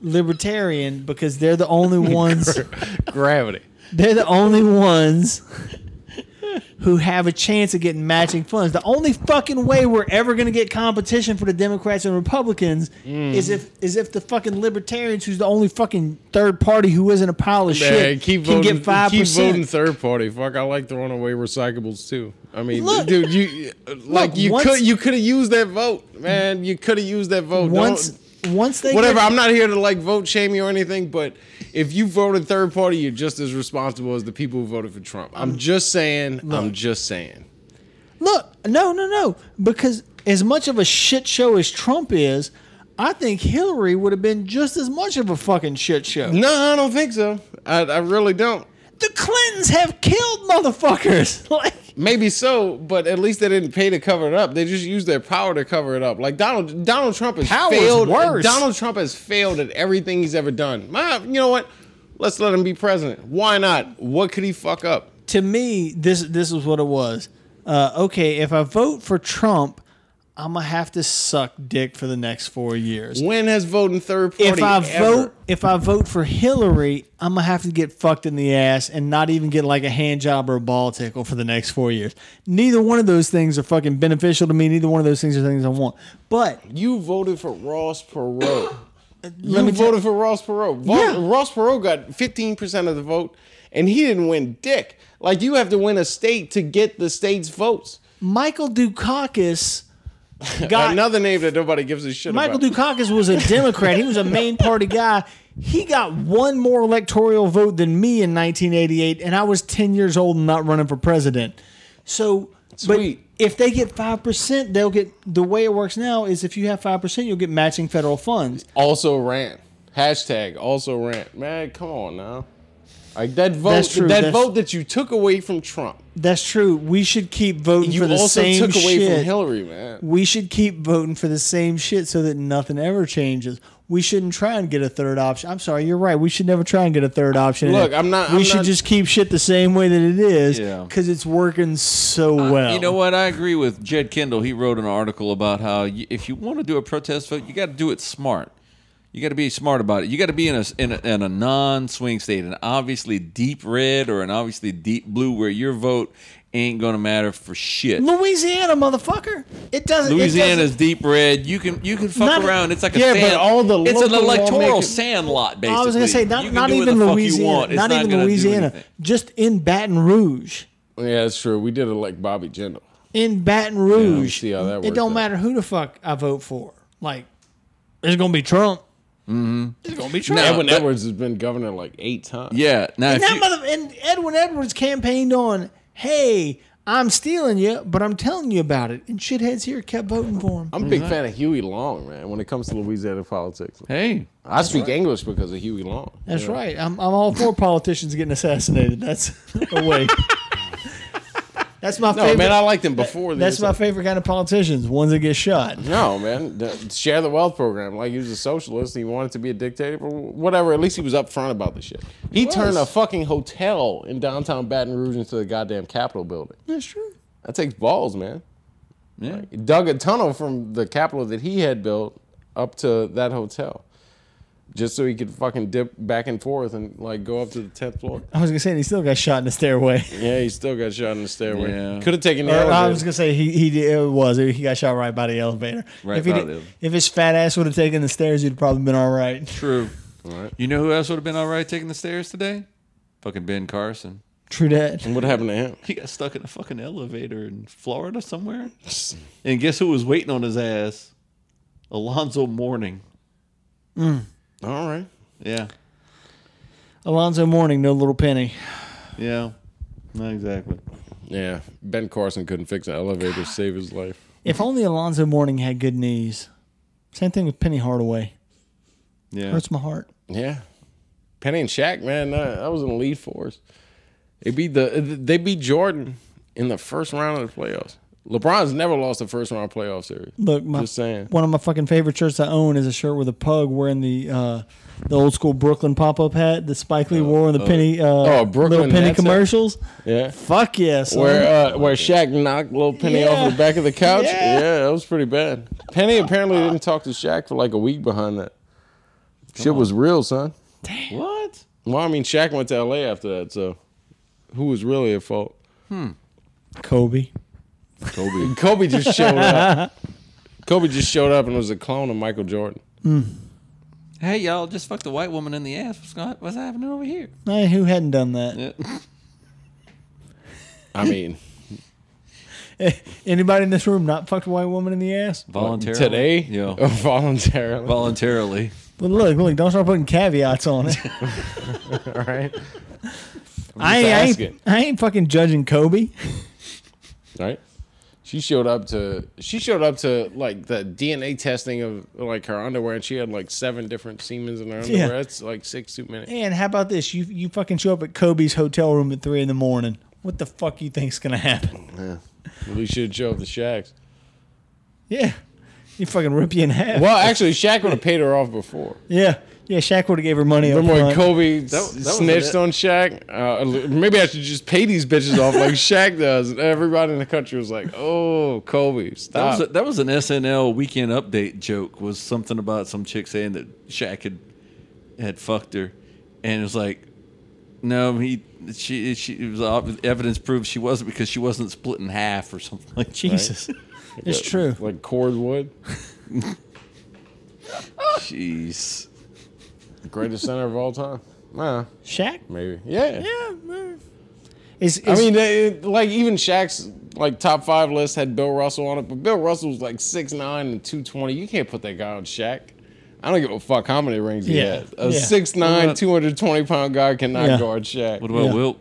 [SPEAKER 3] libertarian because they're the only ones.
[SPEAKER 4] Gravity.
[SPEAKER 3] They're the only ones who have a chance of getting matching funds. The only fucking way we're ever going to get competition for the Democrats and Republicans
[SPEAKER 4] Mm.
[SPEAKER 3] is if is if the fucking libertarians, who's the only fucking third party who isn't a pile of
[SPEAKER 4] Man,
[SPEAKER 3] shit,
[SPEAKER 4] keep
[SPEAKER 3] can
[SPEAKER 4] voting.
[SPEAKER 3] get five
[SPEAKER 4] Keep voting
[SPEAKER 3] percent.
[SPEAKER 4] third party. Fuck, I like throwing away recyclables too. I mean,
[SPEAKER 3] Look-
[SPEAKER 4] dude, you uh, like you
[SPEAKER 3] once-
[SPEAKER 4] could you could have used that vote, man. You could have used that vote.
[SPEAKER 3] Once
[SPEAKER 4] Don't-
[SPEAKER 3] once they
[SPEAKER 4] whatever.
[SPEAKER 3] get-
[SPEAKER 4] I'm not here to like vote shame you or anything, but if you voted third party, you're just as responsible as the people who voted for Trump.
[SPEAKER 3] Um,
[SPEAKER 4] I'm just saying. I'm just saying.
[SPEAKER 3] Look, no, no, no. Because as much of a shit show as Trump is, I think Hillary would have been just as much of a fucking shit show.
[SPEAKER 4] No, I don't think so. I, I really don't.
[SPEAKER 3] The Clintons have killed motherfuckers. like,
[SPEAKER 4] Maybe so, but at least they didn't pay to cover it up. They just used their power to cover it up. Like Donald Donald Trump has
[SPEAKER 3] Power's
[SPEAKER 4] failed.
[SPEAKER 3] worse.
[SPEAKER 4] Donald Trump has failed at everything he's ever done. My, you know what? Let's let him be president. Why not? What could he fuck up?
[SPEAKER 3] to me, this this is what it was. Uh, okay, if I vote for Trump, I'm gonna have to suck dick for the next four years.
[SPEAKER 4] When has voting third party
[SPEAKER 3] If I
[SPEAKER 4] ever-
[SPEAKER 3] vote, if I vote for Hillary, I'm gonna have to get fucked in the ass and not even get like a hand job or a ball tickle for the next four years. Neither one of those things are fucking beneficial to me. Neither one of those things are things I want. But
[SPEAKER 4] you voted for Ross Perot?
[SPEAKER 3] let
[SPEAKER 4] you
[SPEAKER 3] me tell-
[SPEAKER 4] voted for Ross Perot. Vo-
[SPEAKER 3] Yeah.
[SPEAKER 4] Ross Perot got fifteen percent of the vote, and he didn't win dick. Like you have to win a state to get the state's votes.
[SPEAKER 3] Michael Dukakis got
[SPEAKER 4] Another name that nobody gives a shit
[SPEAKER 3] Michael
[SPEAKER 4] about.
[SPEAKER 3] Dukakis was a Democrat. he was a main party guy. He got one more electoral vote than me in 1988, and I was 10 years old and not running for president. So,
[SPEAKER 4] Sweet.
[SPEAKER 3] but if they get 5%, they'll get the way it works now is if you have 5%, you'll get matching federal funds.
[SPEAKER 4] also rant. Hashtag also rant. Man, come on now. Like that vote,
[SPEAKER 3] That's true,
[SPEAKER 4] that
[SPEAKER 3] that's-
[SPEAKER 4] vote that you took away from Trump,
[SPEAKER 3] That's true. We should keep voting
[SPEAKER 4] you
[SPEAKER 3] for the
[SPEAKER 4] also
[SPEAKER 3] same
[SPEAKER 4] took away
[SPEAKER 3] shit.
[SPEAKER 4] from Hillary, man.
[SPEAKER 3] we should keep voting for the same shit so that nothing ever changes. We shouldn't try and get a third option. I'm sorry, you're right. We should never try and get a third option.
[SPEAKER 4] Look, I'm not-
[SPEAKER 3] We
[SPEAKER 4] I'm
[SPEAKER 3] should
[SPEAKER 4] not-
[SPEAKER 3] just keep shit the same way that it is
[SPEAKER 2] Yeah. Uh,
[SPEAKER 3] because it's working so well.
[SPEAKER 2] You know what? I agree with Jed Kendall. He wrote an article about how you, if you want to do a protest vote, you got to do it smart. You got to be smart about it. You got to be in a, in a in a non-swing state, an obviously deep red or an obviously deep blue, where your vote ain't gonna matter for shit.
[SPEAKER 3] Louisiana, motherfucker. It doesn't. it doesn't-
[SPEAKER 2] Louisiana's deep red. You can you can fuck
[SPEAKER 3] Not-
[SPEAKER 2] around. It's like a
[SPEAKER 4] Yeah, but
[SPEAKER 2] sand.
[SPEAKER 4] all the
[SPEAKER 2] it's an
[SPEAKER 4] local
[SPEAKER 2] electoral
[SPEAKER 4] lawmakers-
[SPEAKER 2] sandlot. Basically,
[SPEAKER 3] Oh, I was gonna say
[SPEAKER 2] You
[SPEAKER 3] not,
[SPEAKER 2] can
[SPEAKER 3] not
[SPEAKER 2] do what
[SPEAKER 3] even
[SPEAKER 2] the fuck you
[SPEAKER 3] Louisiana,
[SPEAKER 2] want. It's
[SPEAKER 3] not, even
[SPEAKER 2] gonna do
[SPEAKER 3] Louisiana,
[SPEAKER 2] anything.
[SPEAKER 3] just in Baton Rouge.
[SPEAKER 4] Yeah, that's true. We did it like Bobby Jindal.
[SPEAKER 3] In Baton Rouge,
[SPEAKER 4] see how that
[SPEAKER 3] it
[SPEAKER 4] works
[SPEAKER 3] don't
[SPEAKER 4] out.
[SPEAKER 3] matter who the fuck I vote for. Like, it's gonna be Trump.
[SPEAKER 2] Now,
[SPEAKER 4] Edwin
[SPEAKER 2] but-
[SPEAKER 4] Edwards has been governor like eight times.
[SPEAKER 2] Yeah. Now, if
[SPEAKER 3] And that
[SPEAKER 2] you-
[SPEAKER 3] mother and Edwin Edwards campaigned on, hey, I'm stealing you, but I'm telling you about it. And shitheads here kept voting for him.
[SPEAKER 4] I'm a big fan of Huey Long, man. When it comes to Louisiana politics,
[SPEAKER 2] hey,
[SPEAKER 4] I speak English because of Huey Long.
[SPEAKER 3] That's right. I'm, I'm all for politicians getting assassinated. That's a way. That's my
[SPEAKER 4] No,
[SPEAKER 3] favorite.
[SPEAKER 4] man, I liked him before.
[SPEAKER 3] that's
[SPEAKER 4] this.
[SPEAKER 3] my favorite kind of politicians, ones that get shot.
[SPEAKER 4] No, man. The share the wealth program. Like he was a socialist. He wanted to be a dictator, but whatever. At least he was upfront about the shit. He turned a fucking hotel in downtown Baton Rouge into the goddamn Capitol building.
[SPEAKER 3] That's true.
[SPEAKER 4] That takes balls, man.
[SPEAKER 2] Yeah.
[SPEAKER 4] He dug a tunnel from the Capitol that he had built up to that hotel, just so he could fucking dip back and forth and like go up to the tenth floor.
[SPEAKER 3] I was gonna say and he still got shot in the stairway.
[SPEAKER 4] Yeah, he still got shot in the stairway.
[SPEAKER 2] Yeah.
[SPEAKER 4] Could have taken the
[SPEAKER 3] Or Uh, I
[SPEAKER 4] elevator.
[SPEAKER 3] was gonna say he he it was he got shot right by the elevator.
[SPEAKER 2] Right
[SPEAKER 3] if, he
[SPEAKER 2] by
[SPEAKER 3] did-
[SPEAKER 2] the-
[SPEAKER 3] if his fat ass would have taken the stairs, he'd probably been all right.
[SPEAKER 2] True. You know who else would have been all right taking the stairs today? Fucking Ben Carson.
[SPEAKER 3] True that.
[SPEAKER 4] What happened to him?
[SPEAKER 2] He got stuck in a fucking elevator in Florida somewhere. And guess who was waiting on his ass? Alonzo Mourning.
[SPEAKER 4] All right.
[SPEAKER 2] Yeah.
[SPEAKER 3] Alonzo Mourning, no little penny.
[SPEAKER 2] Yeah. Not exactly.
[SPEAKER 4] Yeah, Ben Carson couldn't fix an elevator to save his life.
[SPEAKER 3] If only Alonzo Mourning had good knees. Same thing with Penny Hardaway.
[SPEAKER 2] Yeah.
[SPEAKER 3] Hurts my heart.
[SPEAKER 4] Yeah, Penny and Shaq, man, that, that was an elite force. They beat the uh, they beat Jordan in the first round of the playoffs. LeBron's never lost a first round playoff series.
[SPEAKER 3] Look, my,
[SPEAKER 4] Just saying.
[SPEAKER 3] one of my fucking favorite shirts I own is a shirt with a pug wearing the uh, the old school Brooklyn pop up hat that Spike Lee wore in the Penny uh,
[SPEAKER 4] oh, Brooklyn
[SPEAKER 3] little Penny
[SPEAKER 4] Nets hat.
[SPEAKER 3] commercials.
[SPEAKER 4] Yeah.
[SPEAKER 3] Fuck yes.
[SPEAKER 4] Where uh, where Shaq knocked little Penny
[SPEAKER 3] Yeah.
[SPEAKER 4] off the back of the couch.
[SPEAKER 3] Yeah.
[SPEAKER 4] Yeah. that was pretty bad. Penny apparently didn't talk to Shaq for like a week behind that. Shit was real, son.
[SPEAKER 2] What?
[SPEAKER 4] Well, I mean, Shaq went to LA after that, so who was really at fault? uh,
[SPEAKER 3] Kobe.
[SPEAKER 2] Kobe.
[SPEAKER 4] Kobe just showed up. Kobe just showed up and was a clone of Michael Jordan.
[SPEAKER 2] hey, y'all, just fuck the white woman in the ass. What's, going, what's happening over here?
[SPEAKER 3] Hey, who hadn't done that?
[SPEAKER 2] Yeah.
[SPEAKER 4] I mean,
[SPEAKER 3] Anybody in this room not fucked a white woman in the ass?
[SPEAKER 2] Voluntarily.
[SPEAKER 4] today, Oh.
[SPEAKER 2] Yeah.
[SPEAKER 4] voluntarily.
[SPEAKER 2] Voluntarily.
[SPEAKER 3] But look, look, don't start putting caveats on it.
[SPEAKER 4] All
[SPEAKER 3] I,
[SPEAKER 4] right,
[SPEAKER 3] ain't- I, ain't,
[SPEAKER 4] asking.
[SPEAKER 3] I ain't fucking judging Kobe.
[SPEAKER 4] All right. She showed up to she showed up to like the DNA testing of like her underwear, and she had like seven different semens in her underwear. That's like six too many.
[SPEAKER 3] And how about this? You you fucking show up at Kobe's hotel room at three in the morning. What the fuck you think's gonna happen?
[SPEAKER 4] We should show up the Shaqs.
[SPEAKER 3] Yeah, he fucking rip you in half.
[SPEAKER 4] Well, actually, Shaq would have paid her off before.
[SPEAKER 3] Yeah, yeah. Shaq would have gave her money. up
[SPEAKER 4] Remember when
[SPEAKER 3] front.
[SPEAKER 4] Kobe s-
[SPEAKER 2] That- that was
[SPEAKER 4] snitched
[SPEAKER 2] a-
[SPEAKER 4] on Shaq? Uh, maybe I should just pay these bitches off like Shaq does. And everybody in the country was like, "Oh, Kobe,
[SPEAKER 2] That
[SPEAKER 4] stop."
[SPEAKER 2] was, a, that was an SNL weekend update joke. Was something about some chick saying that Shaq had had fucked her, and it was like, no, he she she it was ob- evidence proved she wasn't because she wasn't split in half or something like that.
[SPEAKER 3] Jesus, it's true.
[SPEAKER 4] like cordwood,
[SPEAKER 2] Jeez,
[SPEAKER 4] greatest center of all time. Nah,
[SPEAKER 3] Shaq.
[SPEAKER 4] maybe. Yeah.
[SPEAKER 3] Yeah. Is,
[SPEAKER 4] I mean, they, it- like even Shaq's like top five list had Bill Russell on it, but Bill Russell's like 6'9 and 220. You can't put that guy on Shaq. I don't give a fuck how many rings he
[SPEAKER 3] Yeah.
[SPEAKER 4] has. A
[SPEAKER 3] Yeah.
[SPEAKER 4] 6'9, 220 pound guy cannot
[SPEAKER 3] Yeah.
[SPEAKER 4] guard Shaq.
[SPEAKER 2] what about
[SPEAKER 3] Yeah.
[SPEAKER 2] Wilt?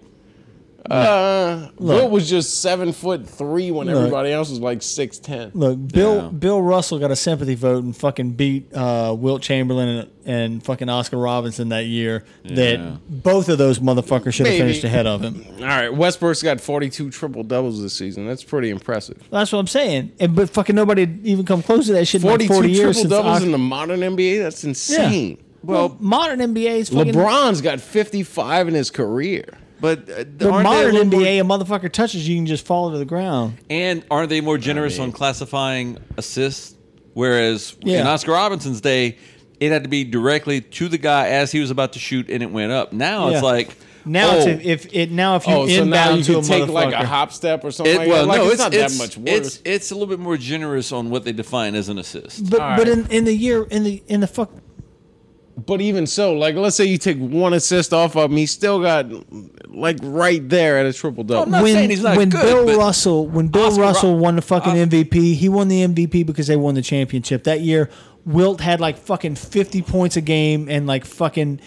[SPEAKER 4] Uh, Wilt was just seven foot three when
[SPEAKER 3] Look.
[SPEAKER 4] everybody else was like six ten.
[SPEAKER 3] look, Bill
[SPEAKER 2] Yeah.
[SPEAKER 3] Bill Russell got a sympathy vote and fucking beat uh, Wilt Chamberlain and, and fucking Oscar Robinson that year.
[SPEAKER 2] Yeah.
[SPEAKER 3] That both of those motherfuckers should have
[SPEAKER 4] Maybe.
[SPEAKER 3] finished ahead of him.
[SPEAKER 4] All right, Westbrook's got forty two triple doubles this season. That's pretty impressive.
[SPEAKER 3] That's what I'm saying. And, but fucking nobody had even come close to that shit in
[SPEAKER 4] Forty
[SPEAKER 3] like
[SPEAKER 4] two
[SPEAKER 3] 40 years
[SPEAKER 4] triple
[SPEAKER 3] since
[SPEAKER 4] doubles
[SPEAKER 3] Oc-
[SPEAKER 4] in the modern NBA. That's insane.
[SPEAKER 3] well, modern NBA is fucking
[SPEAKER 4] LeBron's got fifty five in his career.
[SPEAKER 2] But uh, aren't they
[SPEAKER 3] The
[SPEAKER 2] a
[SPEAKER 3] modern
[SPEAKER 2] little more-
[SPEAKER 3] NBA, a motherfucker touches you, you can just fall to the ground.
[SPEAKER 2] and aren't they more generous on classifying assists? Whereas in
[SPEAKER 3] Yeah.
[SPEAKER 2] Oscar Robinson's day, it had to be directly to the guy as he was about to shoot, and it went up. Now
[SPEAKER 3] Yeah.
[SPEAKER 2] it's like
[SPEAKER 3] Now,
[SPEAKER 2] oh,
[SPEAKER 3] it's if, if it now if you
[SPEAKER 4] Oh, so now you
[SPEAKER 3] inbound
[SPEAKER 4] can
[SPEAKER 3] to a
[SPEAKER 4] take
[SPEAKER 3] motherfucker,
[SPEAKER 4] like a hop step or something.
[SPEAKER 2] It,
[SPEAKER 4] like
[SPEAKER 2] well,
[SPEAKER 4] that. Like,
[SPEAKER 2] no,
[SPEAKER 4] it's,
[SPEAKER 2] it's,
[SPEAKER 4] not
[SPEAKER 2] it's,
[SPEAKER 4] that much worse.
[SPEAKER 2] It's it's a little bit more generous on what they define as an assist.
[SPEAKER 3] but but in, in the year in the in the fuck
[SPEAKER 4] but even so, like let's say you take one assist off of him, he still got like right there at a triple double.
[SPEAKER 2] not
[SPEAKER 3] when
[SPEAKER 2] saying he's not
[SPEAKER 3] when
[SPEAKER 2] good,
[SPEAKER 3] Bill
[SPEAKER 2] but
[SPEAKER 3] Russell when Bill
[SPEAKER 2] Oscar Ro-
[SPEAKER 3] Russell won the fucking
[SPEAKER 2] Os-
[SPEAKER 3] MVP, he won the MVP because they won the championship that year. Wilt had like fucking fifty points a game and like fucking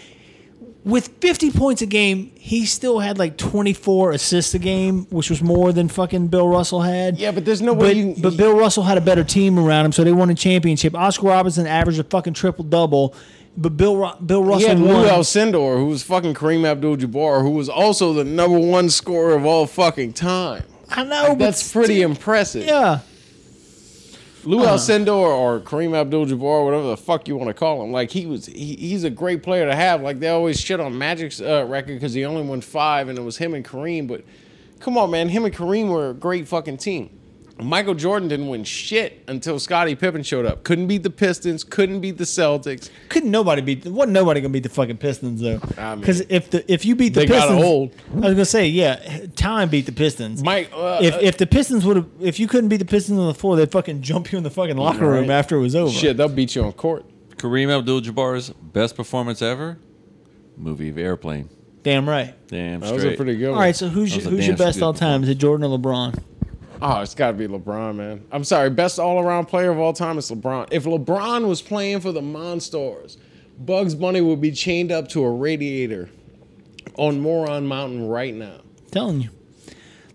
[SPEAKER 3] with fifty points a game, he still had like twenty four assists a game, which was more than fucking Bill Russell had.
[SPEAKER 4] Yeah, but there's no way
[SPEAKER 3] But,
[SPEAKER 4] you.
[SPEAKER 3] but Bill Russell had a better team around him, so they won a championship. Oscar Robertson averaged a fucking triple double, but Bill Ro- Bill
[SPEAKER 4] He
[SPEAKER 3] Russell
[SPEAKER 4] had Lou
[SPEAKER 3] won.
[SPEAKER 4] Alcindor, who was fucking Kareem Abdul-Jabbar, who was also the number one scorer of all fucking time.
[SPEAKER 3] I know, but
[SPEAKER 4] That's pretty
[SPEAKER 3] still-
[SPEAKER 4] impressive.
[SPEAKER 3] Yeah,
[SPEAKER 4] Lou
[SPEAKER 3] Uh-huh.
[SPEAKER 4] Alcindor or Kareem Abdul-Jabbar, whatever the fuck you want to call him, like he was, he, he's a great player to have. Like they always shit on Magic's uh, record because he only won five, and it was him and Kareem. But Come on, man. Him and Kareem were a great fucking team. Michael Jordan didn't win shit until Scottie Pippen showed up. Couldn't beat the Pistons. Couldn't beat the Celtics.
[SPEAKER 3] Couldn't nobody beat? Wasn't nobody gonna beat the fucking Pistons though?
[SPEAKER 4] I mean,
[SPEAKER 3] Because if the if you beat the
[SPEAKER 4] they got
[SPEAKER 3] Pistons,
[SPEAKER 4] old.
[SPEAKER 3] I was gonna say yeah, time beat the Pistons.
[SPEAKER 4] Mike, uh,
[SPEAKER 3] if if the Pistons would have if you couldn't beat the Pistons on the floor, they'd fucking jump you in the fucking locker room after it was over.
[SPEAKER 4] Shit, they'll beat you on court.
[SPEAKER 2] Kareem Abdul-Jabbar's best performance ever, movie of Airplane.
[SPEAKER 3] Damn right.
[SPEAKER 2] Damn
[SPEAKER 4] That
[SPEAKER 2] straight.
[SPEAKER 4] was a pretty good
[SPEAKER 3] All
[SPEAKER 4] one.
[SPEAKER 3] right, so who's
[SPEAKER 2] That was
[SPEAKER 3] your,
[SPEAKER 2] a
[SPEAKER 3] who's your
[SPEAKER 2] damn
[SPEAKER 3] best
[SPEAKER 2] good
[SPEAKER 3] all time? Is it Jordan or LeBron?
[SPEAKER 4] Oh, it's got to be LeBron, man. I'm sorry, best all around player of all time is LeBron. If LeBron was playing for the Monstars, Bugs Bunny would be chained up to a radiator on Moron Mountain right now.
[SPEAKER 3] telling you.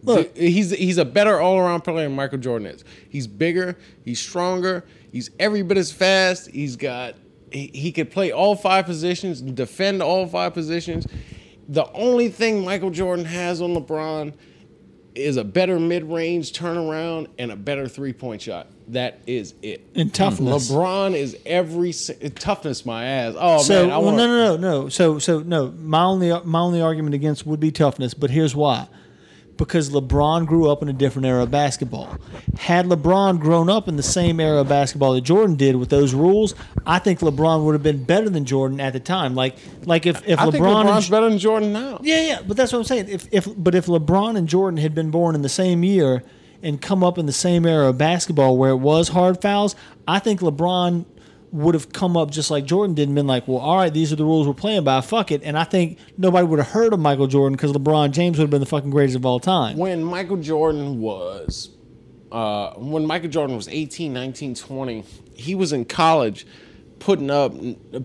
[SPEAKER 3] Look,
[SPEAKER 4] Th- he's he's a better all around player than Michael Jordan is. He's bigger, he's stronger, he's every bit as fast. He's got he, he could play all five positions, defend all five positions. The only thing Michael Jordan has on LeBron is a better mid range turnaround and a better three point shot. That is it. Mm-hmm.
[SPEAKER 3] and toughness.
[SPEAKER 4] LeBron is every si- toughness. My ass. Oh
[SPEAKER 3] so
[SPEAKER 4] man, I
[SPEAKER 3] well,
[SPEAKER 4] want
[SPEAKER 3] no, no, no, no. So, so no. My only my only argument against would be toughness, but here's why. Because LeBron grew up in a different era of basketball. Had LeBron grown up in the same era of basketball that Jordan did with those rules, I think LeBron would have been better than Jordan at the time. Like, like if if
[SPEAKER 4] I
[SPEAKER 3] LeBron
[SPEAKER 4] think
[SPEAKER 3] and
[SPEAKER 4] LeBron's
[SPEAKER 3] J-
[SPEAKER 4] better than Jordan now.
[SPEAKER 3] Yeah, yeah, but that's what I'm saying. If if but if LeBron and Jordan had been born in the same year and come up in the same era of basketball where it was hard fouls, I think LeBron would have come up just like Jordan did and been like, "Well, all right, these are the rules we're playing by. Fuck it." And I think nobody would have heard of Michael Jordan because LeBron James would have been the fucking greatest of all time.
[SPEAKER 4] when Michael Jordan was uh, when Michael Jordan was 18, 19, 20, he was in college putting up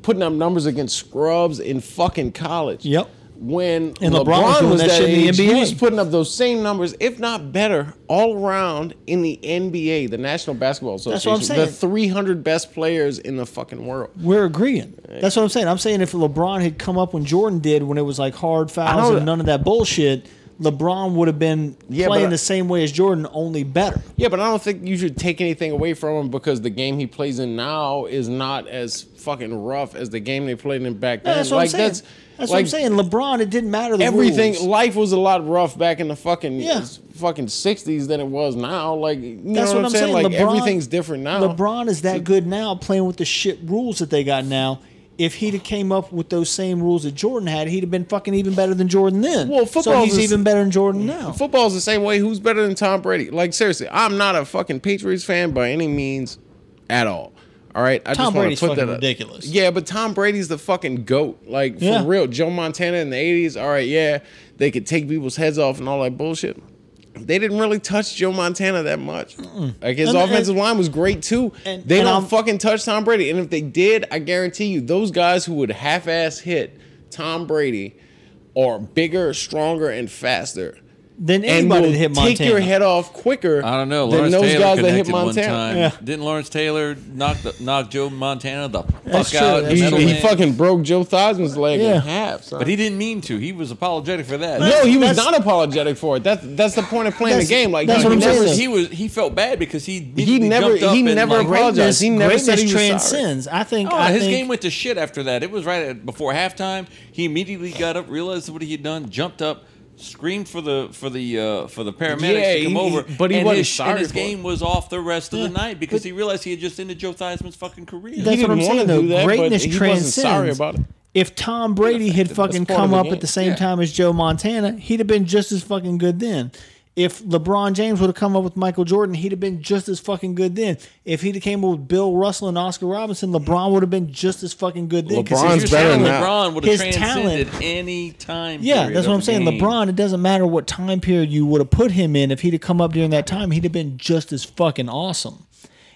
[SPEAKER 4] putting up numbers against scrubs in fucking college.
[SPEAKER 3] Yep.
[SPEAKER 4] When
[SPEAKER 3] And
[SPEAKER 4] LeBron,
[SPEAKER 3] LeBron was doing
[SPEAKER 4] was
[SPEAKER 3] that
[SPEAKER 4] that
[SPEAKER 3] shit in the
[SPEAKER 4] age,
[SPEAKER 3] NBA.
[SPEAKER 4] he was putting up those same numbers, if not better, all around in the NBA, the National Basketball
[SPEAKER 3] That's
[SPEAKER 4] Association.
[SPEAKER 3] what I'm
[SPEAKER 4] The
[SPEAKER 3] saying.
[SPEAKER 4] 300 best players in the fucking world.
[SPEAKER 3] We're agreeing. That's what I'm saying. I'm saying if LeBron had come up when Jordan did, when it was like hard fouls
[SPEAKER 4] know
[SPEAKER 3] and
[SPEAKER 4] that-
[SPEAKER 3] none of that bullshit, LeBron would have been
[SPEAKER 4] Yeah,
[SPEAKER 3] playing
[SPEAKER 4] but-
[SPEAKER 3] the same way as Jordan, only better.
[SPEAKER 4] Yeah, but I don't think you should take anything away from him because the game he plays in now is not as fucking rough as the game they played in back then.
[SPEAKER 3] No, that's what I'm
[SPEAKER 4] like
[SPEAKER 3] saying. That's,
[SPEAKER 4] that's
[SPEAKER 3] what I'm
[SPEAKER 4] like,
[SPEAKER 3] saying. LeBron, it didn't matter. The
[SPEAKER 4] Everything
[SPEAKER 3] rules.
[SPEAKER 4] life was a lot rough back in the fucking
[SPEAKER 3] Yeah.
[SPEAKER 4] fucking sixties than it was now. Like you
[SPEAKER 3] That's
[SPEAKER 4] know
[SPEAKER 3] what I'm saying.
[SPEAKER 4] Like
[SPEAKER 3] LeBron-
[SPEAKER 4] everything's different now.
[SPEAKER 3] LeBron is that good now, playing with the shit rules that they got now. If he'd have came up with those same rules that Jordan had, he'd have been fucking even better than Jordan then.
[SPEAKER 4] Well,
[SPEAKER 3] so
[SPEAKER 4] football's
[SPEAKER 3] he's
[SPEAKER 4] is- Mm,
[SPEAKER 3] even better than Jordan now.
[SPEAKER 4] Football's the same way. Who's better than Tom Brady? Like seriously, I'm not a fucking Patriots fan by any means at all. All right, I
[SPEAKER 3] Tom
[SPEAKER 4] just want
[SPEAKER 3] Brady's
[SPEAKER 4] to put
[SPEAKER 3] fucking
[SPEAKER 4] that up.
[SPEAKER 3] ridiculous.
[SPEAKER 4] Yeah, but Tom Brady's the fucking goat. Like for
[SPEAKER 3] Yeah.
[SPEAKER 4] real, Joe Montana in the '80s. All right, yeah, they could take people's heads off and all that bullshit. They didn't really touch Joe Montana that much. Like his
[SPEAKER 3] And-
[SPEAKER 4] offensive
[SPEAKER 3] and-
[SPEAKER 4] line was great too.
[SPEAKER 3] and-
[SPEAKER 4] they
[SPEAKER 3] and
[SPEAKER 4] don't
[SPEAKER 3] I'm-
[SPEAKER 4] fucking touch Tom Brady. And if they did, I guarantee you, those guys who would half-ass hit Tom Brady are bigger, stronger, and faster
[SPEAKER 3] Then
[SPEAKER 4] and
[SPEAKER 3] anybody
[SPEAKER 4] will
[SPEAKER 3] that hit Montana.
[SPEAKER 4] take your head off quicker.
[SPEAKER 2] I don't know.
[SPEAKER 4] Than
[SPEAKER 2] Lawrence
[SPEAKER 4] those
[SPEAKER 2] Taylor
[SPEAKER 4] guys that
[SPEAKER 2] connected
[SPEAKER 4] hit Montana.
[SPEAKER 2] one time.
[SPEAKER 3] Yeah.
[SPEAKER 2] Didn't Lawrence Taylor knock the, knock Joe Montana the fuck
[SPEAKER 3] That's true.
[SPEAKER 2] out? in
[SPEAKER 3] He-
[SPEAKER 4] He, he
[SPEAKER 2] Meadowlands?
[SPEAKER 4] fucking broke Joe Theismann's leg
[SPEAKER 3] Yeah.
[SPEAKER 4] in half. Son.
[SPEAKER 2] But he didn't mean to. He was apologetic for that.
[SPEAKER 4] no, he was
[SPEAKER 3] That's-
[SPEAKER 4] not apologetic for it. That's that's the point of playing the
[SPEAKER 3] That's-
[SPEAKER 4] game. Like
[SPEAKER 3] that's
[SPEAKER 4] he
[SPEAKER 3] what I'm
[SPEAKER 4] never-
[SPEAKER 3] saying.
[SPEAKER 2] He was. He felt bad because he
[SPEAKER 4] He never. He never apologized. He never said he was
[SPEAKER 3] Greatness
[SPEAKER 4] sorry.
[SPEAKER 3] transcends. I think.
[SPEAKER 2] Oh,
[SPEAKER 3] I
[SPEAKER 2] his
[SPEAKER 3] think,
[SPEAKER 2] game went to shit after that. It was right at, before halftime. He immediately got up, realized what he had done, jumped up, screamed for the for the uh, for the paramedics
[SPEAKER 4] Yeah,
[SPEAKER 2] to come
[SPEAKER 4] he-
[SPEAKER 2] over.
[SPEAKER 4] but he
[SPEAKER 2] and
[SPEAKER 4] wasn't
[SPEAKER 2] his, And
[SPEAKER 4] sorry
[SPEAKER 2] his
[SPEAKER 4] for
[SPEAKER 2] game was off the rest of
[SPEAKER 3] Yeah,
[SPEAKER 2] the night because
[SPEAKER 3] but-
[SPEAKER 2] he realized he had just ended Joe Theismann's fucking career.
[SPEAKER 3] That's
[SPEAKER 4] He
[SPEAKER 3] what I'm
[SPEAKER 4] didn't
[SPEAKER 3] saying.
[SPEAKER 4] wanna
[SPEAKER 3] Though
[SPEAKER 4] do that, but
[SPEAKER 3] greatness
[SPEAKER 4] he wasn't
[SPEAKER 3] transcends.
[SPEAKER 4] sorry about it.
[SPEAKER 3] If Tom Brady had fucking
[SPEAKER 4] part of
[SPEAKER 3] come
[SPEAKER 4] the
[SPEAKER 3] up
[SPEAKER 4] game.
[SPEAKER 3] at the same
[SPEAKER 2] Yeah.
[SPEAKER 3] time as Joe Montana, he'd have been just as fucking good then. If LeBron James would have come up with Michael Jordan, he'd have been just as fucking good then. If he'd have came up with Bill Russell and Oscar Robinson, LeBron would have been just as fucking good then. 'cause
[SPEAKER 4] LeBron's
[SPEAKER 3] he's-
[SPEAKER 2] You're
[SPEAKER 4] better
[SPEAKER 2] saying
[SPEAKER 4] now.
[SPEAKER 2] LeBron would
[SPEAKER 3] His
[SPEAKER 2] have
[SPEAKER 3] talent-
[SPEAKER 2] transcended any time.
[SPEAKER 3] yeah,
[SPEAKER 2] period
[SPEAKER 3] that's
[SPEAKER 2] of
[SPEAKER 3] what I'm
[SPEAKER 2] the
[SPEAKER 3] saying.
[SPEAKER 2] game.
[SPEAKER 3] LeBron, it doesn't matter what time period you would have put him in. If he'd have come up during that time, he'd have been just as fucking awesome.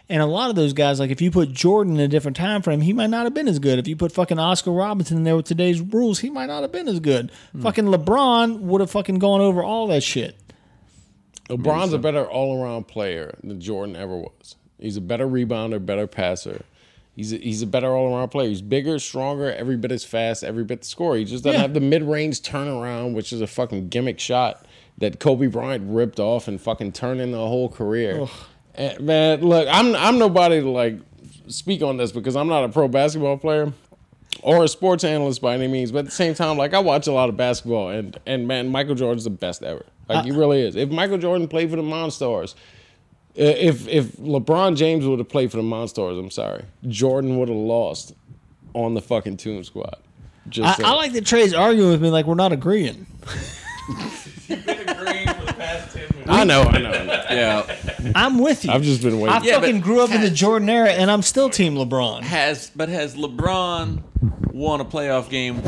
[SPEAKER 3] And a lot of those guys, like if you put Jordan in a different time frame, he might not have been as good. If you put fucking Oscar Robinson in there with today's rules, he might not have been as good.
[SPEAKER 2] Hmm.
[SPEAKER 3] Fucking LeBron would have fucking gone over all that shit.
[SPEAKER 4] LeBron's a better all-around player than Jordan ever was. He's a better rebounder, better passer. He's a, he's a better all-around player. He's bigger, stronger, every bit as fast, every bit the score. He just doesn't
[SPEAKER 3] Yeah.
[SPEAKER 4] have the mid-range turnaround, which is a fucking gimmick shot that Kobe Bryant ripped off and fucking turned into a whole career. Eh, And, man, look, I'm I'm nobody to like speak on this because I'm not a pro basketball player. or a sports analyst by any means, but at the same time, like I watch a lot of basketball, and and man, Michael Jordan's the best ever.
[SPEAKER 2] Uh,
[SPEAKER 4] Like he really is. If Michael Jordan played for the Monstars, i- if if LeBron James would have played for the Monstars, I'm sorry, Jordan would have lost on the fucking Tomb Squad.
[SPEAKER 3] I,
[SPEAKER 4] Just
[SPEAKER 3] I
[SPEAKER 4] saying.
[SPEAKER 3] like that Trey's arguing with me like we're not agreeing.
[SPEAKER 4] I know, I know. I know.
[SPEAKER 2] Yeah.
[SPEAKER 3] I'm with you.
[SPEAKER 4] I've just been
[SPEAKER 3] I
[SPEAKER 4] waiting.
[SPEAKER 2] Yeah, but-
[SPEAKER 3] fucking grew up in the Jordan era, and I'm still Team LeBron.
[SPEAKER 2] Has but has LeBron won a playoff game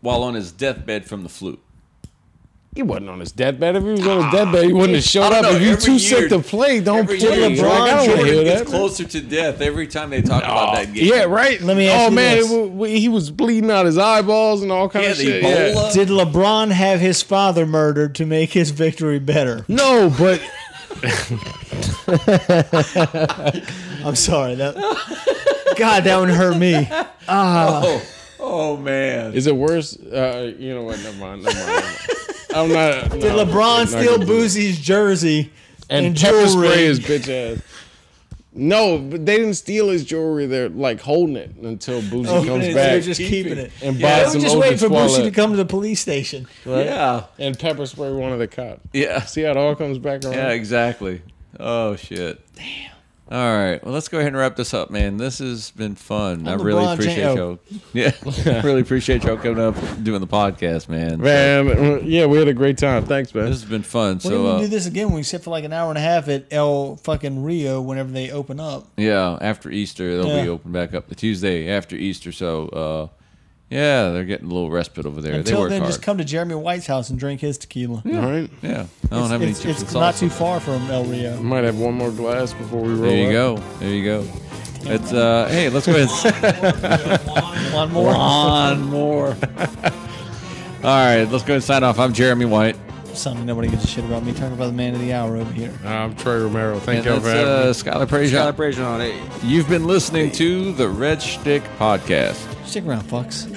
[SPEAKER 2] while on his deathbed from the flu?
[SPEAKER 4] He wasn't on his deathbed. If he was
[SPEAKER 2] Ah,
[SPEAKER 4] on his deathbed, he wouldn't have showed up. if you're
[SPEAKER 2] every
[SPEAKER 4] too
[SPEAKER 2] year-
[SPEAKER 4] sick to play, don't
[SPEAKER 2] every
[SPEAKER 4] play.
[SPEAKER 2] year,
[SPEAKER 4] LeBron. Like, I don't want to hear
[SPEAKER 2] Jordan gets
[SPEAKER 4] that.
[SPEAKER 2] closer to death every time they talk about that game.
[SPEAKER 4] Yeah, right.
[SPEAKER 3] Let me ask
[SPEAKER 4] Oh
[SPEAKER 3] you
[SPEAKER 4] man,
[SPEAKER 3] this.
[SPEAKER 4] it wa- wa- he was bleeding out his eyeballs and all kinds
[SPEAKER 2] Yeah,
[SPEAKER 4] of
[SPEAKER 2] the
[SPEAKER 4] shit.
[SPEAKER 2] Ebola.
[SPEAKER 4] Yeah.
[SPEAKER 3] Did LeBron have his father murdered to make his victory better?
[SPEAKER 4] No, but
[SPEAKER 3] I'm sorry. That God, that would hurt me.
[SPEAKER 2] Oh, oh man.
[SPEAKER 4] is it worse? Uh, you know what? Never mind. Never mind. Never mind. I'm not.
[SPEAKER 3] Did LeBron steal Boozy's jersey and,
[SPEAKER 4] and pepper spray
[SPEAKER 3] jewelry?
[SPEAKER 4] his bitch ass? No, but they didn't steal his jewelry. They're like holding it until Boozy
[SPEAKER 3] Oh,
[SPEAKER 4] comes
[SPEAKER 3] they're
[SPEAKER 4] back
[SPEAKER 3] just
[SPEAKER 2] Keep it.
[SPEAKER 3] keeping it.
[SPEAKER 4] and
[SPEAKER 2] Yeah,
[SPEAKER 4] buys
[SPEAKER 2] they were
[SPEAKER 3] They were
[SPEAKER 4] some
[SPEAKER 3] just
[SPEAKER 4] Old
[SPEAKER 3] waiting for Boozy
[SPEAKER 4] Squalor
[SPEAKER 3] to come to the police station.
[SPEAKER 2] Yeah.
[SPEAKER 4] and pepper spray one of the cops.
[SPEAKER 2] Yeah.
[SPEAKER 4] See how it all comes back around.
[SPEAKER 2] Yeah, exactly. Oh shit. Damn. All right. Well, let's go ahead and wrap this up, man. This has been fun. i
[SPEAKER 3] I'm
[SPEAKER 2] really
[SPEAKER 3] LeBron
[SPEAKER 2] appreciate
[SPEAKER 3] James.
[SPEAKER 2] y'all. Yeah, I really appreciate y'all coming up doing the podcast, man.
[SPEAKER 4] Man, yeah, we had a great time. Thanks, man.
[SPEAKER 2] This has been fun.
[SPEAKER 3] When
[SPEAKER 2] so
[SPEAKER 3] we
[SPEAKER 2] uh,
[SPEAKER 3] do this again, we sit for like an hour and a half at El fucking Rio whenever they open up.
[SPEAKER 2] yeah, after Easter they'll be
[SPEAKER 3] Yeah.
[SPEAKER 2] open back up the Tuesday after Easter. So uh, yeah, they're getting a little respite over there. they
[SPEAKER 3] Until
[SPEAKER 2] work
[SPEAKER 3] then,
[SPEAKER 2] hard.
[SPEAKER 3] just come to Jeremy White's house and drink his tequila.
[SPEAKER 4] all right.
[SPEAKER 2] yeah, I don't have any
[SPEAKER 3] It's,
[SPEAKER 2] chips
[SPEAKER 3] it's
[SPEAKER 2] and
[SPEAKER 3] not
[SPEAKER 2] salsa.
[SPEAKER 3] too far from El Rio.
[SPEAKER 4] Might have one more glass before we roll.
[SPEAKER 2] There you
[SPEAKER 4] up.
[SPEAKER 2] go. There you go. It's uh, hey, let's go ahead. and
[SPEAKER 3] One more.
[SPEAKER 2] on more. All right, let's go ahead and sign off. I'm Jeremy White.
[SPEAKER 3] Something nobody gives a shit about me. Talking about the man of the hour over here.
[SPEAKER 4] I'm Trey Romero. Thank
[SPEAKER 2] And
[SPEAKER 4] y'all
[SPEAKER 2] that's
[SPEAKER 4] for having me.
[SPEAKER 2] uh, Skylar Prejean.
[SPEAKER 6] on it.
[SPEAKER 2] You've been listening to the Red Stick Podcast.
[SPEAKER 3] Stick around, fucks.